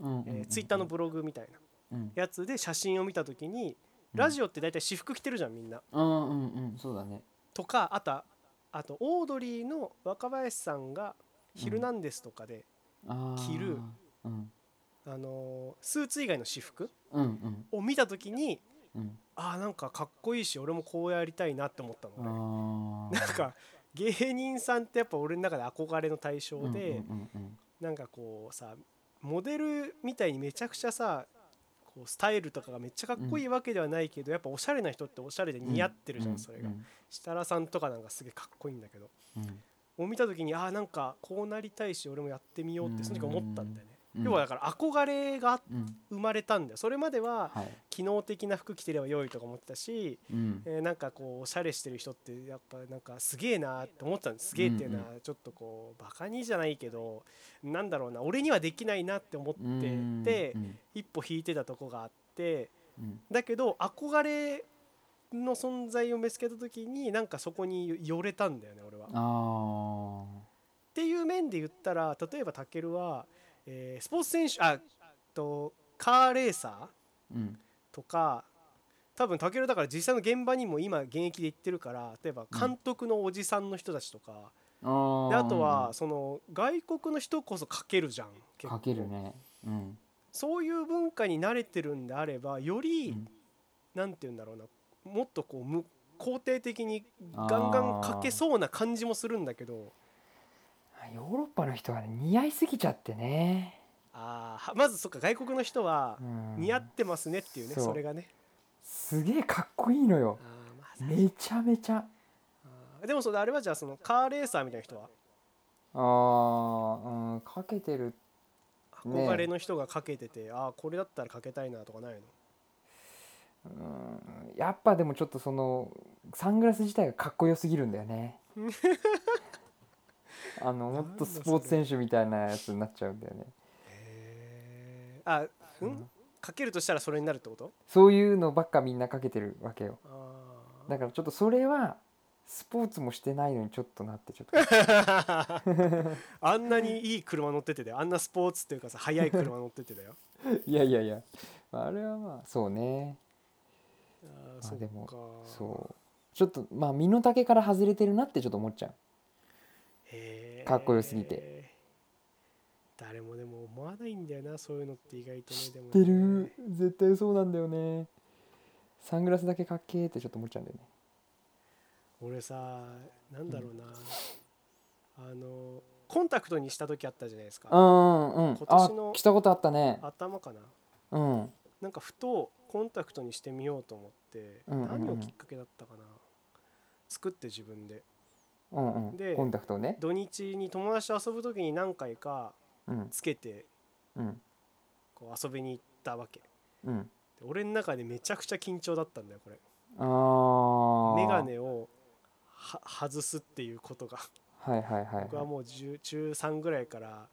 [SPEAKER 1] な、
[SPEAKER 2] うんうん
[SPEAKER 1] えツイッター Twitter のブログみたいな
[SPEAKER 2] うん
[SPEAKER 1] やつで写真を見た時にラジオって大体私服着てるじゃんみんな。
[SPEAKER 2] うんうんうんそうだね
[SPEAKER 1] とかあとあとオードリーの若林さんが「ヒルナンデス」とかで、
[SPEAKER 2] あー
[SPEAKER 1] 着る
[SPEAKER 2] うん
[SPEAKER 1] あのースーツ以外の私服
[SPEAKER 2] うんうん
[SPEAKER 1] を見た時に
[SPEAKER 2] うん
[SPEAKER 1] あーなんかかっこいいし俺もこうやりたいなって思ったの
[SPEAKER 2] あ
[SPEAKER 1] 俺
[SPEAKER 2] ー
[SPEAKER 1] なんか芸人さんってやっぱ俺の中で憧れの対象で、
[SPEAKER 2] うんうん
[SPEAKER 1] なんかこうさモデルみたいにめちゃくちゃさこうスタイルとかがめっちゃかっこいいわけではないけど、やっぱおしゃれな人っておしゃれで
[SPEAKER 2] うん
[SPEAKER 1] 似合ってるじゃん、
[SPEAKER 2] う
[SPEAKER 1] それが、
[SPEAKER 2] うん
[SPEAKER 1] 設楽さんとかなんかすげえかっこいいんだけど
[SPEAKER 2] うん
[SPEAKER 1] を見た時にああなんかこうなりたいし俺もやってみようってその時思ったんだよね、
[SPEAKER 2] うん
[SPEAKER 1] 要はだから憧れが
[SPEAKER 2] うん
[SPEAKER 1] 生まれたんだよそれまでは
[SPEAKER 2] はい
[SPEAKER 1] 機能的な服着てれば良いとか思ってたし、
[SPEAKER 2] うん
[SPEAKER 1] えーなんかこうおしゃれしてる人ってやっぱなんかすげえなーって思ってたんですすげえっていうのはちょっとこうバカにじゃないけどなんだろうな俺にはできないなって思って
[SPEAKER 2] うん
[SPEAKER 1] て
[SPEAKER 2] うん
[SPEAKER 1] 一歩引いてたとこがあって
[SPEAKER 2] うん
[SPEAKER 1] だけど憧れの存在を見つけた時になんかそこに寄れたんだよね俺は。っ
[SPEAKER 2] あ
[SPEAKER 1] ていう面で言ったら例えばたけるは、えースポーツ選手あとカーレーサー
[SPEAKER 2] ーうん
[SPEAKER 1] とか多分たけるだから実際の現場にも今現役で行ってるから例えば監督のおじさんの人たちとか、
[SPEAKER 2] あー
[SPEAKER 1] であとはその外国の人こそ書けるじゃん結構
[SPEAKER 2] かけるねうん
[SPEAKER 1] そういう文化に慣れてるんであればより、
[SPEAKER 2] うん
[SPEAKER 1] なんて言うんだろうなもっとこうむ肯定的にガンガン書けそうな感じもするんだけど
[SPEAKER 2] ヨーロッパの人はね似合いすぎちゃってね
[SPEAKER 1] あーはまずそっか外国の人は
[SPEAKER 2] うん
[SPEAKER 1] 似合ってますねっていうね、
[SPEAKER 2] そう
[SPEAKER 1] それがね
[SPEAKER 2] すげえかっこいいのよ
[SPEAKER 1] あーまあ
[SPEAKER 2] めちゃめちゃ
[SPEAKER 1] あーでもそれあれはじゃあそのカーレーサーみたいな人は
[SPEAKER 2] あー、うん、かけてるね
[SPEAKER 1] 憧れの人がかけてて、ああこれだったらかけたいなとかないの
[SPEAKER 2] うんやっぱでもちょっとそのサングラス自体がかっこよすぎるんだよね あのもっとスポーツ選手みたいなやつになっちゃうんだよね
[SPEAKER 1] へえあうんかけるとしたらそれになるってこと
[SPEAKER 2] そういうのばっかみんなかけてるわけよ
[SPEAKER 1] あ
[SPEAKER 2] だからちょっとそれはスポーツもしてないのにちょっとなってちょっ と
[SPEAKER 1] ああんなにいい車乗っててだよあんなスポーツっていうかさ速い車乗っててだよ
[SPEAKER 2] いやいやいやまああれはまあそうね
[SPEAKER 1] あ
[SPEAKER 2] あ
[SPEAKER 1] ーそっか
[SPEAKER 2] でもそうちょっとまあ身の丈から外れてるなってちょっと思っちゃう
[SPEAKER 1] へえ
[SPEAKER 2] かっこよすぎて
[SPEAKER 1] 誰もでも思わないんだよなそういうのって意外とねでもね
[SPEAKER 2] 知ってる絶対そうなんだよねサングラスだけかっけーってちょっと思っちゃうんだよね
[SPEAKER 1] 俺さなんだろうな、あのコンタクトにした時あったじゃないです
[SPEAKER 2] う
[SPEAKER 1] か
[SPEAKER 2] んうんうん
[SPEAKER 1] 今
[SPEAKER 2] あ
[SPEAKER 1] 年の
[SPEAKER 2] 来たことあったね
[SPEAKER 1] 頭かな
[SPEAKER 2] うん
[SPEAKER 1] なんかふとコンタクトにしてみようと思って、
[SPEAKER 2] うんうんうん
[SPEAKER 1] 何をきっかけだったかな作って自分で
[SPEAKER 2] うんう
[SPEAKER 1] で
[SPEAKER 2] んコンタクトをね
[SPEAKER 1] 土日に友達と遊ぶ時に何回か
[SPEAKER 2] うん
[SPEAKER 1] つけて
[SPEAKER 2] うん
[SPEAKER 1] こう遊びに行ったわけで
[SPEAKER 2] うん
[SPEAKER 1] 俺の中でめちゃくちゃ緊張だったんだよこれ
[SPEAKER 2] ああ
[SPEAKER 1] 眼鏡をは外すっていうことが
[SPEAKER 2] はいはいはい
[SPEAKER 1] 僕はもう10中3ぐらいから、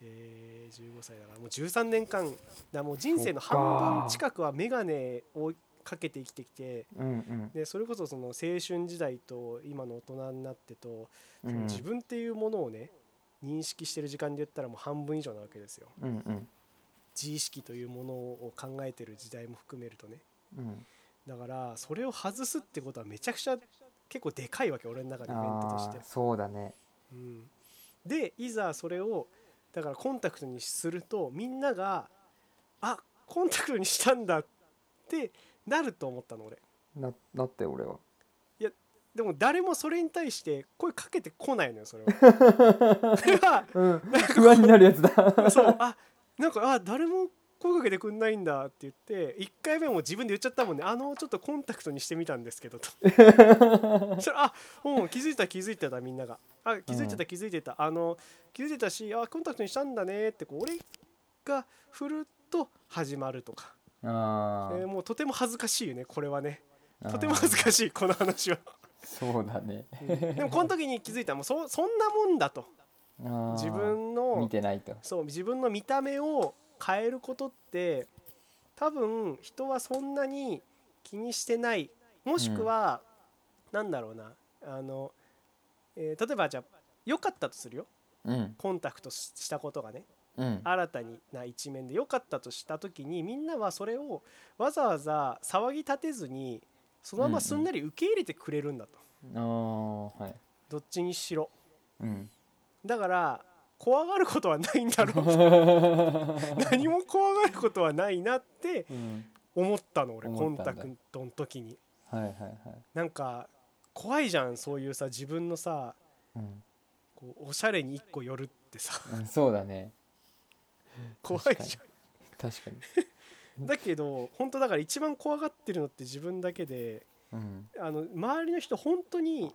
[SPEAKER 1] えー15歳だからもう13年間だもう人生の半分近くは眼鏡をかけて生きてきて
[SPEAKER 2] うんうん
[SPEAKER 1] でそれこそその青春時代と今の大人になってと、
[SPEAKER 2] う
[SPEAKER 1] その
[SPEAKER 2] ん
[SPEAKER 1] 自分っていうものをね認識してる時間で言ったらもう半分以上なわけですよ
[SPEAKER 2] うんうん
[SPEAKER 1] 自意識というものを考えてる時代も含めるとね
[SPEAKER 2] うん
[SPEAKER 1] だからそれを外すってことはめちゃくちゃ結構でかいわけ俺の中でイベントとし
[SPEAKER 2] あ
[SPEAKER 1] て
[SPEAKER 2] あ。そうだね
[SPEAKER 1] うん、でいざそれをだからコンタクトにするとみんながあコンタクトにしたんだってなると思ったの俺
[SPEAKER 2] ななって俺は
[SPEAKER 1] でも誰もそれに対して声かけてこないのよそれは。それは
[SPEAKER 2] うん 不安になるやつ だ
[SPEAKER 1] そうあなんかあ誰も声かけてくんないんだって言って1回目も自分で言っちゃったもんねあのちょっとコンタクトにしてみたんですけどとそれあうん気づいた気づいてたみんながあ気づいてた気づいてた、あの気づいてたしあコンタクトにしたんだねってこう俺が振ると始まるとか、
[SPEAKER 2] あ
[SPEAKER 1] えーもうとても恥ずかしいよねこれはねとても恥ずかしいこの話は
[SPEAKER 3] そうだね
[SPEAKER 1] でもこの時に気づいたもうそそんなもんだと
[SPEAKER 3] あー
[SPEAKER 1] 自分
[SPEAKER 3] 見
[SPEAKER 1] の
[SPEAKER 3] てないと
[SPEAKER 1] そう自分の見た目を変えることって多分人はそんなに気にしてないもしくは、なんだろうなあの、えー例えばじゃあ良かったとするよ
[SPEAKER 2] うん
[SPEAKER 1] コンタクトししたことがね
[SPEAKER 2] うん
[SPEAKER 1] 新たにな一面で良かったとした時にみんなはそれをわざわざ騒ぎ立てずにそのまますんなり受け入れてくれるんだと、
[SPEAKER 2] あーはい
[SPEAKER 1] どっちにしろ
[SPEAKER 2] うん
[SPEAKER 1] だから怖がることはないんだろう 何も怖がることはないなって
[SPEAKER 3] うん
[SPEAKER 1] 思ったの俺コ
[SPEAKER 3] 思
[SPEAKER 1] ン
[SPEAKER 3] ったんだ
[SPEAKER 1] タクトの時に
[SPEAKER 2] はいはいはい
[SPEAKER 1] なんか怖いじゃんそういうさ自分のさ
[SPEAKER 2] うん
[SPEAKER 1] こうおしゃれに一個寄るってさ
[SPEAKER 2] うんそうだね
[SPEAKER 1] 怖い
[SPEAKER 2] 確かに
[SPEAKER 1] じ
[SPEAKER 2] 確かに
[SPEAKER 1] ゃんだけど本当だから一番怖がってるのって自分だけで
[SPEAKER 2] うん
[SPEAKER 1] あの周りの人本当に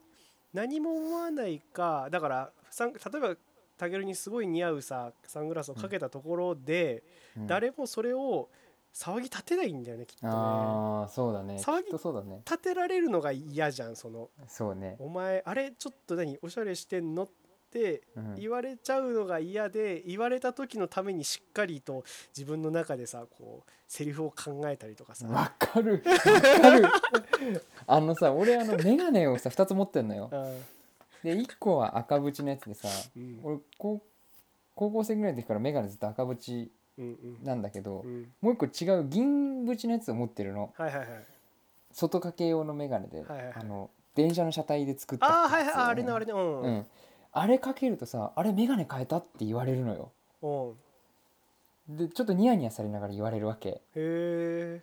[SPEAKER 1] 何も思わないかだからサン例えばタケルにすごい似合うさサングラスをかけたところで、
[SPEAKER 2] うん
[SPEAKER 1] 誰もそれを騒ぎ立てないんだよねきっとね。
[SPEAKER 2] ああそうだねき
[SPEAKER 1] 騒ぎ
[SPEAKER 2] っとそうだね
[SPEAKER 1] 立てられるのが嫌じゃんその
[SPEAKER 2] そうね
[SPEAKER 1] 「お前あれちょっと何おしゃれしてんの?」って
[SPEAKER 2] うん
[SPEAKER 1] 言われちゃうのが嫌で言われた時のためにしっかりと自分の中でさこうセリフを考えたりとかさ、
[SPEAKER 2] わかるわかるあのさ俺あの眼鏡をさ2つ持ってんのよ
[SPEAKER 1] うん
[SPEAKER 2] で1個は赤縁のやつでさ
[SPEAKER 1] うん
[SPEAKER 2] 俺高高校生ぐらいの時から眼鏡ずっと赤縁
[SPEAKER 1] うんうん
[SPEAKER 2] なんだけど
[SPEAKER 1] うん
[SPEAKER 2] もう一個違う銀縁のやつを持ってるの
[SPEAKER 1] はいはいはい
[SPEAKER 2] 外掛け用の眼鏡で、
[SPEAKER 1] はいはいはい
[SPEAKER 2] あの電車の車体で作った
[SPEAKER 1] ああは
[SPEAKER 2] や
[SPEAKER 1] い
[SPEAKER 2] つ
[SPEAKER 1] はいああれねあれねう
[SPEAKER 2] うんん、あれかけるとさあれ眼鏡変えたって言われるのよ
[SPEAKER 1] うん
[SPEAKER 2] でちょっとニヤニヤされながら言われるわけ
[SPEAKER 1] へえ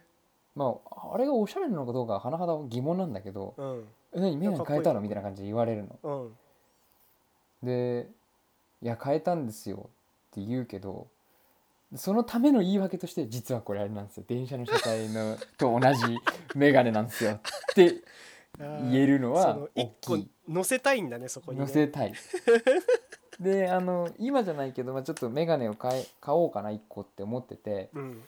[SPEAKER 2] まああれがおしゃれなのかどうかは甚だ疑問なんだけど
[SPEAKER 1] うん
[SPEAKER 2] 「え何眼鏡変えたの?」
[SPEAKER 1] い
[SPEAKER 2] みたいな感じで言われるの
[SPEAKER 1] うん
[SPEAKER 2] で「いや変えたんですよ」って言うけどそのための言い訳として実はこれあれなんですよ電車の車体のと同 じ眼鏡なんですよって言え
[SPEAKER 1] る
[SPEAKER 2] るの
[SPEAKER 1] そ
[SPEAKER 2] は
[SPEAKER 1] の
[SPEAKER 2] 大
[SPEAKER 1] 一個
[SPEAKER 2] きい
[SPEAKER 1] 乗せたいんだねそこに、ね、
[SPEAKER 2] 乗せ たいであの今じゃないけど、まあ、ちょっと眼鏡を買え買おうかな1個って思ってて
[SPEAKER 1] うん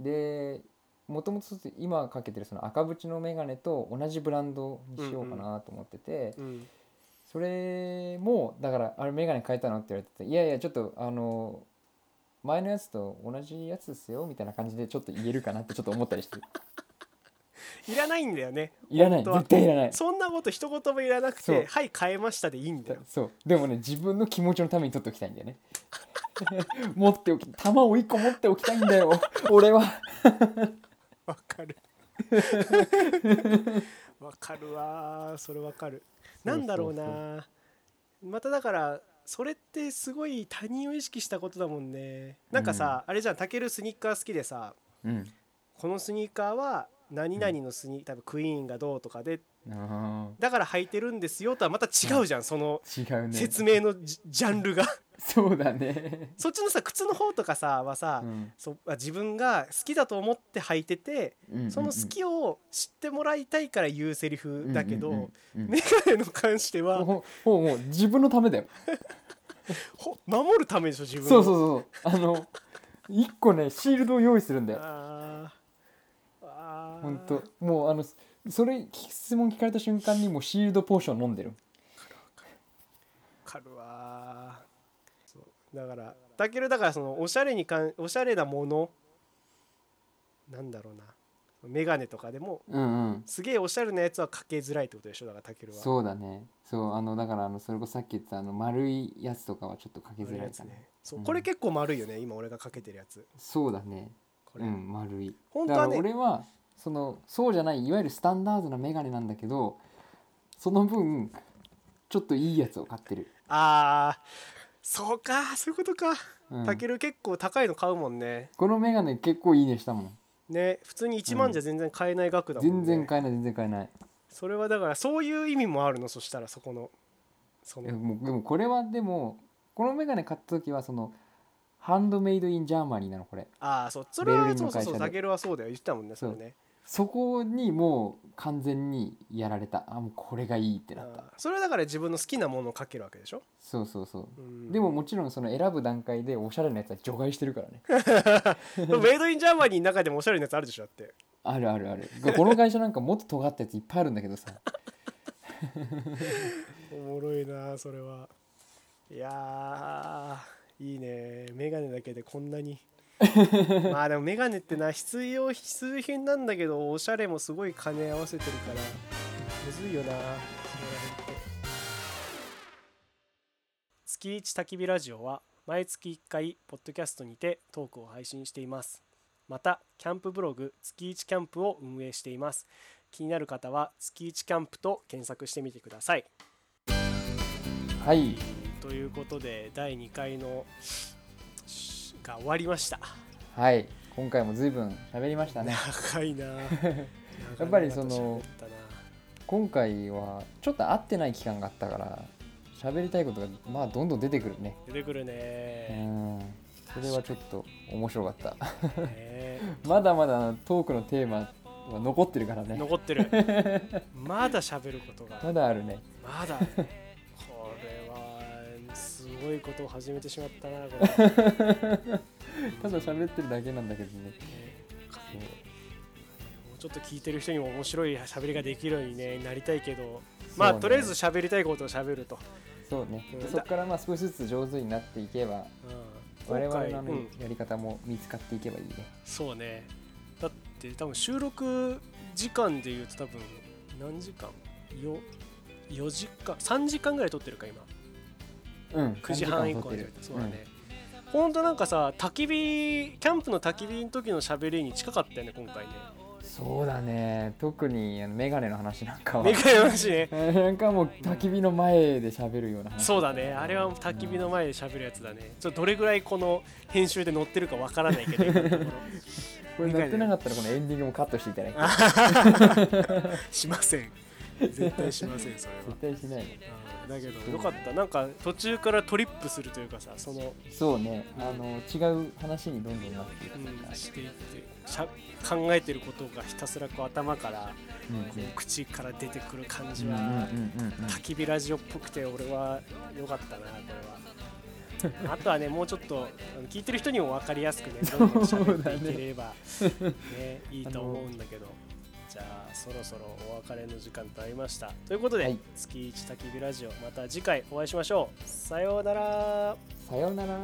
[SPEAKER 2] でもともと今かけてるその赤縁の眼鏡と同じブランドにしようかなと思ってて、
[SPEAKER 1] うん
[SPEAKER 2] それもだからあれ眼鏡変えたのって言われてて「いやいやちょっとあの前のやつと同じやつですよ」みたいな感じでちょっと言えるかなってちょっと思ったりして
[SPEAKER 1] いらないんだよね
[SPEAKER 2] いらない
[SPEAKER 1] 本当は
[SPEAKER 2] 絶対いらない
[SPEAKER 1] そんなこと一言もいらなく
[SPEAKER 2] そう
[SPEAKER 1] て「はい変えました」でいいんだよ
[SPEAKER 2] そうでもね自分の気持ちのために取っておきたいんだよね 持っておき玉を1個持っておきたいんだ よ俺は
[SPEAKER 1] わかるわかるわーそれわかる
[SPEAKER 2] そうそう
[SPEAKER 1] なんだろうなまただからそれってすごい他人を意識したことだもんねなんかさ、あれじゃんたけるスニッカー好きでさ
[SPEAKER 2] うん
[SPEAKER 1] このスニーカーは何々のスニーカー、多分クイーンがどうとかで
[SPEAKER 2] あ
[SPEAKER 1] だから履いてるんですよとはまた違うじゃん、その
[SPEAKER 2] ー違うね
[SPEAKER 1] 説明のジ,、ャンルが
[SPEAKER 2] そうだね
[SPEAKER 1] そっちのさ靴の方とかさはさ、
[SPEAKER 2] うん
[SPEAKER 1] そうあ自分が好きだと思って履いてて
[SPEAKER 2] うんうん
[SPEAKER 1] その好きを知ってもらいたいから言うセリフだけど、
[SPEAKER 2] うんうんうんうん
[SPEAKER 1] メガネの関しては
[SPEAKER 2] ほほもう自分のためだよ
[SPEAKER 1] ほ守るためでしょ自分を
[SPEAKER 2] そうそうそうあの一個ねシールドを用意するんだよ
[SPEAKER 1] あーあー
[SPEAKER 2] ほんともうあのそれ質問聞かれた瞬間にもうシールドポーション飲んでる
[SPEAKER 1] わかるわーそうだからたけるだからそのおしゃれにかんおしゃれなものなんだろうなメガネとかでも
[SPEAKER 2] うんうん
[SPEAKER 1] すげえおしゃれなやつはかけづらいってことでしょだからたけるは
[SPEAKER 2] そうだねそうあのだからあのそれこそさっき言ったあの丸いやつとかはちょっとかけ
[SPEAKER 1] 丸
[SPEAKER 2] づ
[SPEAKER 1] い
[SPEAKER 2] ら
[SPEAKER 1] や
[SPEAKER 2] い
[SPEAKER 1] つ
[SPEAKER 2] かな、
[SPEAKER 1] ねそう
[SPEAKER 2] うん
[SPEAKER 1] これ結構丸いよね今俺がかけてるやつ
[SPEAKER 2] そうだね
[SPEAKER 1] こ
[SPEAKER 2] う
[SPEAKER 1] れ、
[SPEAKER 2] ん丸い
[SPEAKER 1] 本当
[SPEAKER 2] だか
[SPEAKER 1] は
[SPEAKER 2] ら
[SPEAKER 1] ね
[SPEAKER 2] 俺はそのそうじゃないいわゆるスタンダードなメガネなんだけどその分ちょっといいやつを買ってる、
[SPEAKER 1] あーそうかそういうことか
[SPEAKER 2] うん、
[SPEAKER 1] たける結構高いの買うもんね
[SPEAKER 2] このメガネ結構いいねしたもん
[SPEAKER 1] ね普通に1万じゃ全然買えない額だもんね、
[SPEAKER 2] 全然買えない全然買えない
[SPEAKER 1] それはだからそういう意味もあるのそしたらそこのそ
[SPEAKER 2] いや
[SPEAKER 1] の
[SPEAKER 2] もうでもこれはでもこのメガネ買った時はそのハンドメイドインジャーマニーなのこれ
[SPEAKER 1] ああそうそれ
[SPEAKER 2] ベルリ
[SPEAKER 1] は
[SPEAKER 2] ン
[SPEAKER 1] そ
[SPEAKER 2] の
[SPEAKER 1] うそう
[SPEAKER 2] 会社
[SPEAKER 1] そ
[SPEAKER 2] で
[SPEAKER 1] うたけるはそうだよ言ってたもんねそれね
[SPEAKER 2] そこにもう完全にやられたあもうこれがいいってなった
[SPEAKER 1] あーそれはだから自分の好きなものをかけるわけでしょ、
[SPEAKER 2] そうそうそうう、
[SPEAKER 1] ん
[SPEAKER 2] でももちろんその選ぶ段階でおしゃれなやつは除外してるからね
[SPEAKER 1] メイドインジャーマニーの中でもおしゃれなやつあるでしょだって
[SPEAKER 3] あるあるある
[SPEAKER 2] この会社なんかもっと尖ったやついっぱいあるんだけど さ
[SPEAKER 1] おもろいなそれはいやーいいねメガネだけでこんなにまあでもメガネってな必要必需品なんだけどおしゃれもすごい兼ね合わせてるからむずいよなそれ月一焚き火ラジオは毎月1回ポッドキャストにてトークを配信していますまたキャンプブログ月一キャンプを運営しています気になる方は月一キャンプと検索してみてください
[SPEAKER 2] はい
[SPEAKER 1] ということで第2回のしが終わりました
[SPEAKER 2] はい今回も随分喋りましたね
[SPEAKER 1] 長 いな
[SPEAKER 2] やっぱりその
[SPEAKER 1] 長々と喋ったな
[SPEAKER 2] 今回はちょっと会ってない期間があったから喋りたいことがまあどんどん出てくるね
[SPEAKER 1] 出てくる
[SPEAKER 2] う
[SPEAKER 1] ね
[SPEAKER 2] んそれはちょっと面白かった
[SPEAKER 1] ね
[SPEAKER 2] まだまだトークのテーマは残ってるからね
[SPEAKER 1] 残って るまだ喋ることが
[SPEAKER 2] まだあるね
[SPEAKER 1] まだあるねこれはすごいことを始めてしまったなこれ
[SPEAKER 2] ただ喋ってるだけなんだけどねそう
[SPEAKER 1] もうちょっと聞いてる人にも面白い喋りができるように、ね、なりたいけど
[SPEAKER 2] そう
[SPEAKER 1] まあ、
[SPEAKER 2] ね
[SPEAKER 1] とりあえず喋りたいことを喋ると、
[SPEAKER 2] そうね
[SPEAKER 1] うん
[SPEAKER 2] で
[SPEAKER 1] だ
[SPEAKER 2] そこからまあ少しずつ上手になっていけば
[SPEAKER 1] うん、
[SPEAKER 2] 我
[SPEAKER 1] 今
[SPEAKER 2] 々
[SPEAKER 1] 回
[SPEAKER 2] のあの
[SPEAKER 1] うん
[SPEAKER 2] やり方も見つかっていけばいいね
[SPEAKER 1] そうねだって多分収録時間でいうと多分何時間よ4時間3時間ぐらい撮ってるか今
[SPEAKER 2] うん
[SPEAKER 1] 9時半以
[SPEAKER 2] 3
[SPEAKER 1] 降
[SPEAKER 2] 撮って
[SPEAKER 1] に
[SPEAKER 2] る
[SPEAKER 1] そうだね、ほんとなんかさ焚き火キャンプの焚き火の時の喋りに近かったよね今回ね
[SPEAKER 2] うんそうだね特にあのメガネの話なんかは
[SPEAKER 1] めかよしね
[SPEAKER 2] なんかもう焚き火の前で喋るような話
[SPEAKER 1] そうだねあれは焚き火の前で喋るやつだねちょっとどれぐらいこの編集で載ってるかわからないけど今のところ
[SPEAKER 2] これやってなかったらこのエンディングもカットしていただいて
[SPEAKER 1] しません絶対しませんそれは
[SPEAKER 2] 絶対しないね
[SPEAKER 1] うんだけどよかったなんか途中からトリップするというかさその、
[SPEAKER 2] そうねあの違う話にどんどんなっていく
[SPEAKER 1] う
[SPEAKER 2] うん
[SPEAKER 1] ん、していってしゃ考えてることがひたすらこう頭から
[SPEAKER 2] うん
[SPEAKER 1] こう口から出てくる感じ
[SPEAKER 2] うんうん
[SPEAKER 1] は
[SPEAKER 2] うんうん
[SPEAKER 1] 焚き火ラジオっぽくて俺は良かったなこれ はあとはねもうちょっとあの聞いてる人にも分かりやすくねどんどん喋っていければ、ね、いいと思うんだけど。じゃあそろそろお別れの時間となりましたということで、
[SPEAKER 2] はい
[SPEAKER 1] 月一焚き火ラジオまた次回お会いしましょうさようなら
[SPEAKER 2] さようなら